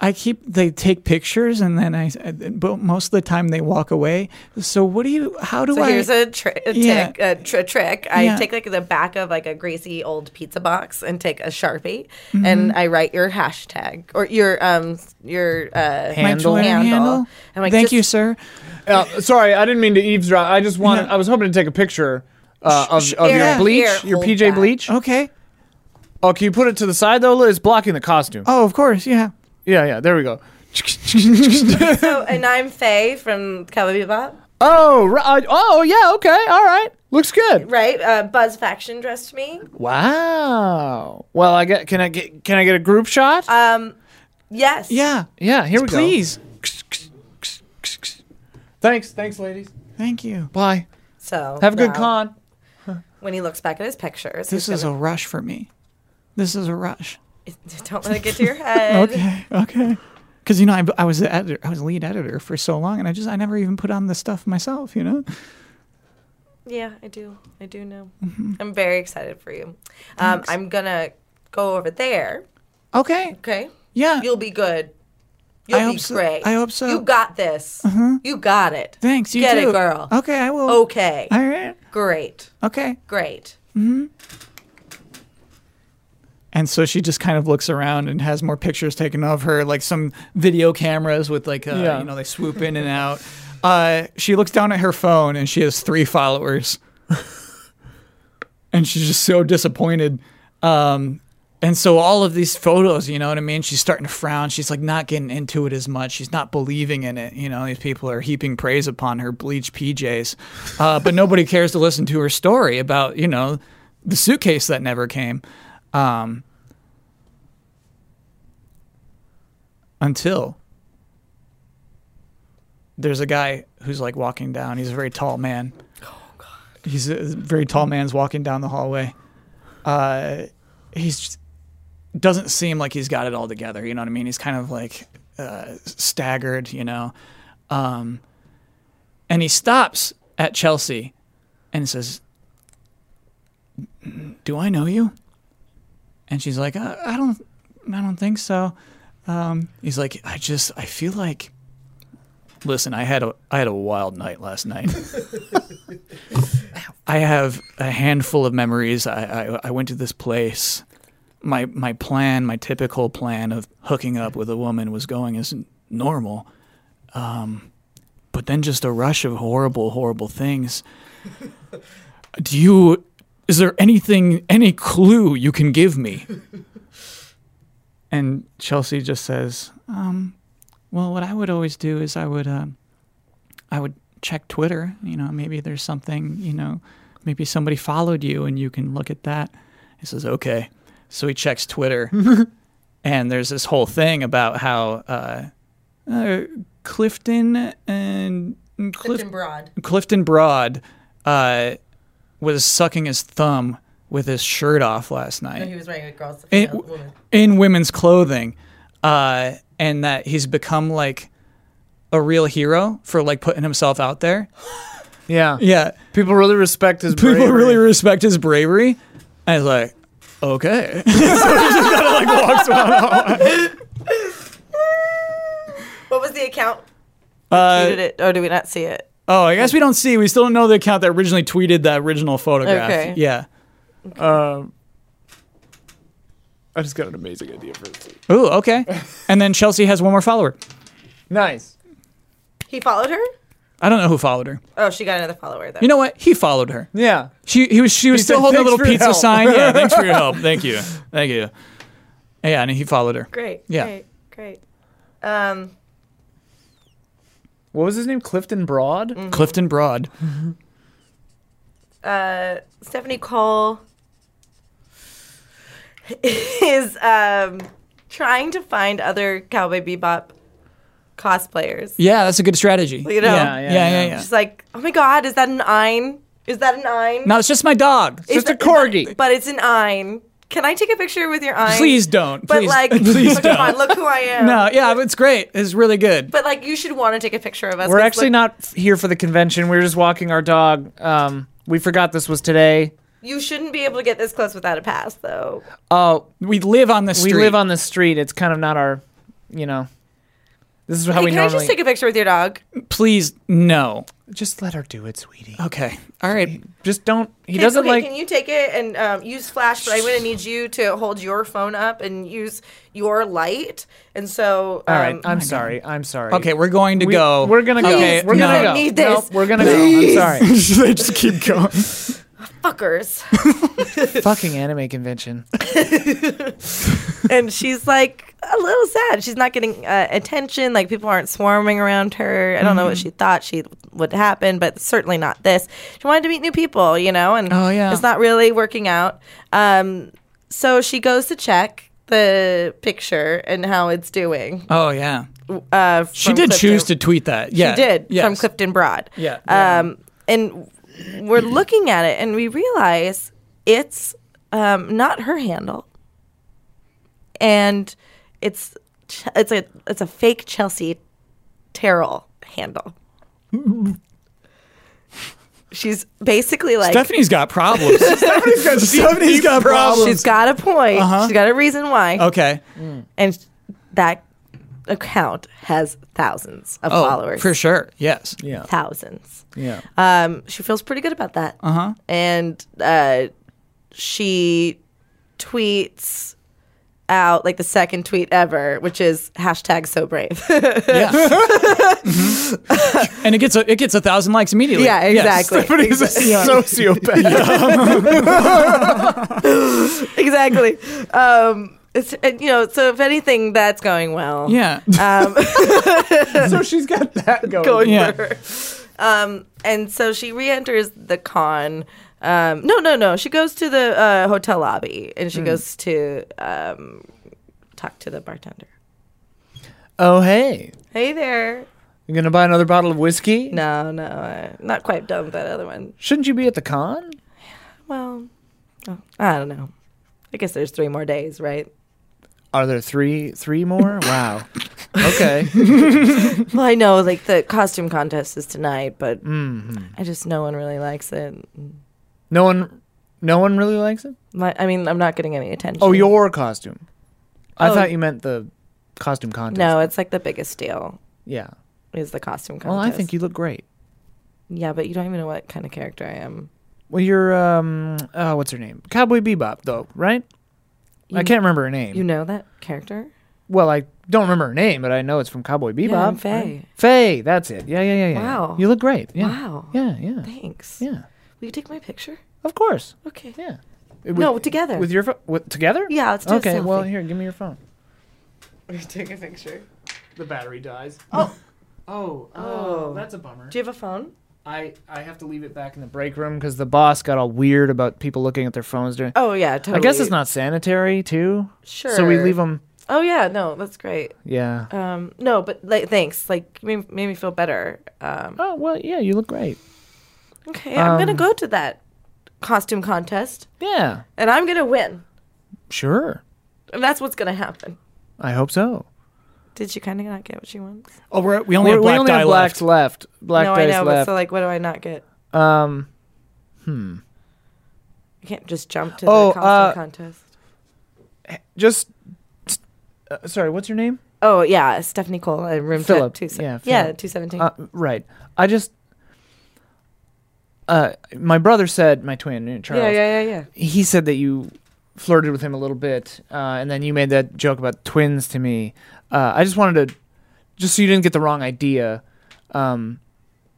Speaker 6: I keep they take pictures and then I, but most of the time they walk away. So what do you? How do
Speaker 3: So
Speaker 6: I?
Speaker 3: here's a, tri- a,
Speaker 6: Yeah.
Speaker 3: tick, a tr- trick. I
Speaker 6: Yeah.
Speaker 3: take like the back of like a greasy old pizza box and take a sharpie and
Speaker 6: Mm-hmm.
Speaker 3: I write your hashtag or your um your uh,
Speaker 6: my
Speaker 1: handle.
Speaker 6: Twitter handle.
Speaker 3: handle. I'm like,
Speaker 6: Thank
Speaker 3: just-
Speaker 6: you, sir.
Speaker 1: Uh, sorry, I didn't mean to eavesdrop. I just wanted.
Speaker 6: Yeah.
Speaker 1: I was hoping to take a picture uh, of, of your
Speaker 6: here,
Speaker 1: bleach,
Speaker 3: here,
Speaker 1: your
Speaker 3: hold
Speaker 1: PJ
Speaker 3: that.
Speaker 1: bleach. Oh.
Speaker 6: Okay.
Speaker 1: can you put it to the side though? It's blocking the costume.
Speaker 6: Oh, of course. Yeah.
Speaker 1: Yeah, yeah. There we go.
Speaker 3: So, and I'm Faye from Cowboy Bebop,
Speaker 1: oh, ri- uh, oh, yeah. Okay, all right. Looks good.
Speaker 3: right? Uh, Buzz Faction dressed me.
Speaker 1: Wow. Well, I get. Can I get? Can I get a group shot?
Speaker 3: Um, Yes.
Speaker 6: Yeah.
Speaker 1: yeah. Here we go.
Speaker 6: Please.
Speaker 1: Thanks. Thanks, ladies.
Speaker 6: Thank you.
Speaker 1: Bye.
Speaker 3: So
Speaker 1: Have a good
Speaker 3: now,
Speaker 1: con.
Speaker 3: When he looks back at his pictures,
Speaker 6: This is a rush for me. This is a rush.
Speaker 3: don't let it get to your head.
Speaker 6: Okay, okay. Because you know, I, I was the editor, I was lead editor for so long, and I just I never even put on the stuff myself. You know,
Speaker 3: Yeah, I do. I do know.
Speaker 6: Mm-hmm.
Speaker 3: I'm very excited for you. Um, I'm gonna go over there.
Speaker 6: okay,
Speaker 3: Okay.
Speaker 6: yeah.
Speaker 3: You'll be good. You'll
Speaker 6: Uh, I
Speaker 3: be
Speaker 6: hope so-
Speaker 3: great.
Speaker 6: I hope so. Mm-hmm.
Speaker 3: You got this. You got it.
Speaker 6: Thanks, you
Speaker 3: Get
Speaker 6: too.
Speaker 3: it, girl.
Speaker 6: Okay, I will.
Speaker 3: Okay.
Speaker 6: All right.
Speaker 3: Great.
Speaker 6: Okay.
Speaker 3: Great.
Speaker 6: And so she just kind of looks around and has more pictures taken of her, like some video cameras with like, uh,
Speaker 1: Yeah.
Speaker 6: you know, they swoop in and out. Uh, she looks down at her phone and she has three followers. and she's just so disappointed. Um, and so all of these photos, you know what I mean? She's starting to frown. She's like not getting into it as much. She's not believing in it. You know, these people are heaping praise upon her bleach PJs, uh, but nobody cares to listen to her story about you know the suitcase that never came. Um, until there's a guy who's like walking down. He's a very tall man. He's a very tall man's walking down the hallway. Uh, he's just- doesn't seem like he's got it all together. You know what I mean? He's kind of like uh, staggered. You know, um, and he stops at Chelsea and says, "Do I know you?" And she's like, "Uh, "I don't, I don't think so." Um, he's like, "I just, I feel like." Listen, I had a I had a wild night last night. I have a handful of memories. I, I I went to this place. My my plan, my typical plan of hooking up with a woman was going as normal. Um, but then just a rush of horrible, horrible things. Do you? Is there anything, any clue you can give me? And Chelsea just says, um, "Well, what I would always do is I would." Um, I would check Twitter. You know, maybe there's something, you know, maybe somebody followed you and you can look at that. He says, okay. So he checks Twitter. and there's this whole thing about how uh, uh, Clifton and Clifton,
Speaker 3: Broad.
Speaker 6: Clifton Broad uh, was sucking his thumb with his
Speaker 3: Oh,
Speaker 6: shirt off last night
Speaker 3: was wearing a girl's
Speaker 6: in, in women's clothing. Uh,
Speaker 2: and that he's become like a real hero for like putting himself out there.
Speaker 1: Yeah.
Speaker 2: Yeah.
Speaker 1: People really respect his
Speaker 2: People
Speaker 1: bravery.
Speaker 2: really respect his bravery. I was like, okay. so he just kind of like walks around.
Speaker 3: What was the account?
Speaker 2: Uh,
Speaker 3: Did it, or do we not see it?
Speaker 2: Oh, I guess we don't see. We still don't know the account that originally tweeted that original photograph.
Speaker 3: Okay.
Speaker 2: Yeah.
Speaker 1: I just got an amazing idea for this.
Speaker 2: Ooh, okay. And then Chelsea has one more follower.
Speaker 1: Nice.
Speaker 3: He followed her.
Speaker 2: I don't know who followed her.
Speaker 3: Oh, she got another follower though.
Speaker 2: You know what? He followed her.
Speaker 1: Yeah.
Speaker 2: She he was she was
Speaker 1: He
Speaker 2: still
Speaker 1: said,
Speaker 2: holding
Speaker 1: "Thanks
Speaker 2: a little
Speaker 1: for your
Speaker 2: pizza
Speaker 1: help."
Speaker 2: sign. Yeah, thanks for your help. Thank you. Thank you. Yeah, and he followed her.
Speaker 3: great.
Speaker 2: Yeah.
Speaker 3: Great. Great. Um,
Speaker 1: What was his name? Clifton Broad?
Speaker 6: Mm.
Speaker 2: Clifton Broad.
Speaker 3: uh, Stephanie Cole is um, trying to find other Cowboy Bebop cosplayers.
Speaker 2: Yeah, that's a good strategy.
Speaker 3: You know?
Speaker 2: yeah, yeah, yeah. yeah,
Speaker 3: She's like, oh my god, is that an Ein? Is that an Ein?
Speaker 2: No, it's just my dog.
Speaker 1: Just a corgi.
Speaker 3: But it's an Ein. Can I take a picture with your Ein?
Speaker 2: Please don't.
Speaker 3: But
Speaker 2: Please-
Speaker 3: like,
Speaker 2: please
Speaker 3: but
Speaker 2: don't.
Speaker 3: come on, look who I am.
Speaker 2: No, yeah, but it's great. It's really good.
Speaker 3: But like, you should want to take a picture of us.
Speaker 1: We're
Speaker 3: 'cause
Speaker 1: actually
Speaker 3: look-
Speaker 1: not f- here for the convention. We were just walking our dog. Um, we forgot this was today.
Speaker 3: You shouldn't be able to get this close without a pass, though.
Speaker 1: Oh,
Speaker 2: we live on the
Speaker 1: we
Speaker 2: street.
Speaker 1: live on the street. It's kind of not our, you know. This is how
Speaker 3: Hey,
Speaker 1: we
Speaker 3: can I
Speaker 1: normally.
Speaker 3: just take a picture with your dog?
Speaker 2: Please no.
Speaker 1: Just let her do it, sweetie.
Speaker 2: Okay. All right.
Speaker 1: Oh, Just don't. He
Speaker 3: Can-
Speaker 1: doesn't
Speaker 3: okay,
Speaker 1: like.
Speaker 3: Can you take it and um, use flash? But I'm gonna need you to hold your phone up and use your light. And so, um,
Speaker 1: All right, I'm sorry. I'm sorry.
Speaker 2: Okay, we're going to
Speaker 1: We-
Speaker 2: go. Oh,
Speaker 1: We're gonna go.
Speaker 2: Okay,
Speaker 1: we're
Speaker 3: no.
Speaker 1: gonna
Speaker 3: I
Speaker 1: go.
Speaker 3: need
Speaker 1: No,
Speaker 3: this.
Speaker 1: we're gonna go. I'm sorry.
Speaker 2: they just keep going.
Speaker 3: fuckers.
Speaker 1: Fucking anime convention.
Speaker 3: and she's like a little sad. She's not getting uh, attention. Like people aren't swarming around her. I don't know what she thought she would happen, but certainly not this. She wanted to meet new people, you know, and
Speaker 2: Oh, yeah.
Speaker 3: it's not really working out. Um, so she goes to check the picture and how it's doing.
Speaker 2: Oh yeah.
Speaker 3: Uh,
Speaker 2: She did choose to tweet that. Yeah.
Speaker 3: She did
Speaker 2: Yes.
Speaker 3: from Clifton Broad.
Speaker 2: Yeah.
Speaker 3: Um, and we're looking at it and we realize it's um, not her handle, and it's Ch- it's a it's a fake Chelsea Terrell handle. She's basically like
Speaker 2: Stephanie's got problems. Stephanie's got, Stephanie's got problems. Uh-huh.
Speaker 3: she's got a point. She's got a reason why,
Speaker 2: okay.
Speaker 3: and that account has thousands of
Speaker 2: Oh,
Speaker 3: followers.
Speaker 2: for sure. Yes.
Speaker 1: Yeah.
Speaker 3: Thousands.
Speaker 1: Yeah.
Speaker 3: Um, she feels pretty good about that. Uh-huh. And uh, she tweets out like the second tweet ever, which is hashtag so brave.
Speaker 2: Yeah. Mhm. And it gets a it gets a thousand likes immediately.
Speaker 3: yeah,
Speaker 2: Yes.
Speaker 3: exactly.
Speaker 1: He's a sociopath.
Speaker 3: exactly. Um, it's and, you know, so if anything, that's going well.
Speaker 2: Yeah.
Speaker 3: Um,
Speaker 1: so she's got that going.
Speaker 3: going
Speaker 2: Yeah.
Speaker 3: for her. Oh, Um, and so she re-enters the con. Um, no, no, no. She goes to the uh, hotel lobby and she goes to um, talk to the bartender.
Speaker 1: Oh hey,
Speaker 3: Hey there.
Speaker 1: you gonna buy another bottle of whiskey?
Speaker 3: No, no, uh, not quite done with that other one.
Speaker 1: Shouldn't you be at the con?
Speaker 3: Well, oh, I don't know. I guess there's three more days, right?
Speaker 1: Are there three three more? Wow. Okay.
Speaker 3: Well, I know, like the costume contest is tonight, but
Speaker 1: Mm-hmm.
Speaker 3: I just no one really likes it.
Speaker 1: No one no one really likes it?
Speaker 3: My, I mean, I'm not getting any attention.
Speaker 1: Oh, your costume. I
Speaker 3: Oh.
Speaker 1: thought you meant the costume contest.
Speaker 3: no, it's like the biggest deal
Speaker 1: Yeah.
Speaker 3: is the costume contest.
Speaker 1: Well, I think you look great.
Speaker 3: Yeah, but you don't even know what kind of character I am.
Speaker 1: Well, you're um uh, what's her name? Cowboy Bebop though, right? I can't remember her name.
Speaker 3: You know that character?
Speaker 1: well, I don't remember her name, but I know it's from Cowboy Bebop.
Speaker 3: Yeah, I'm
Speaker 1: right?
Speaker 3: Faye.
Speaker 1: Faye, that's it. Yeah, yeah, yeah, yeah.
Speaker 3: Wow.
Speaker 1: You look great. Yeah.
Speaker 3: Wow.
Speaker 1: Yeah, yeah.
Speaker 3: Thanks.
Speaker 1: Yeah.
Speaker 3: Will you take my picture?
Speaker 1: Of course.
Speaker 3: Okay.
Speaker 1: Yeah.
Speaker 3: No, together.
Speaker 1: With your pho- with, together?
Speaker 3: Yeah, let's do a
Speaker 1: Okay, well,
Speaker 3: selfie.
Speaker 1: here, give me your phone.
Speaker 3: Take a picture.
Speaker 1: The battery dies. Oh. Oh, oh, that's a bummer.
Speaker 3: Do you have a phone?
Speaker 1: I, I have to leave it back in the break room because the boss got all weird about people looking at their phones during.
Speaker 3: Oh yeah, totally.
Speaker 1: I guess it's not sanitary too.
Speaker 3: Sure.
Speaker 1: So we leave them.
Speaker 3: Oh yeah, no, that's great.
Speaker 1: Yeah.
Speaker 3: Um, no, but like, thanks. Like, made, made me feel better. Um,
Speaker 1: oh well, yeah. You look great.
Speaker 3: Oh, okay, I'm gonna go to that costume contest,
Speaker 1: Yeah.
Speaker 3: and I'm gonna win.
Speaker 1: Sure.
Speaker 3: And that's what's gonna happen.
Speaker 1: I hope so.
Speaker 3: Did she kind of not get what she wants?
Speaker 2: Oh, we're, we only
Speaker 1: We
Speaker 2: have
Speaker 1: we
Speaker 2: black
Speaker 1: only
Speaker 2: dye
Speaker 1: have blacks
Speaker 2: left.
Speaker 1: left. Black
Speaker 3: no,
Speaker 1: dice
Speaker 3: I know, but
Speaker 1: left.
Speaker 3: so like, what do I not get?
Speaker 1: um,
Speaker 3: I can't just jump to
Speaker 1: Oh,
Speaker 3: the costume
Speaker 1: uh,
Speaker 3: contest.
Speaker 1: just. Uh, sorry, what's your name?
Speaker 3: Oh yeah, Stephanie Cole and Room
Speaker 1: Philip,
Speaker 3: Two,
Speaker 1: yeah,
Speaker 3: yeah,
Speaker 1: Philip.
Speaker 3: two seventeen.
Speaker 1: Uh, right. I just. Uh, my brother said my twin uh, Charles.
Speaker 3: yeah, yeah, yeah, yeah.
Speaker 1: He said that you flirted with him a little bit, uh, and then you made that joke about twins to me. Uh, I just wanted to, just so you didn't get the wrong idea. Um,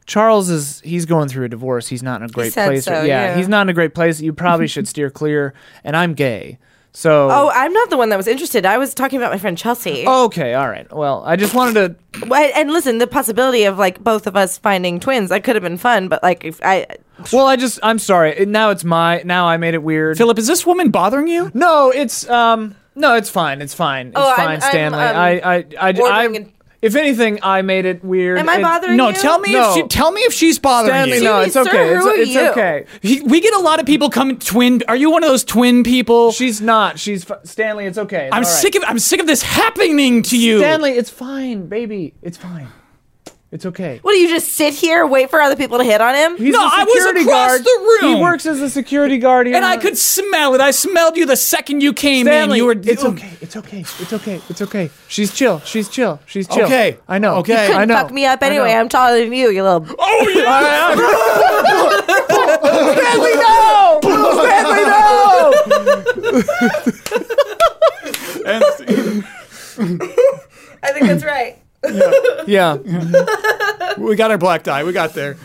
Speaker 1: Charles is he's going through a divorce. He's not in a great
Speaker 3: said
Speaker 1: place.
Speaker 3: so, yeah.
Speaker 1: he's not in a great place. You probably should steer clear. And I'm gay, so
Speaker 3: Oh, I'm not the one that was interested. I was talking about my friend Chelsea.
Speaker 1: Okay, all right. Well, I just wanted to.
Speaker 3: Well, and listen, the possibility of like both of us finding twins that could have been fun, but like if I
Speaker 1: Well, I just. I'm sorry. It- Now it's my. Now I made it weird.
Speaker 2: Philip, is this woman bothering you?
Speaker 1: No, it's um. No, it's fine. It's fine. It's
Speaker 3: Oh, I'm-
Speaker 1: fine,
Speaker 3: I'm,
Speaker 1: Stanley.
Speaker 3: um,
Speaker 1: I, I, I, I,
Speaker 3: ordering an-
Speaker 1: If anything, I made it weird.
Speaker 3: Am I
Speaker 1: It-
Speaker 3: bothering
Speaker 2: No,
Speaker 3: you?
Speaker 2: tell me.
Speaker 1: Uh, No.
Speaker 2: If she, tell me if she's bothering
Speaker 1: Stanley,
Speaker 2: you.
Speaker 1: no,
Speaker 3: Excuse
Speaker 1: it's
Speaker 3: me,
Speaker 1: okay.
Speaker 3: sir,
Speaker 1: it's
Speaker 3: who are
Speaker 1: it's
Speaker 3: you?
Speaker 1: okay.
Speaker 2: He- we get a lot of people coming. Twin. Are you one of those twin people?
Speaker 1: She's not. She's fi- Stanley. It's okay. It's
Speaker 2: I'm
Speaker 1: all right.
Speaker 2: sick of. I'm sick of this happening to you.
Speaker 1: Stanley, it's fine, baby. It's fine. It's okay.
Speaker 3: What do you just sit here wait for other people to hit on him?
Speaker 1: He's
Speaker 2: No,
Speaker 1: a
Speaker 2: I was
Speaker 1: security
Speaker 2: across
Speaker 1: guard.
Speaker 2: the room.
Speaker 1: He works as a security guard here.
Speaker 2: And I
Speaker 1: on-
Speaker 2: could smell it. I smelled you the second you came
Speaker 1: Stanley,
Speaker 2: in. You were.
Speaker 1: It's okay. It's okay. It's okay. It's okay. She's chill. She's chill. She's chill.
Speaker 2: Okay.
Speaker 1: I know.
Speaker 2: Okay. You
Speaker 1: I
Speaker 3: Couldn't
Speaker 1: know.
Speaker 3: fuck me up
Speaker 1: I know.
Speaker 3: anyway. I'm taller than you, you little.
Speaker 2: Oh yeah.
Speaker 1: Stanley, no! Stanley, no!
Speaker 3: I think that's right.
Speaker 1: Yeah.
Speaker 2: we got our black dye. We got there.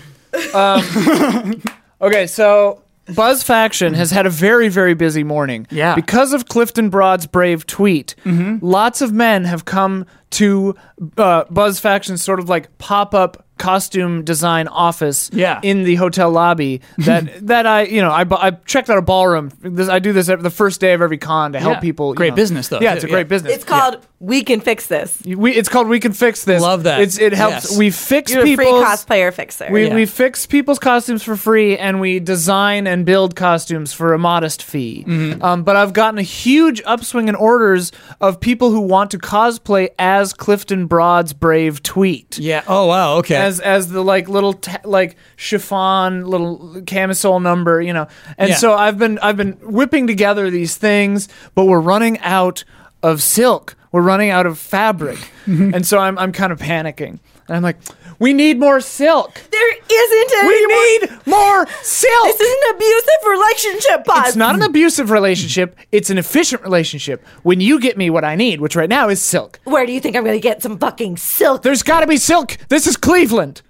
Speaker 1: Okay, so Buzz Faction has had a very, very busy morning.
Speaker 2: Yeah. Mm-hmm.
Speaker 1: Because of Clifton Broad's brave tweet, lots of men have come to uh, Buzz Faction's sort of like pop up costume design office
Speaker 2: Yeah.
Speaker 1: in the hotel lobby that that I you know I, bu- I checked out a ballroom This- I do this every, the first day of every con to help
Speaker 2: Yeah.
Speaker 1: people you
Speaker 2: Great
Speaker 1: know.
Speaker 2: business, though,
Speaker 1: yeah
Speaker 2: too,
Speaker 1: it's a
Speaker 2: yeah.
Speaker 1: great business
Speaker 3: It's called We Can Fix This.
Speaker 1: we it's called we can fix this
Speaker 2: Love that.
Speaker 1: it's it helps
Speaker 2: Yes.
Speaker 1: we fix
Speaker 3: You're a free
Speaker 1: people
Speaker 3: cosplayer fixer.
Speaker 1: we,
Speaker 2: Yeah.
Speaker 1: we fix people's costumes for free and we design and build costumes for a modest fee.
Speaker 2: Mm-hmm.
Speaker 1: Um, but I've gotten a huge upswing in orders of people who want to cosplay as Clifton Broad's brave tweet.
Speaker 2: Yeah. Oh wow. Okay.
Speaker 1: As, as the like little t- like chiffon little camisole number you know and
Speaker 2: Yeah.
Speaker 1: so I've been I've been whipping together these things but we're running out of silk we're running out of fabric
Speaker 2: Mm-hmm.
Speaker 1: and so I'm I'm kind of panicking and I'm like we need more silk
Speaker 3: there isn't any.
Speaker 1: we
Speaker 3: more-
Speaker 1: need more silk.
Speaker 3: This is Mm. an abusive relationship, Bob.
Speaker 1: it's not an abusive relationship. It's an efficient relationship. When you get me what I need, which right now is silk.
Speaker 3: Where do you think I'm going to get some fucking silk?
Speaker 1: There's got to be silk. This is Cleveland.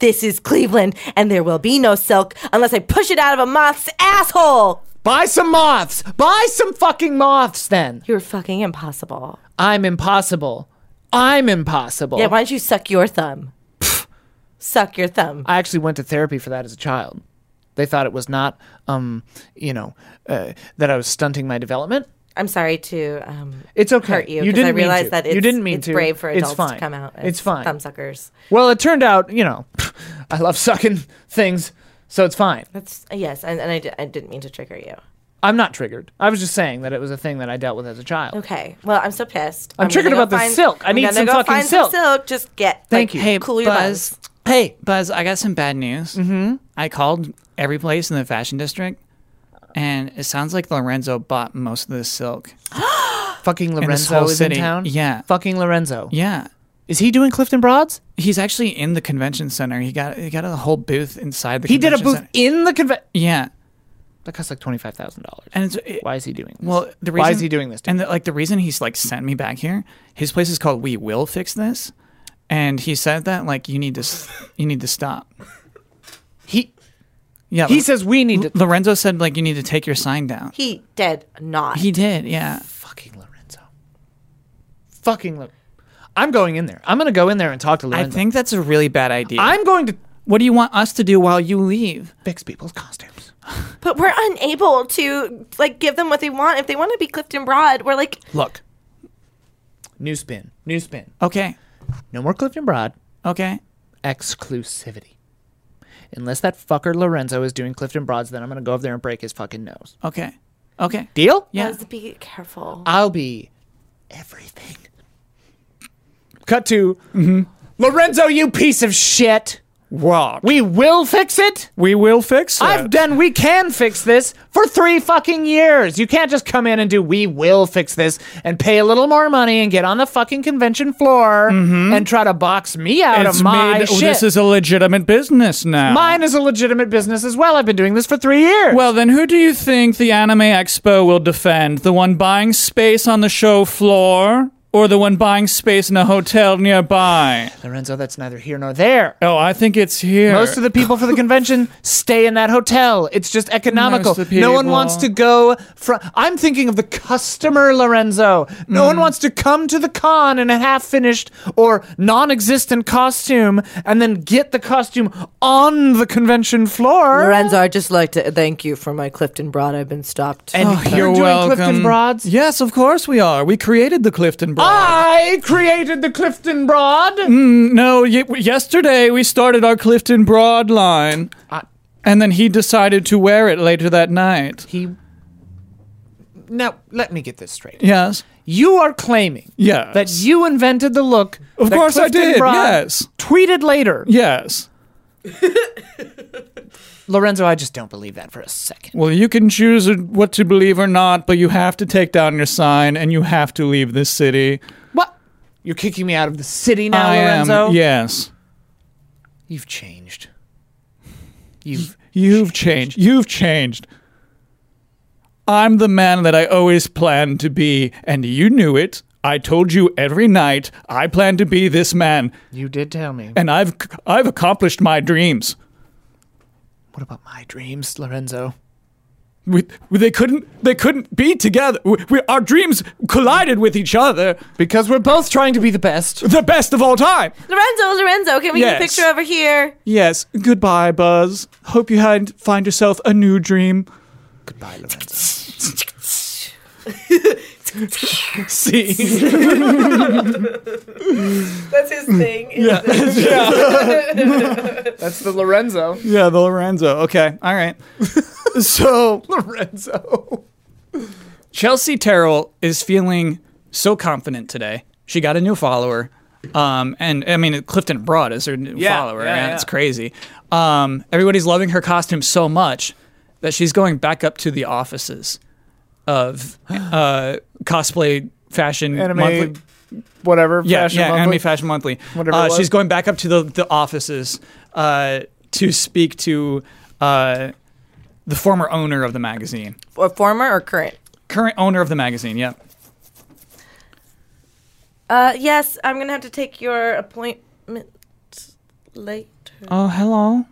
Speaker 3: This is Cleveland, and there will be no silk unless I push it out of a moth's asshole.
Speaker 1: Buy some moths. Buy some fucking moths then.
Speaker 3: You're fucking impossible.
Speaker 1: I'm impossible. I'm impossible.
Speaker 3: Yeah, why don't you suck your thumb? suck your thumb.
Speaker 1: I actually went to therapy for that as a child. They thought it was not, um, you know, uh, that I was stunting my development.
Speaker 3: I'm sorry to um,
Speaker 1: It's okay.
Speaker 3: hurt you.
Speaker 1: You
Speaker 3: 'cause I
Speaker 1: didn't mean
Speaker 3: realize
Speaker 1: to.
Speaker 3: that
Speaker 1: You
Speaker 3: it's,
Speaker 1: didn't mean
Speaker 3: it's
Speaker 1: to.
Speaker 3: brave for
Speaker 1: It's
Speaker 3: adults
Speaker 1: fine.
Speaker 3: to come out. as
Speaker 1: It's fine.
Speaker 3: Thumb suckers.
Speaker 1: Well, it turned out, you know, I love sucking things, so it's fine.
Speaker 3: That's yes, and, and I, di- I didn't mean to trigger you.
Speaker 1: I'm not triggered. I was just saying that it was a thing that I dealt with as a child.
Speaker 3: Okay. Well, I'm so pissed.
Speaker 1: I'm
Speaker 3: gonna
Speaker 1: triggered
Speaker 3: go
Speaker 1: about the silk. I
Speaker 3: I'm
Speaker 1: need
Speaker 3: gonna
Speaker 1: some
Speaker 3: go
Speaker 1: fucking
Speaker 3: find
Speaker 1: silk.
Speaker 3: Some silk. Just get.
Speaker 1: Thank
Speaker 3: like,
Speaker 1: you.
Speaker 2: Hey,
Speaker 3: cool your
Speaker 2: Buzz.
Speaker 3: buns.
Speaker 2: Hey, Buzz. I got some bad news. Mm-hmm. I called every place in the fashion district, and it sounds like Lorenzo bought most of this silk.
Speaker 1: Fucking
Speaker 2: this
Speaker 1: Lorenzo
Speaker 2: whole
Speaker 1: is
Speaker 2: city.
Speaker 1: in town.
Speaker 2: Yeah.
Speaker 1: Fucking Lorenzo.
Speaker 2: Yeah.
Speaker 1: Is he doing Clifton Broads?
Speaker 2: He's actually in the convention center. He got he got a whole booth inside the.
Speaker 1: He did a
Speaker 2: convention
Speaker 1: booth
Speaker 2: center.
Speaker 1: in the convention.
Speaker 2: Yeah,
Speaker 1: That costs like twenty five thousand dollars.
Speaker 2: and it's, it-
Speaker 1: Why is he doing this?
Speaker 2: well the reason
Speaker 1: why is he doing this? To
Speaker 2: and
Speaker 1: me?
Speaker 2: the, like the reason he's like sent me back here. His place is called We Will Fix This, and he said that like you need to s- you need to stop.
Speaker 1: he
Speaker 2: Yeah,
Speaker 1: he says we need to.
Speaker 2: Lorenzo said like you need to take your sign down.
Speaker 3: He did not.
Speaker 2: He did, yeah.
Speaker 1: Fucking Lorenzo. Fucking. Lo- I'm going in there. I'm going to go in there and talk to
Speaker 2: I
Speaker 1: Lorenzo.
Speaker 2: think that's a really bad idea.
Speaker 1: I'm going to
Speaker 2: what do you want us to do while you leave?
Speaker 1: fix people's costumes.
Speaker 3: but we're unable to like give them what they want if they want to be Clifton Broad. We're like,
Speaker 1: Look. New spin. New spin.
Speaker 2: Okay,
Speaker 1: No more Clifton Broad.
Speaker 2: okay.
Speaker 1: exclusivity. Unless that fucker Lorenzo is doing Clifton Broads, then I'm gonna go over there Oh, and break his fucking nose.
Speaker 2: Okay. Okay.
Speaker 1: Deal?
Speaker 2: Yeah.
Speaker 3: Buzz, be careful.
Speaker 1: I'll be
Speaker 7: everything.
Speaker 1: Cut to
Speaker 6: Mm-hmm.
Speaker 1: Lorenzo, you piece of shit.
Speaker 6: What?
Speaker 1: We will fix it.
Speaker 6: We will fix it.
Speaker 1: I've done. We can fix this for three fucking years. You can't just come in and do. We will fix this and pay a little more money and get on the fucking convention floor and try to box me out
Speaker 6: Mm-hmm. It's
Speaker 1: of my
Speaker 6: made- oh,
Speaker 1: shit.
Speaker 6: This is a legitimate business now.
Speaker 1: Mine is a legitimate business as well. I've been doing this for three years.
Speaker 6: Well, then, who do you think the Anime Expo will defend? The one buying space on the show floor, or the one buying space in a hotel nearby?
Speaker 1: Lorenzo, that's neither here nor there.
Speaker 6: Oh, I think it's here.
Speaker 1: Most of the people for the convention stay in that hotel. It's just economical.
Speaker 6: Most of the
Speaker 1: No one
Speaker 6: people-
Speaker 1: wants to go from. I'm thinking of the customer, Lorenzo. No
Speaker 6: Hmm.
Speaker 1: one wants to come to the con in a half finished or non existent costume and then get the costume on the convention floor.
Speaker 3: Lorenzo, I'd just like to thank you for my Clifton Broad. I've been stopped.
Speaker 1: And
Speaker 6: Oh,
Speaker 1: you're,
Speaker 6: you're
Speaker 1: doing
Speaker 6: welcome.
Speaker 1: Clifton Broads? Ah!
Speaker 6: Yes, of course we are. We created the Clifton Broad.
Speaker 1: I created the Clifton Broad.
Speaker 6: Hmm. No, y- yesterday we started our Clifton Broad line,
Speaker 1: Ah.
Speaker 6: and then he decided to wear it later that night.
Speaker 1: He. Now, let me get this straight.
Speaker 6: Yes.
Speaker 1: You are claiming
Speaker 6: Yes.
Speaker 1: that you invented the look.
Speaker 6: Of
Speaker 1: that
Speaker 6: course I
Speaker 1: Clifton
Speaker 6: did,
Speaker 1: Broad
Speaker 6: yes.
Speaker 1: Tweeted later.
Speaker 6: Yes.
Speaker 1: Lorenzo, I just don't believe that for a second.
Speaker 6: Well, you can choose what to believe or not, but you have to take down your sign and you have to leave this city.
Speaker 1: What? You're kicking me out of the city now,
Speaker 6: I am.
Speaker 1: Lorenzo?
Speaker 6: Yes.
Speaker 1: You've changed. You've.
Speaker 6: You've changed. You've changed. I'm the man that I always planned to be, and you knew it. I told you every night I plan to be this man,
Speaker 1: You did tell me.
Speaker 6: and I've I've accomplished my dreams.
Speaker 1: What about my dreams, Lorenzo?
Speaker 6: We, we- they couldn't they couldn't be together. We, we, our dreams collided with each other.
Speaker 1: Because we're both trying to be the best.
Speaker 6: The best of all time.
Speaker 3: Lorenzo, Lorenzo, can we get a
Speaker 6: Yes.
Speaker 3: picture over here?
Speaker 6: Yes. Goodbye, Buzz. Hope you had find yourself a new dream.
Speaker 1: Goodbye, Lorenzo.
Speaker 6: See.
Speaker 3: That's his thing. yeah.
Speaker 1: That's the Lorenzo.
Speaker 6: Yeah, the Lorenzo. Okay, all right. so
Speaker 1: Lorenzo.
Speaker 6: Chelsea Terrell is feeling so confident today. She got a new follower. Um, and I mean, Clifton Broad is her new
Speaker 1: Yeah,
Speaker 6: follower,
Speaker 1: yeah,
Speaker 6: and
Speaker 1: yeah.
Speaker 6: it's crazy. Um, everybody's loving her costume so much that she's going back up to the offices of uh, cosplay fashion
Speaker 1: Anime.
Speaker 6: monthly
Speaker 1: Whatever.
Speaker 6: yeah,
Speaker 1: fashion
Speaker 6: yeah,
Speaker 1: monthly.
Speaker 6: Anime Fashion Monthly.
Speaker 1: Whatever
Speaker 6: Uh,
Speaker 1: it was.
Speaker 6: She's going back up to the the offices uh, to speak to uh, the former owner of the magazine,
Speaker 3: Or former or current?
Speaker 6: current owner of the magazine. Yeah.
Speaker 3: Uh, yes, I'm gonna have to take your appointment later.
Speaker 6: Oh, hello.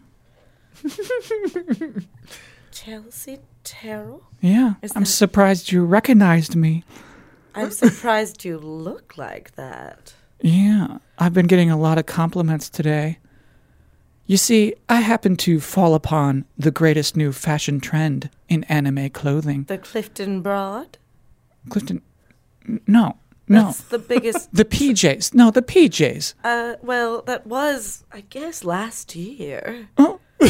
Speaker 3: Chelsea Terrell.
Speaker 6: Yeah, I'm surprised you recognized me.
Speaker 3: I'm surprised you look like that.
Speaker 6: Yeah, I've been getting a lot of compliments today. You see, I happen to fall upon the greatest new fashion trend in anime clothing.
Speaker 3: The Clifton Broad.
Speaker 6: Clifton, n- no, no,
Speaker 3: That's the biggest.
Speaker 6: the PJs, no, the PJs.
Speaker 3: Uh, well, that was, I guess, last year.
Speaker 6: Oh.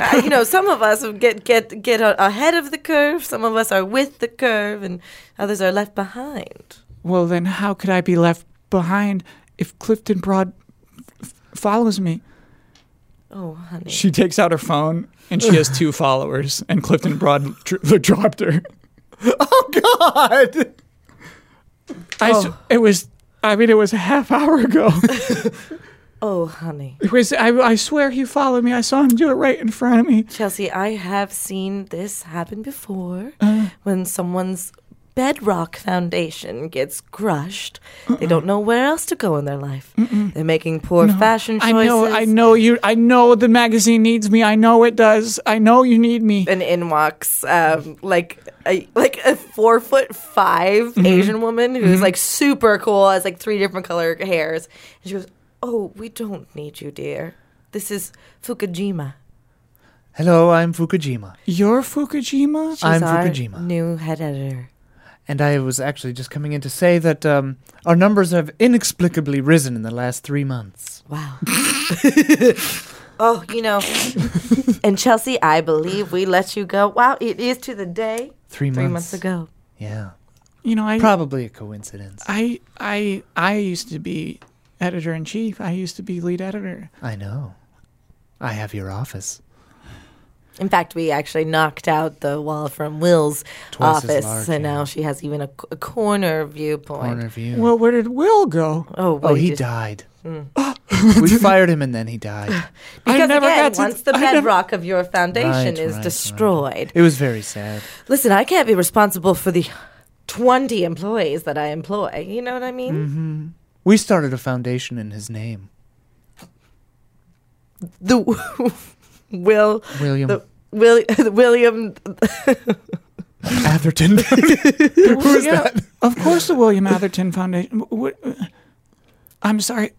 Speaker 3: Uh, you know, some of us get get get a- ahead of the curve. Some of us are with the curve, and others are left behind.
Speaker 6: Well, then how could I be left behind if Clifton Broad f- follows me?
Speaker 3: Oh, honey.
Speaker 6: She takes out her phone and she has two followers, and Clifton Broad dr- dropped her. Oh God! I s- it was. I mean, it was a half hour ago.
Speaker 3: Oh, honey.
Speaker 6: It was. I, I swear he followed me. I saw him do it right in front of me.
Speaker 3: Chelsea, I have seen this happen before
Speaker 6: Uh.
Speaker 3: when someone's bedrock foundation gets crushed. They don't know where else to go in their life. They're making poor fashion
Speaker 6: Uh-uh. I
Speaker 3: choices.
Speaker 6: know. I know you. I know the magazine needs me. I know it does. I know you need me.
Speaker 3: And in walks um, like a, like a four foot 5
Speaker 6: Mm-hmm.
Speaker 3: Asian woman who's like super cool, has like three different color hairs, and she goes, "Oh, we don't need you, dear. This is Fukujima.
Speaker 1: Hello, I'm Fukujima.
Speaker 6: You're Fukushima.
Speaker 3: She's
Speaker 1: I'm
Speaker 3: our
Speaker 1: Fukujima.
Speaker 3: new head editor."
Speaker 1: And I was actually just coming in to say that um, our numbers have inexplicably risen in the last three months.
Speaker 3: Wow. oh, you know. and Chelsea, I believe we let you go. Wow, it is to the day.
Speaker 1: Three,
Speaker 3: Three months ago.
Speaker 1: Yeah.
Speaker 2: you know, I
Speaker 1: Probably a coincidence.
Speaker 2: I I I used to be editor in chief. I used to be lead editor.
Speaker 1: I know. I have your office.
Speaker 3: In fact, we actually knocked out the wall from Will's
Speaker 1: Twice as
Speaker 3: office,
Speaker 1: large,
Speaker 3: and
Speaker 1: yeah.
Speaker 3: now she has even a, c- a corner viewpoint.
Speaker 1: Corner view.
Speaker 2: Well, where did Will go?
Speaker 3: Oh,
Speaker 1: oh,
Speaker 3: wait,
Speaker 1: he
Speaker 3: just- hmm.
Speaker 1: died. we fired him and then he died.
Speaker 2: I
Speaker 3: Because
Speaker 2: never
Speaker 3: again,
Speaker 2: got to-
Speaker 3: once the
Speaker 2: I never-
Speaker 3: bedrock of your foundation
Speaker 1: Right,
Speaker 3: is
Speaker 1: right,
Speaker 3: destroyed,
Speaker 1: It was very sad.
Speaker 3: listen, I can't be responsible for the 20 employees that I employ. You know what I mean?
Speaker 1: Mm-hmm. We started a foundation in his name.
Speaker 3: The Will,
Speaker 1: William
Speaker 3: the Will, William,
Speaker 1: Atherton.
Speaker 2: Who's that? Of course, the William Atherton Foundation. Wh- what- I'm sorry,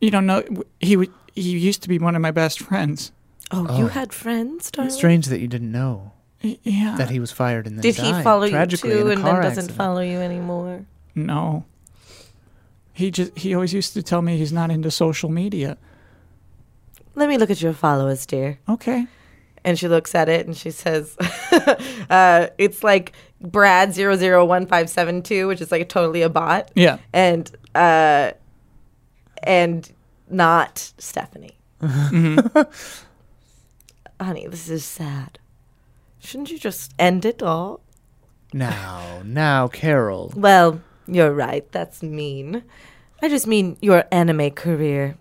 Speaker 2: you don't know. He wa- he used to be one of my best friends.
Speaker 3: oh, you had friends, darling?
Speaker 1: Strange that you didn't know
Speaker 2: Y- Yeah.
Speaker 1: that he was fired and then
Speaker 3: Did
Speaker 1: died
Speaker 3: he follow you
Speaker 1: tragically in
Speaker 3: too
Speaker 1: a
Speaker 3: and then
Speaker 1: car
Speaker 3: doesn't
Speaker 1: accident.
Speaker 3: follow you anymore?
Speaker 2: no. He just he always used to tell me he's not into social media.
Speaker 3: Let me look at your followers, dear.
Speaker 2: Okay.
Speaker 3: and she looks at it and she says, uh, "It's like Brad 001572, which is like totally a bot,
Speaker 2: Yeah.
Speaker 3: and uh, and not Stephanie." Honey, this is sad. Shouldn't you just end it all?
Speaker 1: Now, now, Carol.
Speaker 3: Well, you're right. That's mean. I just mean your anime career.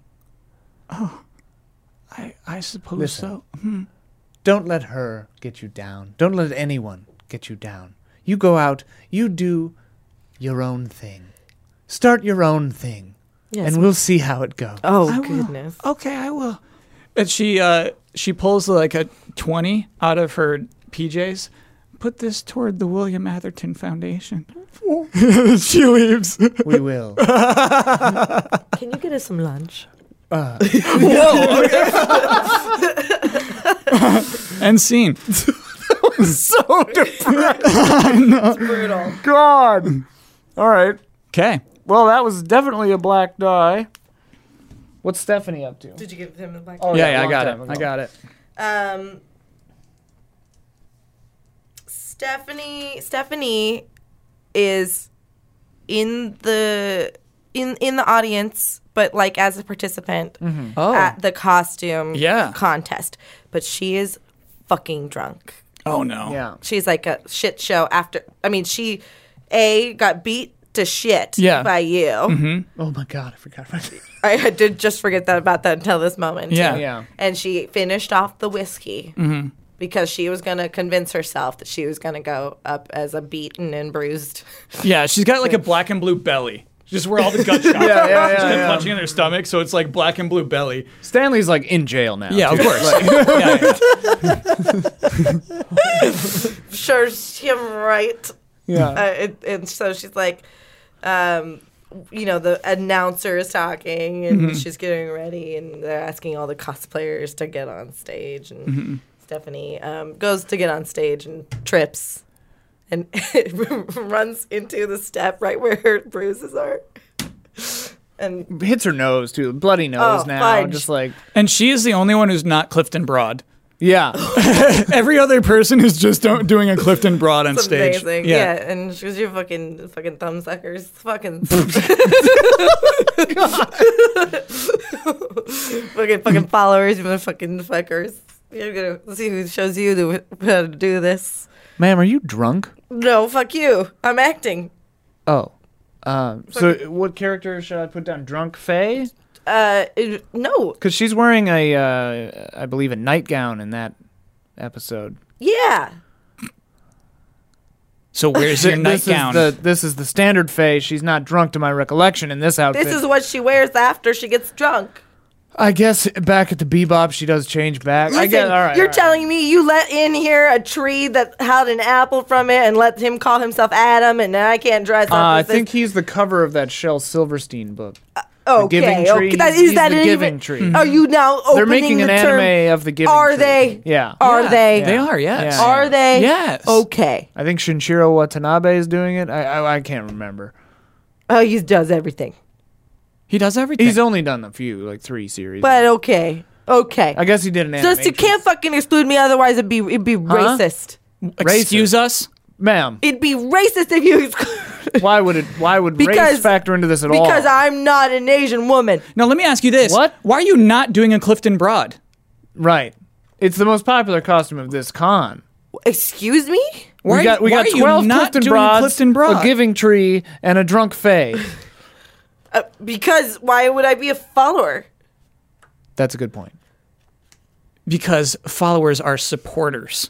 Speaker 2: I I suppose
Speaker 1: Listen.
Speaker 2: so.
Speaker 1: Don't let her get you down. Don't let anyone get you down. You go out, you do your own thing. Start your own thing.
Speaker 3: Yes.
Speaker 1: and we'll see how it goes.
Speaker 3: oh
Speaker 2: I will.
Speaker 3: goodness.
Speaker 2: Okay, I will. And she uh she pulls like a twenty out of her PJs. Put this toward the William Atherton Foundation. she leaves.
Speaker 1: We will.
Speaker 3: Can you get us some lunch?
Speaker 2: End scene.
Speaker 1: so depressed. brutal. God. All right.
Speaker 2: Okay.
Speaker 1: Well, that was definitely a black die. What's Stephanie up to?
Speaker 3: Did you give him the black?
Speaker 1: Oh,
Speaker 2: Yeah, yeah, I
Speaker 1: long
Speaker 2: got
Speaker 1: time
Speaker 2: it.
Speaker 1: ago.
Speaker 2: I got it.
Speaker 3: Um, Stephanie Stephanie is in the in in the audience, but like as a participant
Speaker 2: Oh.
Speaker 3: at the costume
Speaker 2: Yeah.
Speaker 3: contest. But she is fucking drunk.
Speaker 2: oh no.
Speaker 1: Yeah.
Speaker 3: She's like a shit show after. I mean, she a got beat to shit
Speaker 2: Yeah. Mm-hmm.
Speaker 3: by you.
Speaker 1: Oh my God, I forgot. about it.
Speaker 3: I, I did just forget that about that until this moment.
Speaker 2: Yeah.
Speaker 1: yeah.
Speaker 3: and she finished off the whiskey because she was going to convince herself that she was going to go up as a beaten and bruised.
Speaker 2: Yeah, she's got like a black and blue belly. Just where all the gunshots yeah,
Speaker 1: yeah, yeah,
Speaker 2: just
Speaker 1: yeah.
Speaker 2: punching in her stomach, so it's like black and blue belly.
Speaker 1: Stanley's like in jail now.
Speaker 2: Yeah, of
Speaker 1: too.
Speaker 2: course. Yeah, yeah.
Speaker 3: Serves him right.
Speaker 1: Yeah.
Speaker 3: Uh, it, and so she's like, um, you know, the announcer is talking and she's getting ready, and they're asking all the cosplayers to get on stage. And Stephanie um, goes to get on stage and trips and runs into the step right where her bruises are. And
Speaker 1: Hits her nose too. Bloody nose
Speaker 3: Oh,
Speaker 1: now.
Speaker 3: fudge.
Speaker 1: Just like
Speaker 2: And she is the only one who's not Clifton Broad.
Speaker 1: yeah.
Speaker 2: Every other person is just don't, doing a Clifton Broad on
Speaker 3: It's
Speaker 2: stage.
Speaker 3: amazing. Yeah. and she was your fucking fucking thumb suckers. Fucking fucking fucking followers, you fucking fuckers. You're gonna see who shows you to, how to do this.
Speaker 1: Ma'am, are you drunk?
Speaker 3: No, fuck you. I'm acting.
Speaker 1: Oh. Um, so what character should I put down? Drunk Faye?
Speaker 3: Uh, it- no.
Speaker 1: Because she's wearing a, uh, I believe, a nightgown in that episode.
Speaker 3: Yeah.
Speaker 2: So where's your
Speaker 1: this
Speaker 2: nightgown?
Speaker 1: Is the, this is the standard Faye. She's not drunk to my recollection in this outfit.
Speaker 3: This is what she wears after she gets drunk.
Speaker 1: I guess back at the Bebop, she does change back. I
Speaker 3: Listen,
Speaker 1: guess. All right.
Speaker 3: you're
Speaker 1: all right.
Speaker 3: telling me you let in here a tree that held an apple from it and let him call himself Adam, and now I can't dress up.
Speaker 1: Uh, I
Speaker 3: as this
Speaker 1: think he's the cover of that Shell Silverstein book.
Speaker 3: Okay,
Speaker 1: Giving Tree.
Speaker 3: okay. That,
Speaker 1: He's-
Speaker 3: is
Speaker 1: he's
Speaker 3: that
Speaker 1: the
Speaker 3: an
Speaker 1: Giving
Speaker 3: even-
Speaker 1: Tree.
Speaker 3: Are you now opening
Speaker 1: They're making
Speaker 3: the
Speaker 1: an
Speaker 3: term?
Speaker 1: anime of the Giving
Speaker 3: Are
Speaker 1: Tree.
Speaker 3: they?
Speaker 1: Yeah.
Speaker 3: Are they?
Speaker 2: They are, yes.
Speaker 1: Yeah.
Speaker 3: Are they?
Speaker 2: Yes.
Speaker 3: Okay.
Speaker 1: I think Shinshiro Watanabe is doing it. I I, I can't remember.
Speaker 3: Oh, he does everything.
Speaker 2: He does everything.
Speaker 1: He's only done a few, like three series.
Speaker 3: But okay, okay.
Speaker 1: I guess he did an anime.
Speaker 3: Just you can't fucking exclude me, otherwise it'd be it'd be racist.
Speaker 2: Excuse us?
Speaker 8: ma'am.
Speaker 3: It'd be racist if you excluded
Speaker 8: Why would it? Why would race
Speaker 3: Because-
Speaker 8: factor into this at all?
Speaker 3: because I'm not an Asian woman.
Speaker 6: Now let me ask you this:
Speaker 8: What?
Speaker 6: Why are you not doing a Clifton Broad?
Speaker 8: right, it's the most popular costume of this con.
Speaker 3: Excuse me?
Speaker 6: Why are
Speaker 8: we
Speaker 6: you-
Speaker 8: got we
Speaker 6: why
Speaker 8: got
Speaker 6: are you
Speaker 8: twelve
Speaker 6: not
Speaker 8: Clifton
Speaker 6: doing a
Speaker 8: Broads,
Speaker 6: Clifton Broad?
Speaker 8: a giving tree, and a drunk fae.
Speaker 3: Uh, because why would I be a follower?
Speaker 8: That's a good point.
Speaker 6: because followers are supporters.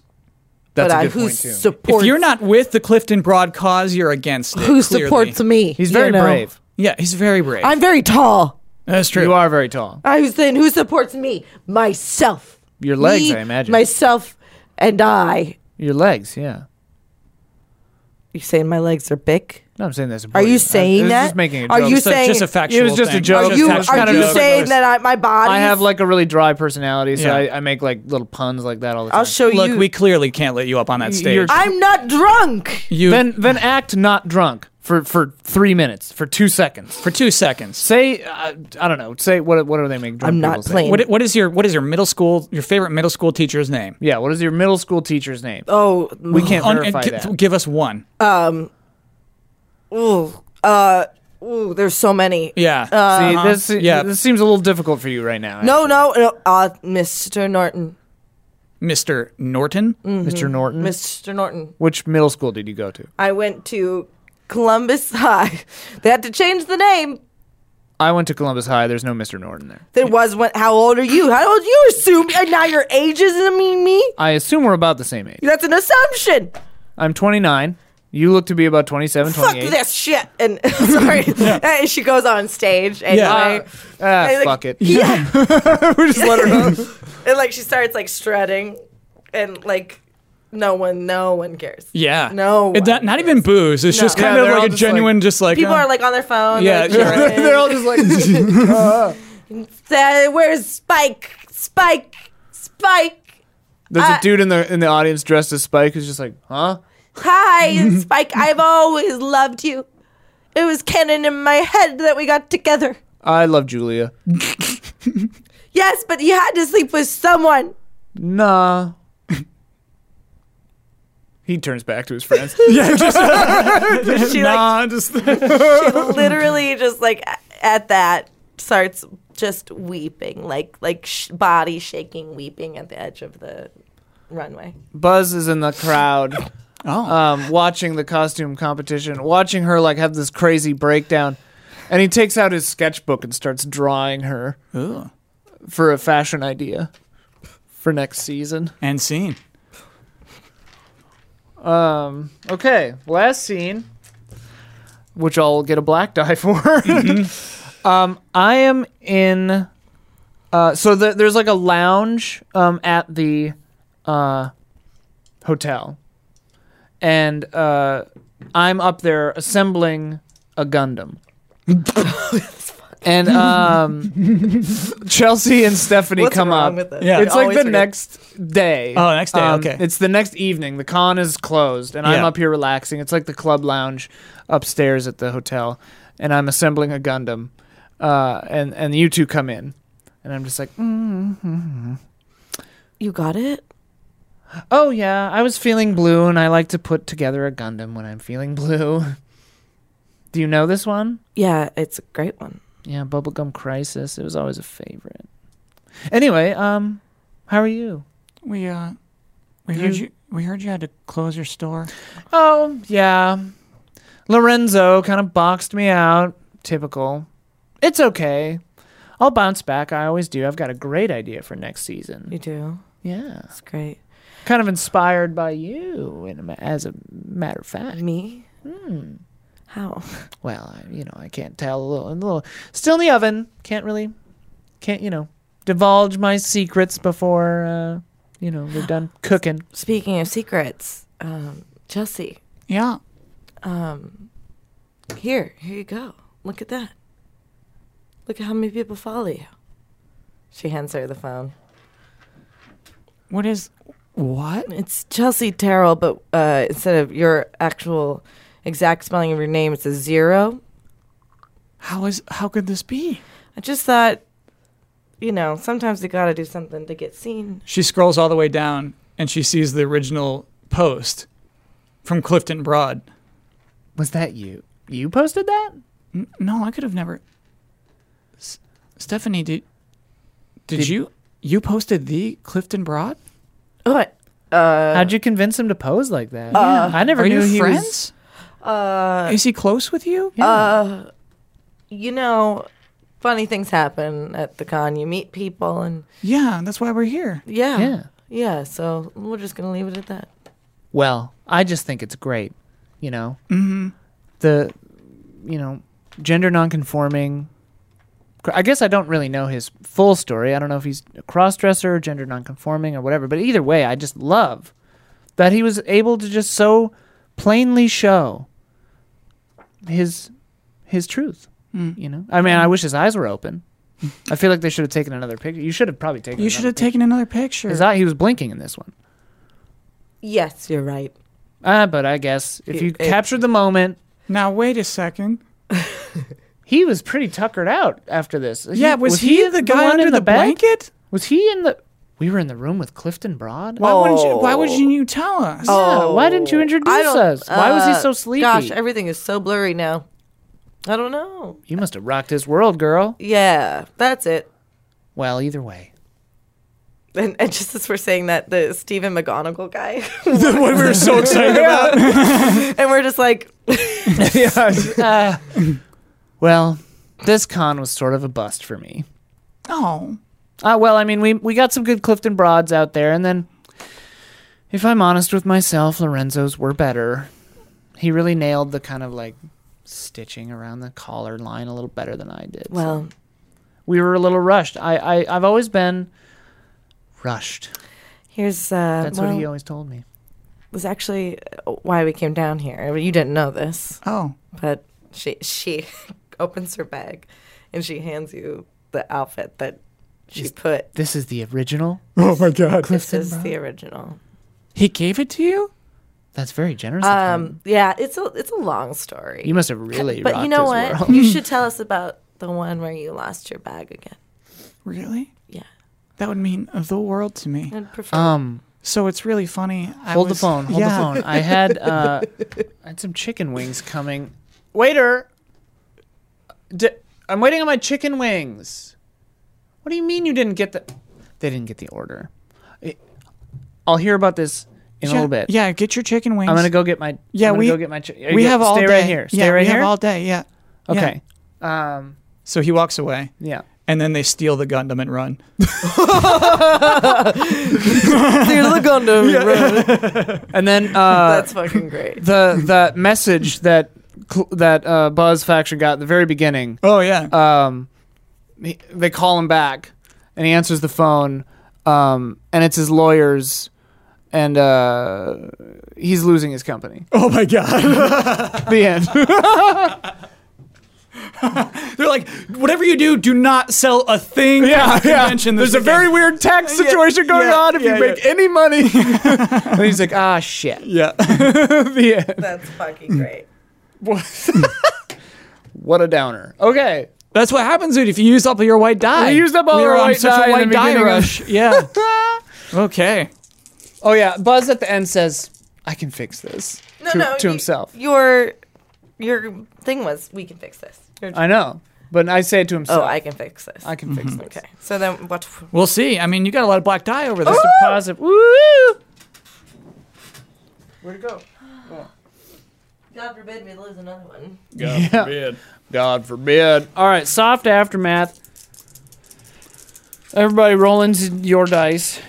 Speaker 8: That's
Speaker 3: but
Speaker 8: a
Speaker 3: I
Speaker 8: good
Speaker 3: who
Speaker 8: point too.
Speaker 3: supports
Speaker 6: If you're not with the Clifton Broad cause, you're against it.
Speaker 3: who
Speaker 6: clearly.
Speaker 3: supports me?
Speaker 8: He's
Speaker 3: you
Speaker 8: very
Speaker 3: know?
Speaker 8: brave.
Speaker 6: Yeah, he's very brave.
Speaker 3: I'm very tall.
Speaker 6: That's true.
Speaker 8: You are very tall.
Speaker 3: I was saying who supports me? Myself.
Speaker 8: Your legs,
Speaker 3: Me,
Speaker 8: I imagine.
Speaker 3: Myself and I.
Speaker 8: Your legs, yeah.
Speaker 3: You saying my legs are big?
Speaker 8: No, I'm saying that's.
Speaker 3: Are
Speaker 8: important.
Speaker 3: you
Speaker 8: I,
Speaker 3: saying
Speaker 8: this is
Speaker 3: that?
Speaker 8: Just making a
Speaker 3: are
Speaker 8: joke.
Speaker 3: you
Speaker 6: It's a-
Speaker 3: saying?
Speaker 6: just a factual
Speaker 8: It was just a
Speaker 6: thing.
Speaker 8: joke.
Speaker 3: Are you,
Speaker 6: Just a factual
Speaker 3: are you
Speaker 6: joke.
Speaker 3: saying that I, my body?
Speaker 8: I have like a really dry personality, so
Speaker 6: Yeah.
Speaker 8: I, I make like little puns like that all the time.
Speaker 3: I'll show
Speaker 6: Look,
Speaker 3: you.
Speaker 6: we clearly can't let you up on that stage.
Speaker 8: You're-
Speaker 3: I'm not drunk.
Speaker 6: you
Speaker 8: then then act not drunk for for three minutes for two seconds.
Speaker 6: for two seconds.
Speaker 8: Say uh, I don't know. Say what what are they making? Drunk
Speaker 3: I'm not
Speaker 8: people say?
Speaker 3: playing.
Speaker 6: What, what is your what is your middle school your favorite middle school teacher's name?
Speaker 8: Yeah. What is your middle school teacher's name?
Speaker 3: Oh,
Speaker 8: we can't
Speaker 6: Un-
Speaker 8: verify
Speaker 6: gi-
Speaker 8: that.
Speaker 6: Give us one.
Speaker 3: ooh, uh, ooh, there's so many.
Speaker 6: yeah.
Speaker 8: See,
Speaker 3: uh-huh.
Speaker 8: this
Speaker 6: Yeah.
Speaker 8: this seems a little difficult for you right now.
Speaker 3: No, no, no. Uh, Mr. Norton.
Speaker 6: Mr. Norton.
Speaker 8: Mr. Norton.
Speaker 3: Mr. Norton.
Speaker 8: Which middle school did you go to?
Speaker 3: I went to Columbus High. They had to change the name.
Speaker 8: I went to Columbus High. There's no Mr. Norton there.
Speaker 3: There was one. How old are you? How old you assume? And now your age is I mean me.
Speaker 8: I assume we're about the same age.
Speaker 3: That's an assumption.
Speaker 8: I'm 29. You look to be about 27,
Speaker 3: Fuck
Speaker 8: 28.
Speaker 3: this shit. And sorry, And she goes on stage and
Speaker 6: Yeah.
Speaker 3: I,
Speaker 8: Ah,
Speaker 3: I, like,
Speaker 8: fuck it.
Speaker 3: Yeah,
Speaker 8: we just let her know.
Speaker 3: and like she starts like strutting, and like no one, no one cares.
Speaker 6: Yeah.
Speaker 3: No
Speaker 6: It- not,
Speaker 3: one
Speaker 6: not even booze. It's just
Speaker 3: No.
Speaker 6: kind
Speaker 8: Yeah,
Speaker 6: of
Speaker 8: they're all
Speaker 6: like a
Speaker 8: just like-
Speaker 6: genuine, just like
Speaker 3: People
Speaker 6: uh,
Speaker 3: are like on their phone.
Speaker 6: Yeah,
Speaker 3: like,
Speaker 6: sure.
Speaker 3: chilling.
Speaker 8: They're all just like,
Speaker 3: Say, where's Spike? Spike, Spike.
Speaker 8: there's a
Speaker 3: I-
Speaker 8: dude in the in the audience dressed as Spike who's just like, huh?
Speaker 3: Hi, Spike. I've always loved you. It was canon in my head that we got together.
Speaker 8: I love Julia.
Speaker 3: Yes, but you had to sleep with someone.
Speaker 8: Nah. he turns back to his friends.
Speaker 3: She like
Speaker 6: nah, just
Speaker 3: literally just like a- at that starts just weeping, like like sh- body shaking, weeping at the edge of the runway.
Speaker 8: Buzz is in the crowd.
Speaker 6: Oh.
Speaker 8: Um, watching the costume competition, watching her like have this crazy breakdown, and he takes out his sketchbook and starts drawing her
Speaker 6: Ooh.
Speaker 8: for a fashion idea for next season.
Speaker 6: and scene.
Speaker 8: Okay, last scene, which I'll get a black die for.
Speaker 3: Mm-hmm.
Speaker 8: um, I am in. Uh, so the, there's like a lounge um, at the uh, hotel, and uh, I'm up there assembling a Gundam. and um, Chelsea and Stephanie
Speaker 3: What's
Speaker 8: come
Speaker 3: wrong
Speaker 8: up.
Speaker 3: with this?
Speaker 6: Yeah.
Speaker 3: I
Speaker 8: It's like
Speaker 3: always
Speaker 8: the
Speaker 3: forget.
Speaker 8: next day. Um,
Speaker 6: Oh, next day, okay.
Speaker 8: It's the next evening. The con is closed, and I'm
Speaker 6: Yeah.
Speaker 8: up here relaxing. It's like the club lounge upstairs at the hotel, and I'm assembling a Gundam. Uh, and and you two come in, and I'm just like, "Mm,
Speaker 3: You got it.
Speaker 8: oh yeah, I was feeling blue, and I like to put together a Gundam when I'm feeling blue. Do you know this one?
Speaker 3: Yeah, it's a great one.
Speaker 8: Yeah, Bubblegum Crisis. It was always a favorite. Anyway, um, how are you?
Speaker 6: We uh, we heard you. We heard you had to close your store.
Speaker 8: Oh, yeah. Lorenzo kind of boxed me out. Typical. It's okay. I'll bounce back. I always do. I've got a great idea for next season.
Speaker 3: You do.
Speaker 8: Yeah.
Speaker 3: It's great.
Speaker 8: Kind of inspired by you, in a ma- as a matter of fact.
Speaker 3: Me? How?
Speaker 8: Well, I, you know, I can't tell. A little, a little. Still in the oven. Can't really, can't, you know, divulge my secrets before, uh, you know, they're done cooking.
Speaker 3: Speaking of secrets, um, Chelsea,
Speaker 6: Yeah.
Speaker 3: Um, here, here you go. Look at that. Look at how many people follow you. She hands her the phone.
Speaker 6: What is? What?
Speaker 3: It's Chelsea Terrell, but uh, instead of your actual exact spelling of your name, it's a zero.
Speaker 6: How is? How could this be?
Speaker 3: I just thought, you know, sometimes you gotta do something to get seen.
Speaker 6: She scrolls all the way down and she sees the original post,
Speaker 2: from Clifton Broad.
Speaker 1: Was that you? You posted that?
Speaker 2: No, I could have never. S- Stephanie, did, did you you posted the Clifton Broad?
Speaker 3: Oh,
Speaker 1: How'd you convince him to pose like that? I never
Speaker 2: Uh, Are
Speaker 1: knew
Speaker 2: you
Speaker 1: he was-
Speaker 2: friends? Uh, Is he close with you?
Speaker 3: you know, funny things happen at the con. You meet people, and
Speaker 2: yeah, that's why we're here.
Speaker 3: yeah,
Speaker 1: Yeah.
Speaker 3: yeah. So we're just gonna leave it at that.
Speaker 1: Well, I just think it's great, you know. Mm-hmm. The, you know, gender nonconforming. I guess I don't really know his full story. I don't know if he's a crossdresser, gender nonconforming, or whatever. But either way, I just love that he was able to just so plainly show his his truth.
Speaker 2: Hmm.
Speaker 1: You know, I mean, I wish his eyes were open. I feel like they should have taken another picture. You should have probably taken.
Speaker 2: You
Speaker 1: another
Speaker 2: should have
Speaker 1: picture.
Speaker 2: taken another picture.
Speaker 1: His eye, he was blinking in this one.
Speaker 3: Yes, you're right.
Speaker 1: Ah, but I guess if
Speaker 3: He-
Speaker 1: you
Speaker 3: it-
Speaker 1: captured the moment,
Speaker 2: now wait a second.
Speaker 1: he was pretty tuckered out after this. He-
Speaker 2: Yeah, was, he, the guy
Speaker 1: one
Speaker 2: under
Speaker 1: in
Speaker 2: the,
Speaker 1: back?
Speaker 2: blanket?
Speaker 1: Was he in the? We were in the room with Clifton Broad.
Speaker 2: Why wouldn't you? Why
Speaker 1: Oh.
Speaker 2: wouldn't you tell us?
Speaker 1: Yeah, why didn't you introduce
Speaker 3: I don't-
Speaker 1: us? Why was he
Speaker 3: uh,
Speaker 1: so sleepy?
Speaker 3: Gosh, everything is so blurry now. I don't know.
Speaker 1: you must have rocked his world, girl.
Speaker 3: Yeah, that's it.
Speaker 1: Well, either way,
Speaker 3: And, and just as we're saying that, the Stephen McGonagall guy,
Speaker 2: the one we were so excited about.
Speaker 3: and we're just like,
Speaker 1: well, this con was sort of a bust for me.
Speaker 2: Oh,
Speaker 1: Uh, well, I mean, we we got some good Clifton Broads out there, and then, if I'm honest with myself, Lorenzo's were better. He really nailed the kind of like stitching around the collar line a little better than I did. so
Speaker 3: well,
Speaker 1: we were a little rushed. I, I I've always been rushed.
Speaker 3: here's uh,
Speaker 1: That's
Speaker 3: well,
Speaker 1: what he always told me.
Speaker 3: was actually uh, why we came down here. I mean, you didn't know this,
Speaker 2: oh,
Speaker 3: but she she opens her bag and she hands you the outfit that she put.
Speaker 1: This is the original.
Speaker 2: oh my God!
Speaker 3: This is the original.
Speaker 2: He gave it to you.
Speaker 1: That's very generous. of him.
Speaker 3: Um, yeah, it's a it's a long story.
Speaker 1: You must have really.
Speaker 3: but you know what? You should tell us about the one where you lost your bag again.
Speaker 2: Really?
Speaker 3: Yeah,
Speaker 2: That would mean the world to me.
Speaker 3: I'd prefer.
Speaker 1: Um,
Speaker 2: So it's really funny. I
Speaker 1: hold the
Speaker 2: was-
Speaker 1: phone. Hold
Speaker 2: yeah.
Speaker 1: the phone. I had uh, I had some chicken wings coming. Waiter, D- I'm waiting on my chicken wings. What do you mean you didn't get the? They didn't get the order. I- I'll hear about this in a
Speaker 2: yeah,
Speaker 1: little bit.
Speaker 2: Yeah, get your chicken wings.
Speaker 1: I'm gonna go get my.
Speaker 2: Yeah,
Speaker 1: I'm gonna
Speaker 2: we
Speaker 1: go get my. Chi-
Speaker 2: We have all
Speaker 1: stay
Speaker 2: day
Speaker 1: right here. Stay
Speaker 2: yeah,
Speaker 1: right
Speaker 2: we
Speaker 1: here.
Speaker 2: have all day. Yeah. Yeah.
Speaker 1: okay. Um.
Speaker 2: So he walks away,
Speaker 1: Yeah.
Speaker 2: and then they steal the Gundam and run.
Speaker 1: And then uh,
Speaker 3: That's fucking great.
Speaker 1: the the message that cl- that uh, Buzz Faction got at the very beginning.
Speaker 2: Oh yeah.
Speaker 8: Uh,
Speaker 1: um, he, they call him back, and he answers the phone, um, and it's his lawyers, and uh, he's losing his company.
Speaker 2: oh my God.
Speaker 1: the end.
Speaker 2: They're like, whatever you do, do not sell a thing. at the convention this
Speaker 1: There's a very
Speaker 2: weekend."
Speaker 1: weird tax situation going
Speaker 2: yeah,
Speaker 1: on if
Speaker 2: yeah,
Speaker 1: you make
Speaker 2: yeah.
Speaker 1: any money. and he's like, ah, shit.
Speaker 2: Yeah.
Speaker 1: the end.
Speaker 3: That's fucking great.
Speaker 1: What a downer. Oh, Okay.
Speaker 2: That's what happens dude, if you use up your white dye.
Speaker 1: We used up all
Speaker 2: we
Speaker 1: our
Speaker 2: were on
Speaker 1: white
Speaker 2: such
Speaker 1: dye in
Speaker 2: a
Speaker 1: the
Speaker 2: white dye
Speaker 1: beginning of-
Speaker 2: rush. yeah. Okay.
Speaker 1: Oh yeah, Buzz at the end says, "I can fix this."
Speaker 3: No,
Speaker 1: to,
Speaker 3: no,
Speaker 1: to
Speaker 3: you-
Speaker 1: himself.
Speaker 3: Your your thing was we can fix this. Your-
Speaker 1: I know, but I say it to himself,
Speaker 3: oh, I can fix this.
Speaker 1: "I can fix this."
Speaker 3: okay. So then what?
Speaker 2: We'll see. I mean, you got a lot of black dye over there.
Speaker 1: That's a positive. Woo! Where'd it go?
Speaker 3: God forbid we lose another one.
Speaker 1: God forbid. God forbid. All right, soft aftermath. Everybody roll into your dice.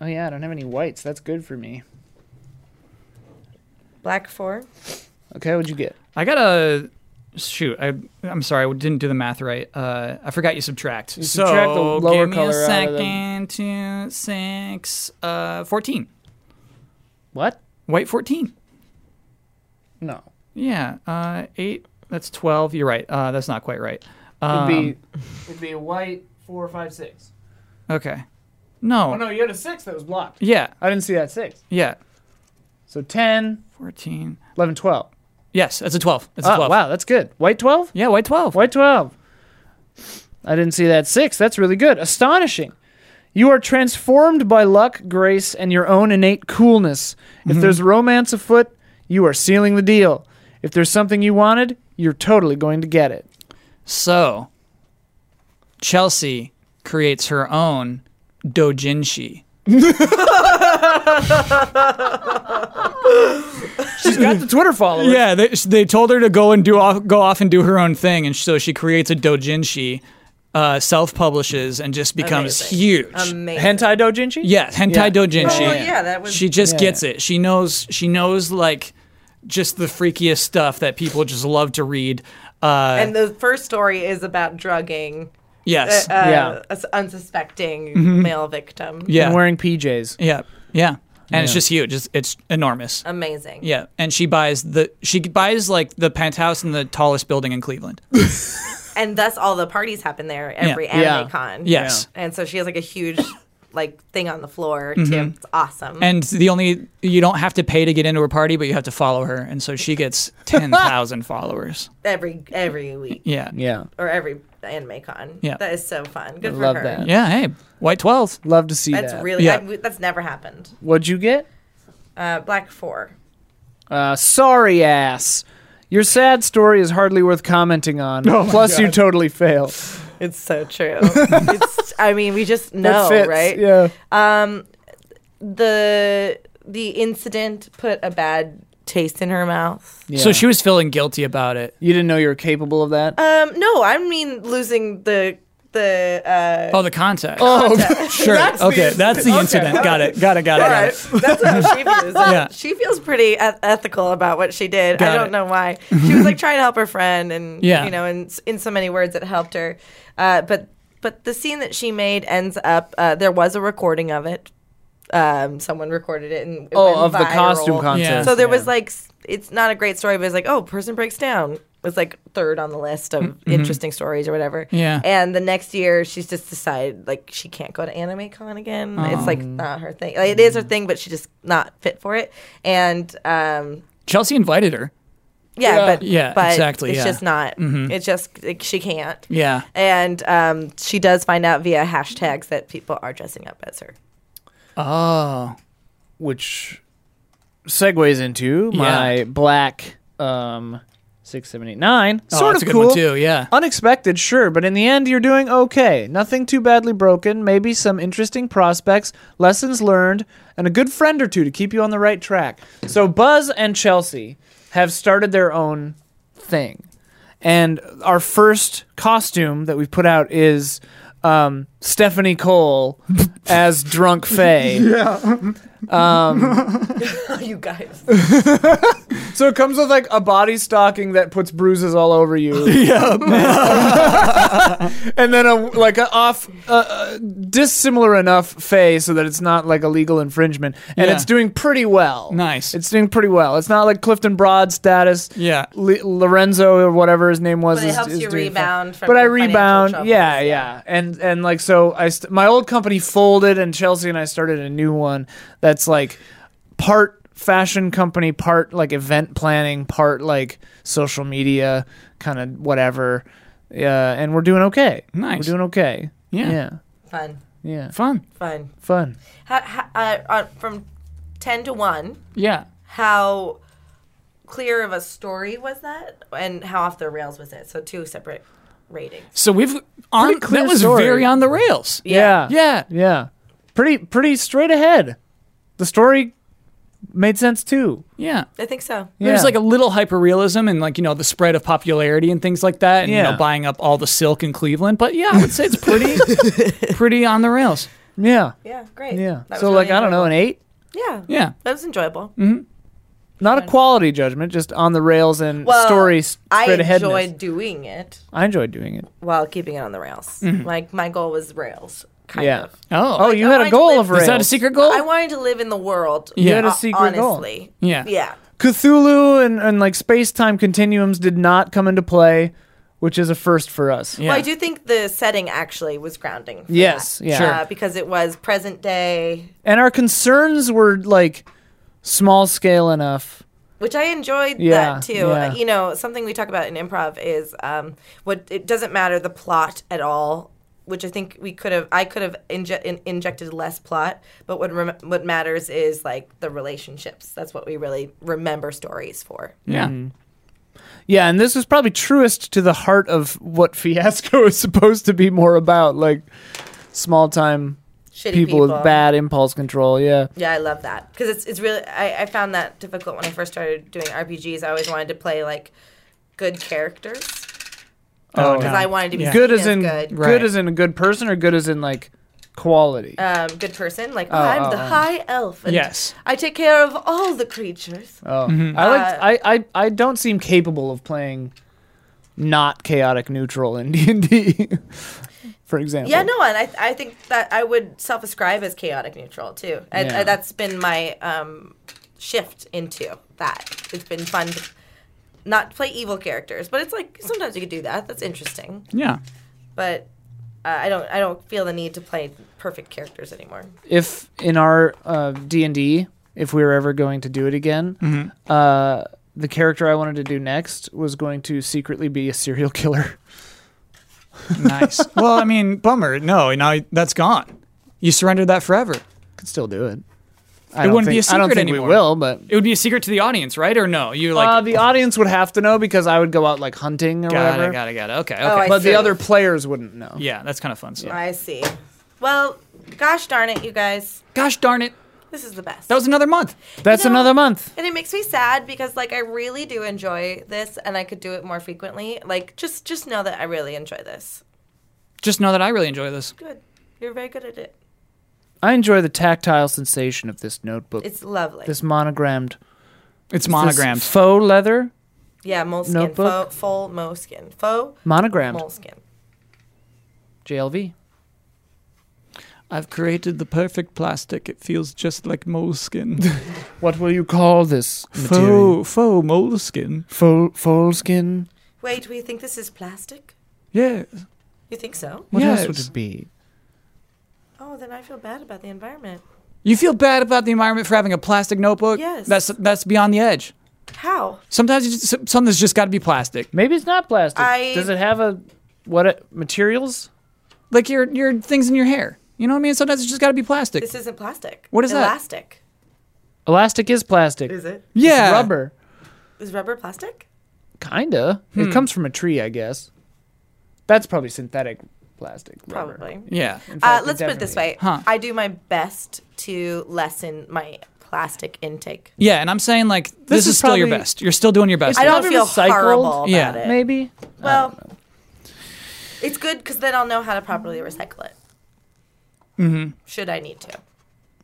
Speaker 1: Oh yeah, I don't have any whites. That's good for me.
Speaker 3: Black four.
Speaker 1: Okay, what'd you get?
Speaker 2: I got a shoot. I I'm sorry. I didn't do the math right. Uh, I forgot you subtract. You so
Speaker 1: subtract the lower
Speaker 2: give me
Speaker 1: color
Speaker 2: a
Speaker 1: out of
Speaker 2: second. Two, six, uh, fourteen.
Speaker 1: What?
Speaker 2: White fourteen.
Speaker 1: No.
Speaker 2: Yeah. Uh, eight. That's twelve. You're right. Uh, that's not quite right.
Speaker 1: It'd
Speaker 2: Um,
Speaker 1: be it'd be a white four, five, six.
Speaker 2: okay. No.
Speaker 1: Oh no, you had a six that was blocked.
Speaker 2: Yeah.
Speaker 1: I didn't see that six.
Speaker 2: Yeah.
Speaker 1: So 10,
Speaker 2: Fourteen.
Speaker 1: 11, 12.
Speaker 2: Yes. That's a twelve. That's a
Speaker 1: Oh,
Speaker 2: twelve.
Speaker 1: wow, that's good. White twelve?
Speaker 2: Yeah. White twelve.
Speaker 1: White 12. I didn't see that six. That's really good. Astonishing.
Speaker 8: You are transformed by luck, grace, and your own innate coolness. If there's romance afoot, you are sealing the deal. If there's something you wanted, you're totally going to get it.
Speaker 6: So, Chelsea creates her own dojinshi.
Speaker 8: She's got the Twitter followers.
Speaker 6: Yeah, they, they told her to go and do off, go off and do her own thing, and so she creates a dojinshi, uh, self-publishes, and just becomes
Speaker 3: Amazing.
Speaker 6: huge.
Speaker 3: Amazing.
Speaker 8: Hentai dojinshi?
Speaker 6: yeah, hentai
Speaker 8: Yeah.
Speaker 6: dojinshi.
Speaker 3: Well, yeah, that was.
Speaker 6: She just
Speaker 8: Yeah.
Speaker 6: gets it. She knows. She knows like just the freakiest stuff that people just love to read. Uh,
Speaker 3: and the first story is about drugging
Speaker 6: yes.
Speaker 3: uh,
Speaker 8: Yeah.
Speaker 3: a s- unsuspecting
Speaker 1: Mm-hmm.
Speaker 3: male victim.
Speaker 6: yeah.
Speaker 8: And wearing PJs.
Speaker 6: yeah. Yeah. And it's just huge. It's, it's enormous.
Speaker 3: Amazing.
Speaker 6: Yeah, and she buys the she buys like the penthouse in the tallest building in Cleveland.
Speaker 3: And thus all the parties happen there every
Speaker 6: Yeah.
Speaker 3: anime
Speaker 8: Yeah.
Speaker 3: con.
Speaker 6: Yes.
Speaker 3: And so she has like a huge like thing on the floor too. It's awesome.
Speaker 6: Mm-hmm. And the only you don't have to pay to get into her party, but you have to follow her, and so she gets ten thousand followers.
Speaker 3: every every week
Speaker 6: Yeah,
Speaker 8: Yeah.
Speaker 3: or every anime con.
Speaker 6: Yeah.
Speaker 3: That is so fun. Good for
Speaker 8: Love
Speaker 3: her.
Speaker 8: that.
Speaker 6: yeah. Hey, white twelve.
Speaker 8: Love to see
Speaker 3: That's
Speaker 8: that.
Speaker 3: really
Speaker 6: Yeah.
Speaker 3: I- we- that's never happened.
Speaker 8: What'd you get?
Speaker 3: Uh, Black Four.
Speaker 8: Uh, sorry, ass. Your sad story is hardly worth commenting on. Plus, you totally fail.
Speaker 3: It's so true. it's, I mean, we just know,
Speaker 8: that fits.
Speaker 3: right? Um,
Speaker 8: Yeah.
Speaker 3: The the incident put a bad taste in her mouth.
Speaker 8: yeah.
Speaker 6: So she was feeling guilty about it.
Speaker 8: You didn't know you were capable of that?
Speaker 3: Um, no, I mean losing the the. Uh,
Speaker 6: Oh, the contact. Oh, sure. okay, that's the incident. Got it. Got it. Got it. Got it.
Speaker 3: That's how she feels.
Speaker 6: Yeah.
Speaker 3: She feels pretty eth- ethical about what she did.
Speaker 6: Got
Speaker 3: I don't
Speaker 6: it.
Speaker 3: know why. She was like trying to help her friend, and
Speaker 6: Yeah.
Speaker 3: you know, in s- in so many words, it helped her. Uh, but but the scene that she made ends up. Uh, there was a recording of it. Um, someone recorded it, and it went
Speaker 8: oh, of the
Speaker 3: viral.
Speaker 8: costume contest.
Speaker 6: Oh, Yeah.
Speaker 3: So there
Speaker 8: yeah.
Speaker 3: was like, s- it's not a great story, but it's like, oh, person breaks down. Was like third on the list of interesting stories or whatever.
Speaker 6: Mm-hmm. Yeah.
Speaker 3: And the next year, she's just decided like she can't go to Anime Con again. It's
Speaker 6: Oh.
Speaker 3: like not her thing. Like, it is her thing, but she just not fit for it. And um,
Speaker 6: Chelsea invited her.
Speaker 3: yeah, but
Speaker 6: Yeah,
Speaker 3: but
Speaker 6: exactly,
Speaker 3: It's
Speaker 6: yeah. Mm-hmm.
Speaker 3: just not. It's just like, she can't.
Speaker 6: Yeah.
Speaker 3: And um, she does find out via hashtags that people are dressing up as her.
Speaker 6: Oh.
Speaker 8: Which segues into my black um, six, seven, eight, nine.
Speaker 6: Oh,
Speaker 8: sort
Speaker 6: that's
Speaker 8: of
Speaker 6: a good
Speaker 8: cool.
Speaker 6: one, too, yeah.
Speaker 8: Unexpected, sure, but in the end, you're doing okay. Nothing too badly broken. Maybe some interesting prospects, lessons learned, and a good friend or two to keep you on the right track. So Buzz and Chelsea have started their own thing, and our first costume that we've put out is. Um, Stephanie Cole as drunk Faye.
Speaker 3: you guys.
Speaker 8: So it comes with like a body stocking that puts bruises all over you. yeah. and then a like a off uh, uh, dissimilar enough Faye so that it's not like a legal infringement, and
Speaker 6: Yeah.
Speaker 8: it's doing pretty well.
Speaker 6: Nice.
Speaker 8: It's doing pretty well. It's not like Clifton Broad status.
Speaker 6: Yeah.
Speaker 8: Le- Lorenzo or whatever his name was.
Speaker 3: But it
Speaker 8: is-
Speaker 3: helps
Speaker 8: is
Speaker 3: you
Speaker 8: doing fine.
Speaker 3: rebound from
Speaker 8: But I
Speaker 3: your financial
Speaker 8: rebound.
Speaker 3: troubles,
Speaker 8: Yeah, yeah,
Speaker 3: yeah.
Speaker 8: And and like so, I st- my old company folded, and Chelsea and I started a new one that's like part fashion company, part like event planning, part like social media, kind of whatever. Yeah, and we're doing okay.
Speaker 6: Nice.
Speaker 8: We're doing okay.
Speaker 6: Yeah.
Speaker 8: Yeah.
Speaker 3: Fun.
Speaker 8: Yeah.
Speaker 6: Fun.
Speaker 3: Fun.
Speaker 8: Fun.
Speaker 3: How, how, uh, uh, from 10 to 1
Speaker 6: Yeah.
Speaker 3: how clear of a story was that and how off the rails was it so two separate ratings
Speaker 6: So we've on
Speaker 8: clear
Speaker 6: that was
Speaker 8: story.
Speaker 6: very on the rails.
Speaker 8: Yeah.
Speaker 6: Yeah.
Speaker 8: Yeah. Pretty pretty straight ahead. The story made sense too.
Speaker 6: Yeah.
Speaker 3: i think so
Speaker 8: Yeah.
Speaker 6: There's like a little hyperrealism and like you know the spread of popularity and things like that, and you
Speaker 8: Yeah.
Speaker 6: know buying up all the silk in Cleveland. But yeah, I would say it's pretty, pretty on the rails.
Speaker 8: Yeah.
Speaker 3: yeah great
Speaker 8: Yeah.
Speaker 3: That was
Speaker 8: So
Speaker 3: really
Speaker 8: like I don't know, Mm, an
Speaker 3: enjoyable.
Speaker 8: 8?
Speaker 3: yeah
Speaker 6: Yeah,
Speaker 3: that was enjoyable
Speaker 8: Not a quality judgment, just on the rails and
Speaker 3: Well,
Speaker 8: story straight
Speaker 3: i
Speaker 8: ahead.
Speaker 3: enjoyed doing it
Speaker 8: I enjoyed doing it.
Speaker 3: while keeping it on the rails like my goal was rails kind
Speaker 8: Mm-hmm. Yeah.
Speaker 3: of
Speaker 6: Oh,
Speaker 8: Oh, you
Speaker 3: I
Speaker 8: had a
Speaker 3: wanted to
Speaker 8: goal
Speaker 3: live-
Speaker 8: of rails.
Speaker 6: is that a secret goal?
Speaker 3: i wanted to live in the world
Speaker 6: You had a
Speaker 3: ho-
Speaker 8: secret goal.
Speaker 3: honestly
Speaker 6: Yeah.
Speaker 3: yeah
Speaker 8: Cthulhu and, and like space time continuums did not come into play, which is a first for us.
Speaker 6: yeah.
Speaker 3: Well, I do think the setting actually was grounding. for
Speaker 8: Yes,
Speaker 3: that.
Speaker 8: yeah.
Speaker 6: Sure.
Speaker 3: uh, because it was present day,
Speaker 8: And our concerns were like small scale enough.
Speaker 3: which I enjoyed
Speaker 8: Yeah,
Speaker 3: that too.
Speaker 8: yeah.
Speaker 3: Uh, you know, something we talk about in improv is um, what it doesn't matter the plot at all. which I think we could have. I could have inje- in, injected less plot, but what rem- what matters is like the relationships. That's what we really remember stories for.
Speaker 2: Yeah.
Speaker 8: Mm. Yeah, and this is probably truest to the heart of what Fiasco is supposed to be more about, like small time
Speaker 3: Shitty
Speaker 8: people
Speaker 3: people.
Speaker 8: with bad impulse control. Yeah.
Speaker 3: Yeah, I love that because it's it's really. I, I found that difficult when I first started doing RPGs. I always wanted to play like good characters
Speaker 2: Oh,
Speaker 3: because
Speaker 2: yeah.
Speaker 3: I wanted to be
Speaker 8: Good
Speaker 3: seen
Speaker 8: as in
Speaker 3: good.
Speaker 8: good
Speaker 2: Right.
Speaker 8: as in a good person or good as in like quality.
Speaker 3: um, good person.
Speaker 8: Oh,
Speaker 3: Like I'm the high elf. And
Speaker 2: Yes.
Speaker 3: I take care of all the creatures.
Speaker 8: oh.
Speaker 2: Mm-hmm.
Speaker 8: I
Speaker 3: uh,
Speaker 8: like I, I I don't seem capable of playing not chaotic neutral in D and D. For example.
Speaker 3: yeah, no, and I, I think that I would self-ascribe as chaotic neutral too. I,
Speaker 8: Yeah.
Speaker 3: I, that's been my um, shift into that. It's been fun to not play evil characters, but it's like sometimes you could do that. That's interesting,
Speaker 2: Yeah.
Speaker 3: but. Uh, I don't. I don't feel the need to play perfect characters anymore.
Speaker 8: if in our uh, D and D, if we were ever going to do it again,
Speaker 2: Mm-hmm.
Speaker 8: uh, the character I wanted to do next was going to secretly be a serial killer.
Speaker 2: Nice. well, I mean, bummer. No, now that's gone. You surrendered that forever.
Speaker 8: Could still do it. I
Speaker 2: It
Speaker 8: don't
Speaker 2: wouldn't be
Speaker 8: think-
Speaker 2: a
Speaker 8: I don't
Speaker 2: secret
Speaker 8: think
Speaker 2: anymore.
Speaker 8: we will, but
Speaker 2: It would be a secret to the audience, right? Or no? You like
Speaker 8: uh, the audience would have to know because I would go out like hunting or
Speaker 2: got
Speaker 8: whatever.
Speaker 2: it, got it, got it. Okay, okay.
Speaker 3: Oh, I
Speaker 8: But the
Speaker 3: see.
Speaker 8: other players wouldn't know.
Speaker 2: yeah, that's kind of fun. So.
Speaker 3: I see. Well, gosh darn it, you guys.
Speaker 2: Gosh darn it,
Speaker 3: This is the best.
Speaker 2: that was another month.
Speaker 8: That's
Speaker 3: You know-
Speaker 8: another month.
Speaker 3: and it makes me sad because like I really do enjoy this and I could do it more frequently. Like just just know that I really enjoy this.
Speaker 2: Just know that I really enjoy this.
Speaker 3: Good. You're very good at it.
Speaker 8: I enjoy the tactile sensation of this notebook.
Speaker 3: It's lovely.
Speaker 8: this monogrammed.
Speaker 2: It's
Speaker 8: This
Speaker 2: monogrammed.
Speaker 8: faux leather
Speaker 3: yeah, moleskin.
Speaker 8: Notebook?
Speaker 3: Faux, faux moleskin. Faux
Speaker 8: monogrammed.
Speaker 3: moleskin.
Speaker 8: JLV.
Speaker 2: I've created the perfect plastic. It feels just like moleskin.
Speaker 8: What will you call this material?
Speaker 2: faux, faux moleskin.
Speaker 8: Faux, faux skin.
Speaker 3: Wait, we think this is plastic?
Speaker 2: Yeah.
Speaker 3: You think so?
Speaker 8: What else would
Speaker 2: Yes.
Speaker 8: it be?
Speaker 3: Oh, then I feel bad about the environment.
Speaker 2: You feel bad about the environment for having a plastic notebook?
Speaker 3: Yes.
Speaker 2: That's that's beyond the edge.
Speaker 3: How?
Speaker 2: Sometimes you just, something's just got to be plastic.
Speaker 8: Maybe it's not plastic.
Speaker 3: I-
Speaker 8: Does it have a what it, materials?
Speaker 2: Like your your things in your hair. You know what I mean? Sometimes it's just got to be plastic.
Speaker 3: This isn't plastic.
Speaker 2: What is that?
Speaker 3: Elastic.
Speaker 8: Elastic is plastic.
Speaker 3: Is it?
Speaker 2: yeah.
Speaker 8: Rubber,
Speaker 3: Is rubber plastic?
Speaker 8: kinda. It comes from a tree, I guess. That's probably synthetic plastic. rubber.
Speaker 3: Probably.
Speaker 2: Yeah.
Speaker 3: Uh,
Speaker 8: fact, it
Speaker 3: let's put it this
Speaker 8: definitely
Speaker 3: way.
Speaker 2: Huh.
Speaker 3: I do my best to lessen my plastic intake.
Speaker 2: Yeah, and I'm saying like this,
Speaker 8: This
Speaker 2: is,
Speaker 8: is
Speaker 2: still your
Speaker 8: probably-
Speaker 2: best. You're still doing your best.
Speaker 3: I don't
Speaker 8: Probably
Speaker 3: feel
Speaker 8: recycled,
Speaker 3: horrible about
Speaker 2: yeah,
Speaker 3: it.
Speaker 8: Maybe.
Speaker 3: Well, it's good because then I'll know how to properly recycle it. Should I need to?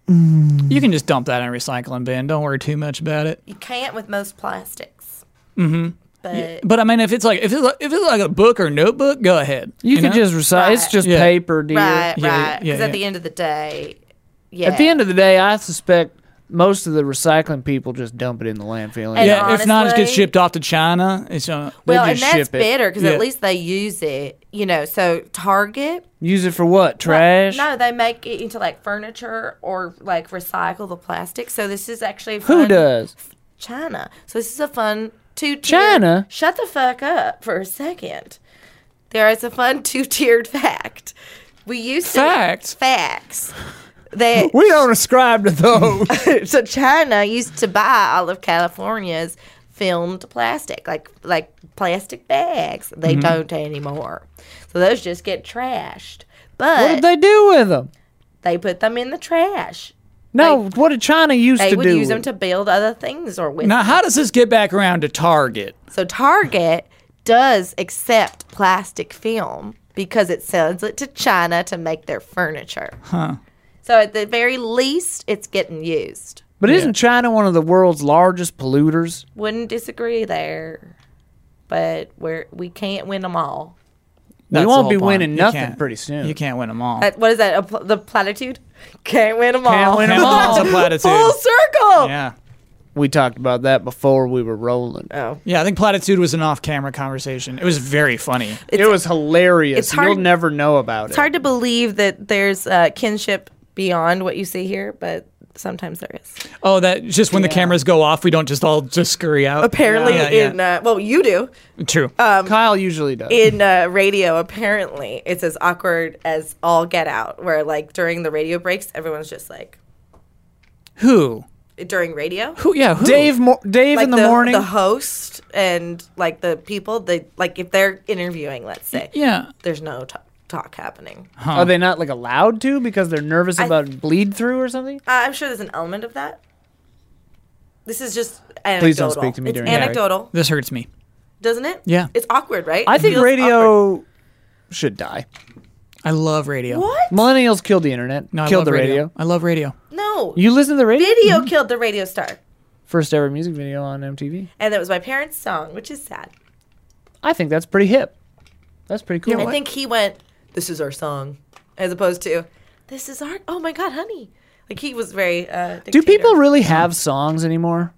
Speaker 2: you can just dump that in a recycling bin. Don't worry too much about it.
Speaker 3: You can't with most plastics. Mm-hmm. But
Speaker 2: But I mean, if it's like if it's like, if it's like a book or notebook, go ahead.
Speaker 8: You, can
Speaker 2: know?
Speaker 8: just recycle. It's
Speaker 3: Right.
Speaker 8: just
Speaker 2: Yeah.
Speaker 8: paper, dear.
Speaker 3: right, right. 'Cause
Speaker 2: Yeah, yeah, yeah,
Speaker 3: at
Speaker 2: yeah.
Speaker 3: the end of the day, yeah.
Speaker 8: At the end of the day, I suspect most of the recycling people just dump it in the landfill.
Speaker 3: And
Speaker 2: yeah.
Speaker 8: anyway.
Speaker 2: if not, it gets
Speaker 3: honestly-
Speaker 2: shipped off to China. It's uh,
Speaker 8: they
Speaker 3: well, and
Speaker 8: just
Speaker 3: that's
Speaker 8: ship it.
Speaker 3: better because
Speaker 2: Yeah.
Speaker 3: at least they use it. You know, so Target.
Speaker 8: Use it for what? Trash.
Speaker 3: No, they make it into like furniture or like recycle the plastic. So this is actually
Speaker 8: Who
Speaker 3: fun-
Speaker 8: does?
Speaker 3: China. So this is a fun two
Speaker 8: China?
Speaker 3: Shut the fuck up for a second. There is a fun two tiered fact. We used to
Speaker 2: Fact?
Speaker 3: facts. That
Speaker 8: We don't ascribe to those.
Speaker 3: so China used to buy all of California's filmed plastic, like like plastic bags. They
Speaker 8: Mm-hmm.
Speaker 3: don't anymore. So those just get trashed.
Speaker 8: what did
Speaker 3: But they-,
Speaker 8: they do with them?
Speaker 3: put them in the trash.
Speaker 8: No, what did China used
Speaker 3: They
Speaker 8: to
Speaker 3: would
Speaker 8: do?
Speaker 3: use them
Speaker 8: with-
Speaker 3: to build other things or with
Speaker 2: now how does this get back around to Target?
Speaker 3: So Target does accept plastic film because it sells it to China to make their furniture. Huh. So at the very least, it's getting used.
Speaker 8: But isn't China one of the world's largest polluters?
Speaker 3: Wouldn't disagree there, but we're we can't win them all.
Speaker 8: We
Speaker 2: That's the
Speaker 8: won't
Speaker 2: whole
Speaker 8: be
Speaker 2: point.
Speaker 8: winning
Speaker 2: You
Speaker 8: nothing
Speaker 2: can't-
Speaker 8: pretty soon.
Speaker 2: You can't win them all.
Speaker 3: That, what is that? A pl- the platitude? Can't win them
Speaker 8: Can't
Speaker 3: all.
Speaker 8: win 'em all.
Speaker 2: That's a platitude.
Speaker 3: Full circle.
Speaker 2: Yeah.
Speaker 8: We talked about that before we were rolling.
Speaker 3: Oh,
Speaker 2: Yeah, I think platitude was an off-camera conversation. It was very funny.
Speaker 8: it was hilarious.
Speaker 3: it's hard-
Speaker 8: You'll never know about
Speaker 3: it's
Speaker 8: it.
Speaker 3: hard to believe that there's uh, kinship beyond what you see here, but Sometimes there is.
Speaker 2: Oh, that just when the cameras go off, we don't just all just scurry out.
Speaker 3: Apparently,
Speaker 2: Yeah, yeah.
Speaker 3: in uh, well, you do
Speaker 2: True.
Speaker 8: Kyle usually does.
Speaker 3: in uh, radio. Apparently, it's as awkward as all get out. Where like during the radio breaks, everyone's just like
Speaker 2: who?
Speaker 3: during radio.
Speaker 2: Who? Yeah. Who?
Speaker 8: Dave, Mo- Dave
Speaker 3: Like
Speaker 8: in the, morning.
Speaker 3: the host and like the people they like if they're interviewing, let's say,
Speaker 2: Yeah.
Speaker 3: there's no t- talk happening. Uh,
Speaker 8: Are they not like allowed to because they're nervous about bleed through or something?
Speaker 3: I'm sure there's an element of that. This is just anecdotal.
Speaker 8: Please don't speak to me
Speaker 3: it's
Speaker 8: during the break.
Speaker 3: anecdotal,
Speaker 2: This hurts me.
Speaker 3: doesn't it?
Speaker 2: Yeah.
Speaker 3: it's awkward, right?
Speaker 8: I
Speaker 3: It
Speaker 8: think
Speaker 3: feels awkward.
Speaker 8: radio should die.
Speaker 2: I love radio.
Speaker 3: What?
Speaker 8: Millennials killed the internet.
Speaker 2: No, I
Speaker 8: killed
Speaker 2: love
Speaker 8: the radio.
Speaker 2: I love radio.
Speaker 3: No,
Speaker 8: You listen to the radio?
Speaker 3: video killed the radio star,
Speaker 8: First ever music video on MTV.
Speaker 3: and that was my parents' song, which is sad.
Speaker 8: I think that's pretty hip. That's pretty cool.
Speaker 3: I think he went, "This is our song," as opposed to, "This is our." Oh my God, honey! Like he was very. Uh,
Speaker 8: Do
Speaker 3: dictator.
Speaker 8: people really have songs anymore?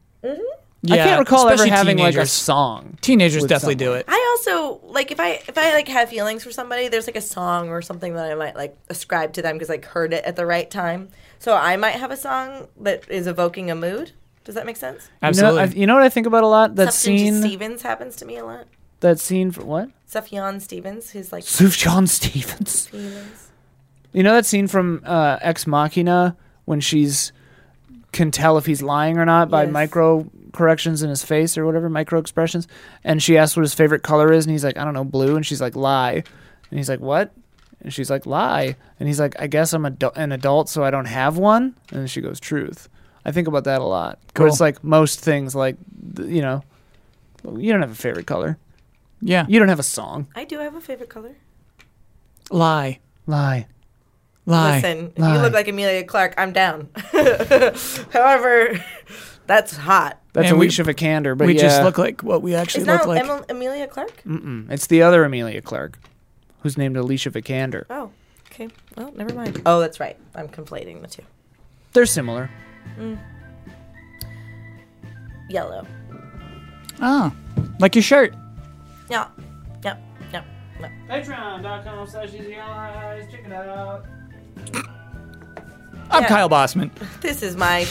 Speaker 8: I can't recall ever
Speaker 2: especially
Speaker 8: having like a
Speaker 2: teenagers.
Speaker 8: song.
Speaker 2: Teenagers
Speaker 8: with
Speaker 2: definitely do
Speaker 8: someone.
Speaker 2: it.
Speaker 3: I also like if I if I like have feelings for somebody, there's like a song or something that I might like ascribe to them because like heard it at the right time. So I might have a song that is evoking a mood. Does that make sense?
Speaker 8: You know,
Speaker 2: Absolutely.
Speaker 8: I, you know what I think about a lot? That
Speaker 3: Sufjan
Speaker 8: scene.
Speaker 3: Stevens happens to me a lot.
Speaker 8: That scene for what?
Speaker 3: Sufjan Stevens, who's like
Speaker 8: Sufjan Stevens.
Speaker 3: Stevens.
Speaker 8: You know that scene from uh, Ex Machina when she's can tell if he's lying or not by
Speaker 3: Yes.
Speaker 8: micro corrections in his face or whatever micro expressions, and she asks what his favorite color is, and he's like, I don't know, blue, and she's like, lie, and he's like, what? And she's like, lie, and he's like, I guess I'm adu- an adult, so I don't have one, and then she goes, truth. I think about that a lot. Where it's
Speaker 2: Cool.
Speaker 8: like most things, like th- you know, you don't have a favorite color,
Speaker 2: yeah.
Speaker 8: you don't have a song,
Speaker 3: I do have a favorite color.
Speaker 2: Lie.
Speaker 8: lie.
Speaker 2: Lie.
Speaker 3: Listen, if
Speaker 8: Lie.
Speaker 3: you look like Amelia Clark, I'm down. However, that's hot.
Speaker 8: That's
Speaker 2: And
Speaker 8: a
Speaker 2: we-
Speaker 8: leash of a candor, but
Speaker 2: We
Speaker 8: yeah.
Speaker 2: just look like what we actually
Speaker 3: Is
Speaker 2: look
Speaker 3: not
Speaker 2: like.
Speaker 3: Emil- Amelia Clark?
Speaker 8: Hmm, It's the other Amelia Clark, who's named Alicia Vikander.
Speaker 3: Oh, okay. Well, never mind. Oh, that's right. I'm conflating the two.
Speaker 8: They're similar.
Speaker 3: Yellow.
Speaker 2: oh, like your shirt.
Speaker 3: Yeah. Yeah. Yeah. yeah.
Speaker 8: Patreon.com slash easy allies. Check it out.
Speaker 2: I'm
Speaker 3: Yeah.
Speaker 2: Kyle Bossman.
Speaker 3: This is my.